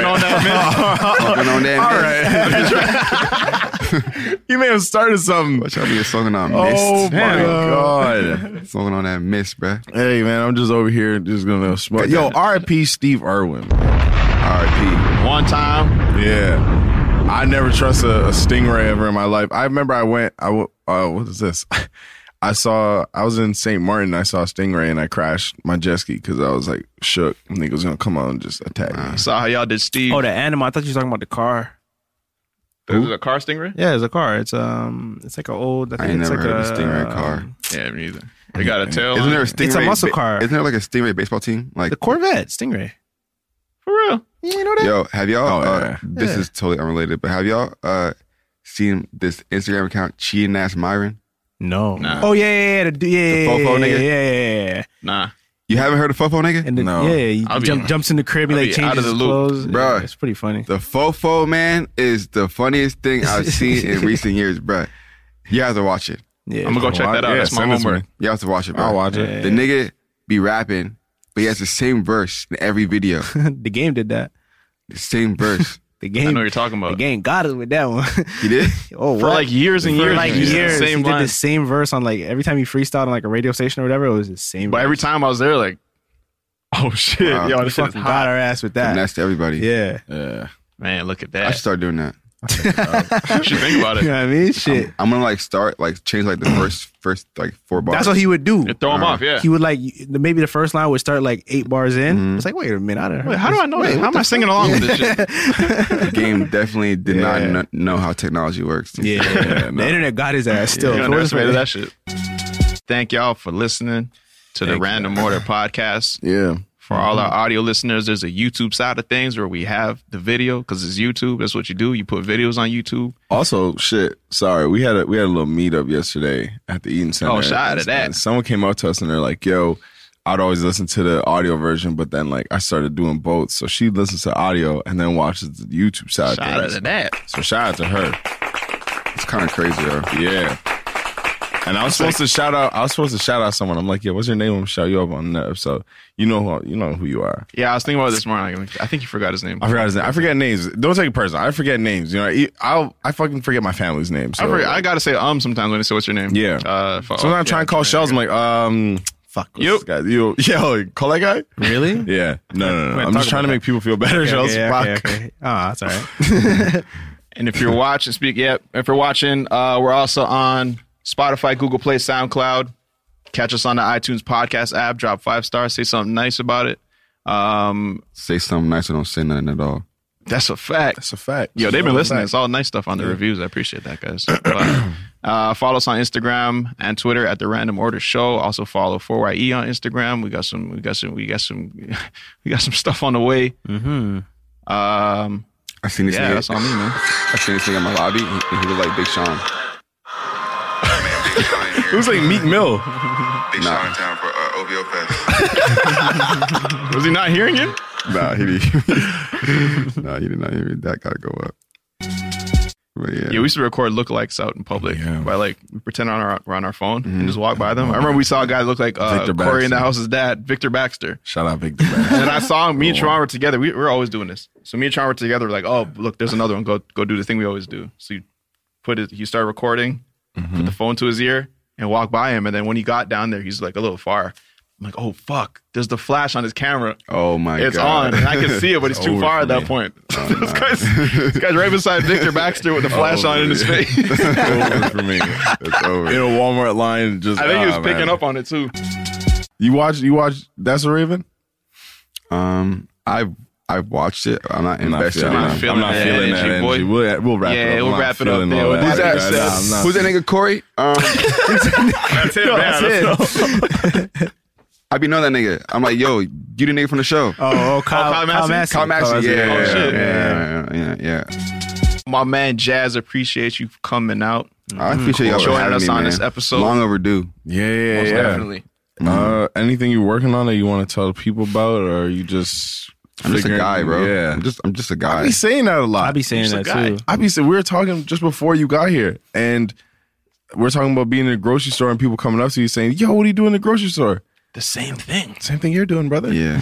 [SPEAKER 3] on that mist?
[SPEAKER 4] Smoking on that mist.
[SPEAKER 2] You may have started something.
[SPEAKER 4] What y'all be smoking on mist?
[SPEAKER 2] Oh my god!
[SPEAKER 4] Smoking on that mist, bro. R.I.P.
[SPEAKER 2] Hey man, I'm just over here just gonna smoke. Yo, R.I.P. Steve Irwin.
[SPEAKER 3] One time,
[SPEAKER 2] Yeah, I never trust a, a stingray ever in my life. I remember I went. I w- uh, what is this? I saw. I was in St. Martin. I saw a stingray and I crashed my jet ski because I was like shook. I think it was gonna come out and just attack me.
[SPEAKER 3] I saw how y'all did Steve.
[SPEAKER 5] Oh, the animal. I thought you were talking about the car.
[SPEAKER 3] Is it a car stingray?
[SPEAKER 5] Yeah, it's a car. It's um, it's like an old. I
[SPEAKER 4] I
[SPEAKER 5] think
[SPEAKER 4] ain't
[SPEAKER 5] it's
[SPEAKER 4] never
[SPEAKER 5] like
[SPEAKER 4] heard
[SPEAKER 5] a um,
[SPEAKER 4] of a Stingray car.
[SPEAKER 3] Yeah, me neither. They got a tail.
[SPEAKER 4] Isn't there a Stingray?
[SPEAKER 5] It's a muscle
[SPEAKER 4] ba-
[SPEAKER 5] car.
[SPEAKER 4] Isn't there like a Stingray baseball team? Like,
[SPEAKER 5] The Corvette Stingray.
[SPEAKER 3] for real?
[SPEAKER 5] You know that?
[SPEAKER 4] yo, have y'all?
[SPEAKER 2] Oh,
[SPEAKER 4] uh,
[SPEAKER 2] yeah.
[SPEAKER 4] This is totally unrelated, but have y'all uh, seen this Instagram account, cheating ass Myron?
[SPEAKER 5] No.
[SPEAKER 3] Nah.
[SPEAKER 5] Oh yeah, yeah, yeah, the, d- yeah,
[SPEAKER 4] The
[SPEAKER 5] yeah,
[SPEAKER 4] fofo
[SPEAKER 5] yeah,
[SPEAKER 4] nigga?
[SPEAKER 5] yeah, yeah, yeah, yeah.
[SPEAKER 3] Nah.
[SPEAKER 4] You haven't heard of Fofo nigga?
[SPEAKER 5] And then
[SPEAKER 2] No.
[SPEAKER 5] yeah, he
[SPEAKER 3] I'll be-
[SPEAKER 5] jump, jumps in the crib, he
[SPEAKER 3] I'll
[SPEAKER 5] like
[SPEAKER 3] be
[SPEAKER 5] changes
[SPEAKER 3] out of the
[SPEAKER 5] his
[SPEAKER 3] loop.
[SPEAKER 5] clothes.
[SPEAKER 4] Bruh.
[SPEAKER 5] Yeah, it's pretty funny.
[SPEAKER 4] The fofo man is the funniest thing I've seen in recent years, bro. You have to watch it.
[SPEAKER 5] Yeah,
[SPEAKER 3] I'm gonna go check that out.
[SPEAKER 2] Yeah,
[SPEAKER 3] Oh, That's my
[SPEAKER 2] send it to
[SPEAKER 3] homework.
[SPEAKER 2] me.
[SPEAKER 4] You have to watch it, bro.
[SPEAKER 2] I'll watch it.
[SPEAKER 4] The nigga be rapping, but he has the same verse in every video.
[SPEAKER 5] the game did that.
[SPEAKER 4] The same verse.
[SPEAKER 5] The
[SPEAKER 3] I
[SPEAKER 5] game,
[SPEAKER 3] know what you're talking
[SPEAKER 5] the
[SPEAKER 3] about.
[SPEAKER 5] game got us with that one.
[SPEAKER 4] He did.
[SPEAKER 5] oh,
[SPEAKER 3] For
[SPEAKER 5] what?
[SPEAKER 3] like years and
[SPEAKER 5] For
[SPEAKER 3] years,
[SPEAKER 5] like
[SPEAKER 3] you used the
[SPEAKER 5] years,
[SPEAKER 3] same
[SPEAKER 5] he did
[SPEAKER 3] line.
[SPEAKER 5] the same verse on like every time he freestyled on like a radio station or whatever. It was the same.
[SPEAKER 3] But every
[SPEAKER 5] verse.
[SPEAKER 3] time I was there, like, oh shit,
[SPEAKER 4] Wow.
[SPEAKER 3] yo,
[SPEAKER 5] we
[SPEAKER 3] this shit is
[SPEAKER 5] fucking
[SPEAKER 3] hot.
[SPEAKER 5] got our ass with that.
[SPEAKER 4] And that's to everybody.
[SPEAKER 5] Yeah,
[SPEAKER 3] Man, look at
[SPEAKER 4] I
[SPEAKER 3] that.
[SPEAKER 4] should start doing that.
[SPEAKER 3] You should think about
[SPEAKER 5] you
[SPEAKER 3] it.
[SPEAKER 5] know what I mean? Shit,
[SPEAKER 4] I'm gonna like start like change like the first first like four bars.
[SPEAKER 5] that's what he would do.
[SPEAKER 3] You throw them off, yeah.
[SPEAKER 5] He would like maybe the first line would start like eight bars in.
[SPEAKER 4] Mm-hmm.
[SPEAKER 5] It's like wait a minute, I don't.
[SPEAKER 3] Wait, how do I know that? How am I singing along with this shit?
[SPEAKER 4] the game definitely did not kn- know how technology works.
[SPEAKER 5] Yeah, the internet got his ass still.
[SPEAKER 3] You
[SPEAKER 5] So we're just
[SPEAKER 3] underestimated
[SPEAKER 5] like-
[SPEAKER 3] that shit. Thank y'all for listening to the Random Order podcast.
[SPEAKER 2] Yeah.
[SPEAKER 3] For all our audio listeners, there's a YouTube side of things where we have the video because it's YouTube. That's what you do. You put videos on YouTube.
[SPEAKER 2] Also, shit. Sorry, we had a we had a little meetup yesterday at the Eaton Center.
[SPEAKER 3] Oh, shout out to
[SPEAKER 2] And-
[SPEAKER 3] that.
[SPEAKER 2] and Someone came up to us and they're like, "Yo, I'd always listen to the audio version, but then like I started doing both. So she listens to audio and then watches the YouTube side. of
[SPEAKER 3] Shout out
[SPEAKER 2] things.
[SPEAKER 3] to that.
[SPEAKER 2] So shout out to her.
[SPEAKER 4] it's kind of crazy though.
[SPEAKER 2] Yeah. And I was supposed to shout out. I was supposed to shout out someone. I'm like, "Yo, what's your name? I'm gonna shout you up on that episode. You know who you know who you are.
[SPEAKER 3] Yeah, I was thinking about this morning. I'm like, I think you forgot his name.
[SPEAKER 2] I forgot his name. I forget names. Don't take it personal. I forget names. You know, I'll I fucking forget my family's name. So
[SPEAKER 3] I, forgot, I gotta say um sometimes when they say what's your name.
[SPEAKER 2] Yeah.
[SPEAKER 3] Uh,
[SPEAKER 2] So when I try and call shells, I'm like, um, fuck, what's
[SPEAKER 3] Yep.
[SPEAKER 2] this guy? You,
[SPEAKER 4] oh,
[SPEAKER 2] yo, call that guy?
[SPEAKER 5] Really?
[SPEAKER 2] Yeah, no, no, no.
[SPEAKER 5] Wait,
[SPEAKER 2] I'm just trying
[SPEAKER 5] talk
[SPEAKER 2] to
[SPEAKER 5] about
[SPEAKER 2] make people feel better.
[SPEAKER 5] Okay, Ah,
[SPEAKER 2] shells,
[SPEAKER 5] okay,
[SPEAKER 2] fuck.
[SPEAKER 5] okay, okay. Oh, that's all right.
[SPEAKER 3] And if you're watching, speak. Yep. If you're watching, uh, we're also on Spotify, Google Play, SoundCloud. Catch us on the iTunes podcast app. Drop five stars. Say something nice about it. Um,
[SPEAKER 4] Say something nice and don't say nothing at all.
[SPEAKER 3] that's a fact. That's
[SPEAKER 2] a fact.
[SPEAKER 3] Yo, they've
[SPEAKER 2] That's a
[SPEAKER 3] been listening.
[SPEAKER 2] fact.
[SPEAKER 3] It's all nice stuff on the
[SPEAKER 2] Yeah.
[SPEAKER 3] reviews. I appreciate that, guys. But, uh, follow us on Instagram and Twitter at the Random Order Show. Also follow 4YE on Instagram. We got some. We got some. We got some. We got some stuff on the way. Mm-hmm. Um,
[SPEAKER 4] I seen this.
[SPEAKER 3] Yeah,
[SPEAKER 4] nigga.
[SPEAKER 3] that's on me, man.
[SPEAKER 4] I seen this nigga in my lobby. He, he looked like Big Sean.
[SPEAKER 2] It was like Meek Mill.
[SPEAKER 4] Big Sean in town for uh, OVO Fest.
[SPEAKER 3] was he not hearing you?
[SPEAKER 4] nah, he didn't. nah, he did not hear me. That gotta go up. But yeah,
[SPEAKER 3] Yeah, we used to record lookalikes out in public by like we pretend on our we're on our phone and just walk by them. I remember we saw a guy look like uh,
[SPEAKER 2] Mm-hmm. Victor
[SPEAKER 3] Corey in the
[SPEAKER 2] Baxter.
[SPEAKER 3] house's dad, Victor Baxter.
[SPEAKER 2] Shout out Victor.
[SPEAKER 3] And then I saw him, me and Tron were together. We, we were always doing this. So me and Tron were together. We're like, oh look, there's another one. Go go do the thing we always do. So you put it. You start recording. Put the phone to his ear and walk by him. And then when he got down there, he's like a little far. I'm like, oh fuck, there's the flash on his camera.
[SPEAKER 4] oh my
[SPEAKER 3] it's
[SPEAKER 4] god,
[SPEAKER 3] on, and I can see it, but it's, too
[SPEAKER 4] over
[SPEAKER 3] far at
[SPEAKER 4] for
[SPEAKER 3] that
[SPEAKER 4] me.
[SPEAKER 3] point. this, guy's, this guy's right beside Victor Baxter with the flash
[SPEAKER 2] Oh,
[SPEAKER 3] on in his face.
[SPEAKER 2] over for me.
[SPEAKER 4] It's over.
[SPEAKER 2] In a Walmart line, just
[SPEAKER 3] I think he was
[SPEAKER 2] ah,
[SPEAKER 3] picking
[SPEAKER 2] man.
[SPEAKER 3] up on it too.
[SPEAKER 2] You watch, you watch. That's a Raven.
[SPEAKER 4] Um, I I watched it. I'm not
[SPEAKER 2] I'm not
[SPEAKER 4] invested.
[SPEAKER 2] feeling,
[SPEAKER 3] I'm not
[SPEAKER 4] in it.
[SPEAKER 3] feeling
[SPEAKER 2] I'm not
[SPEAKER 3] that
[SPEAKER 2] feeling
[SPEAKER 3] energy,
[SPEAKER 2] that energy.
[SPEAKER 3] boy.
[SPEAKER 2] We'll, we'll wrap
[SPEAKER 3] Yeah,
[SPEAKER 2] it up. I'm
[SPEAKER 3] we'll
[SPEAKER 2] not
[SPEAKER 3] wrap it up
[SPEAKER 2] feeling
[SPEAKER 3] there.
[SPEAKER 2] all
[SPEAKER 3] Who's
[SPEAKER 2] that.
[SPEAKER 3] that?
[SPEAKER 2] Nah, nah, I'm not-
[SPEAKER 4] Who's that nigga Corey? Um,
[SPEAKER 3] That's it, man. That's it.
[SPEAKER 4] I be knowing that nigga. I'm like, yo, you the nigga from the show.
[SPEAKER 5] Oh, oh, Kyle,
[SPEAKER 3] Kyle
[SPEAKER 5] Kyle,
[SPEAKER 3] Massey?
[SPEAKER 5] Massey.
[SPEAKER 4] Tom Maxey,
[SPEAKER 2] Massey.
[SPEAKER 4] yeah,
[SPEAKER 3] Oh,
[SPEAKER 4] yeah,
[SPEAKER 3] shit.
[SPEAKER 4] yeah, yeah, yeah,
[SPEAKER 3] My man Jazz, appreciate you coming out.
[SPEAKER 4] I
[SPEAKER 2] Mm,
[SPEAKER 4] appreciate y'all for
[SPEAKER 3] Joining
[SPEAKER 4] having
[SPEAKER 3] us
[SPEAKER 4] me,
[SPEAKER 3] on
[SPEAKER 4] man.
[SPEAKER 3] this episode.
[SPEAKER 4] Long overdue.
[SPEAKER 2] Yeah, yeah,
[SPEAKER 3] Most
[SPEAKER 2] yeah.
[SPEAKER 3] definitely.
[SPEAKER 2] Uh, anything you're working on that you want to tell people about, or are you just?
[SPEAKER 4] I'm just a
[SPEAKER 2] figuring-
[SPEAKER 4] guy, bro.
[SPEAKER 2] Yeah,
[SPEAKER 4] I'm just I'm just a
[SPEAKER 2] I
[SPEAKER 4] guy.
[SPEAKER 2] be saying that a lot.
[SPEAKER 5] I be saying
[SPEAKER 3] Just a
[SPEAKER 5] that
[SPEAKER 3] guy.
[SPEAKER 5] too.
[SPEAKER 2] I be saying we were talking just before you got here, and we're talking about being in a grocery store and people coming up to you saying, "Yo, what are you doing in the grocery store?"
[SPEAKER 3] The same thing.
[SPEAKER 2] Same thing you're doing, brother.
[SPEAKER 4] Yeah,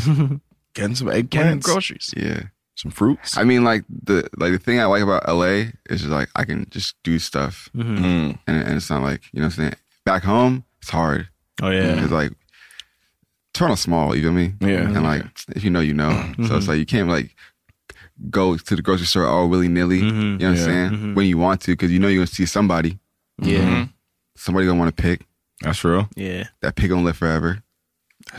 [SPEAKER 2] Getting some
[SPEAKER 3] Getting
[SPEAKER 2] eggplants,
[SPEAKER 3] groceries.
[SPEAKER 4] yeah.
[SPEAKER 2] some fruits.
[SPEAKER 4] I mean, like the like the thing I like about LA is just like I can just do stuff,
[SPEAKER 3] Mm-hmm.
[SPEAKER 2] Mm.
[SPEAKER 4] and, and it's not like you know what I'm saying. Back home, it's hard.
[SPEAKER 5] Oh yeah.
[SPEAKER 4] It's like Toronto's small. You feel me?
[SPEAKER 2] Yeah. Mm-hmm.
[SPEAKER 4] And like if you know, you know. So it's like you can't like go to the grocery store all willy nilly. You know what I'm
[SPEAKER 2] Mm-hmm. Yeah.
[SPEAKER 4] saying? When you want to, because you know you're gonna see somebody.
[SPEAKER 5] Yeah.
[SPEAKER 4] Somebody gonna want to pick.
[SPEAKER 2] Mm-hmm. That's real.
[SPEAKER 5] Yeah.
[SPEAKER 4] That pig gonna live forever.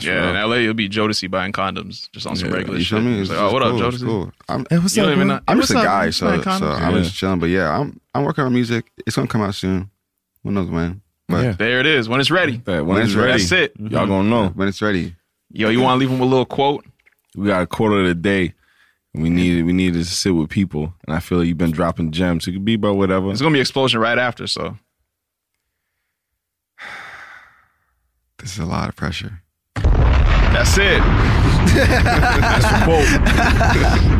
[SPEAKER 3] yeah, in LA, you'll be Jodeci buying condoms just on some
[SPEAKER 2] Yeah,
[SPEAKER 3] regular
[SPEAKER 4] You
[SPEAKER 3] shit.
[SPEAKER 4] feel me?
[SPEAKER 3] It's like, oh, what
[SPEAKER 4] cool.
[SPEAKER 3] up,
[SPEAKER 4] it's
[SPEAKER 3] Jodeci?
[SPEAKER 4] cool. I'm,
[SPEAKER 2] what's
[SPEAKER 3] You don't even
[SPEAKER 2] bro?
[SPEAKER 3] know-
[SPEAKER 4] I'm
[SPEAKER 3] Hey,
[SPEAKER 4] just a
[SPEAKER 3] what's up?
[SPEAKER 4] guy,
[SPEAKER 3] It's
[SPEAKER 4] so,
[SPEAKER 3] my
[SPEAKER 4] so
[SPEAKER 3] condom.
[SPEAKER 4] I'm
[SPEAKER 2] Yeah.
[SPEAKER 4] just chilling. But yeah, I'm I'm working on music. It's gonna come out soon. Who knows when? But
[SPEAKER 2] Yeah.
[SPEAKER 3] There it is. When it's ready.
[SPEAKER 2] That when
[SPEAKER 4] When
[SPEAKER 2] it's
[SPEAKER 4] it's ready.
[SPEAKER 2] ready,
[SPEAKER 3] That's it.
[SPEAKER 2] y'all gonna know.
[SPEAKER 4] when it's ready,
[SPEAKER 3] Yo, you want to leave him with a little quote?
[SPEAKER 2] Mm-hmm. We got a quarter of the day. We need we need to sit with people, and I feel like you've been dropping gems. It could be about whatever.
[SPEAKER 3] It's gonna be explosion right after. So
[SPEAKER 4] this is a lot of pressure.
[SPEAKER 3] that's it. that's the quote.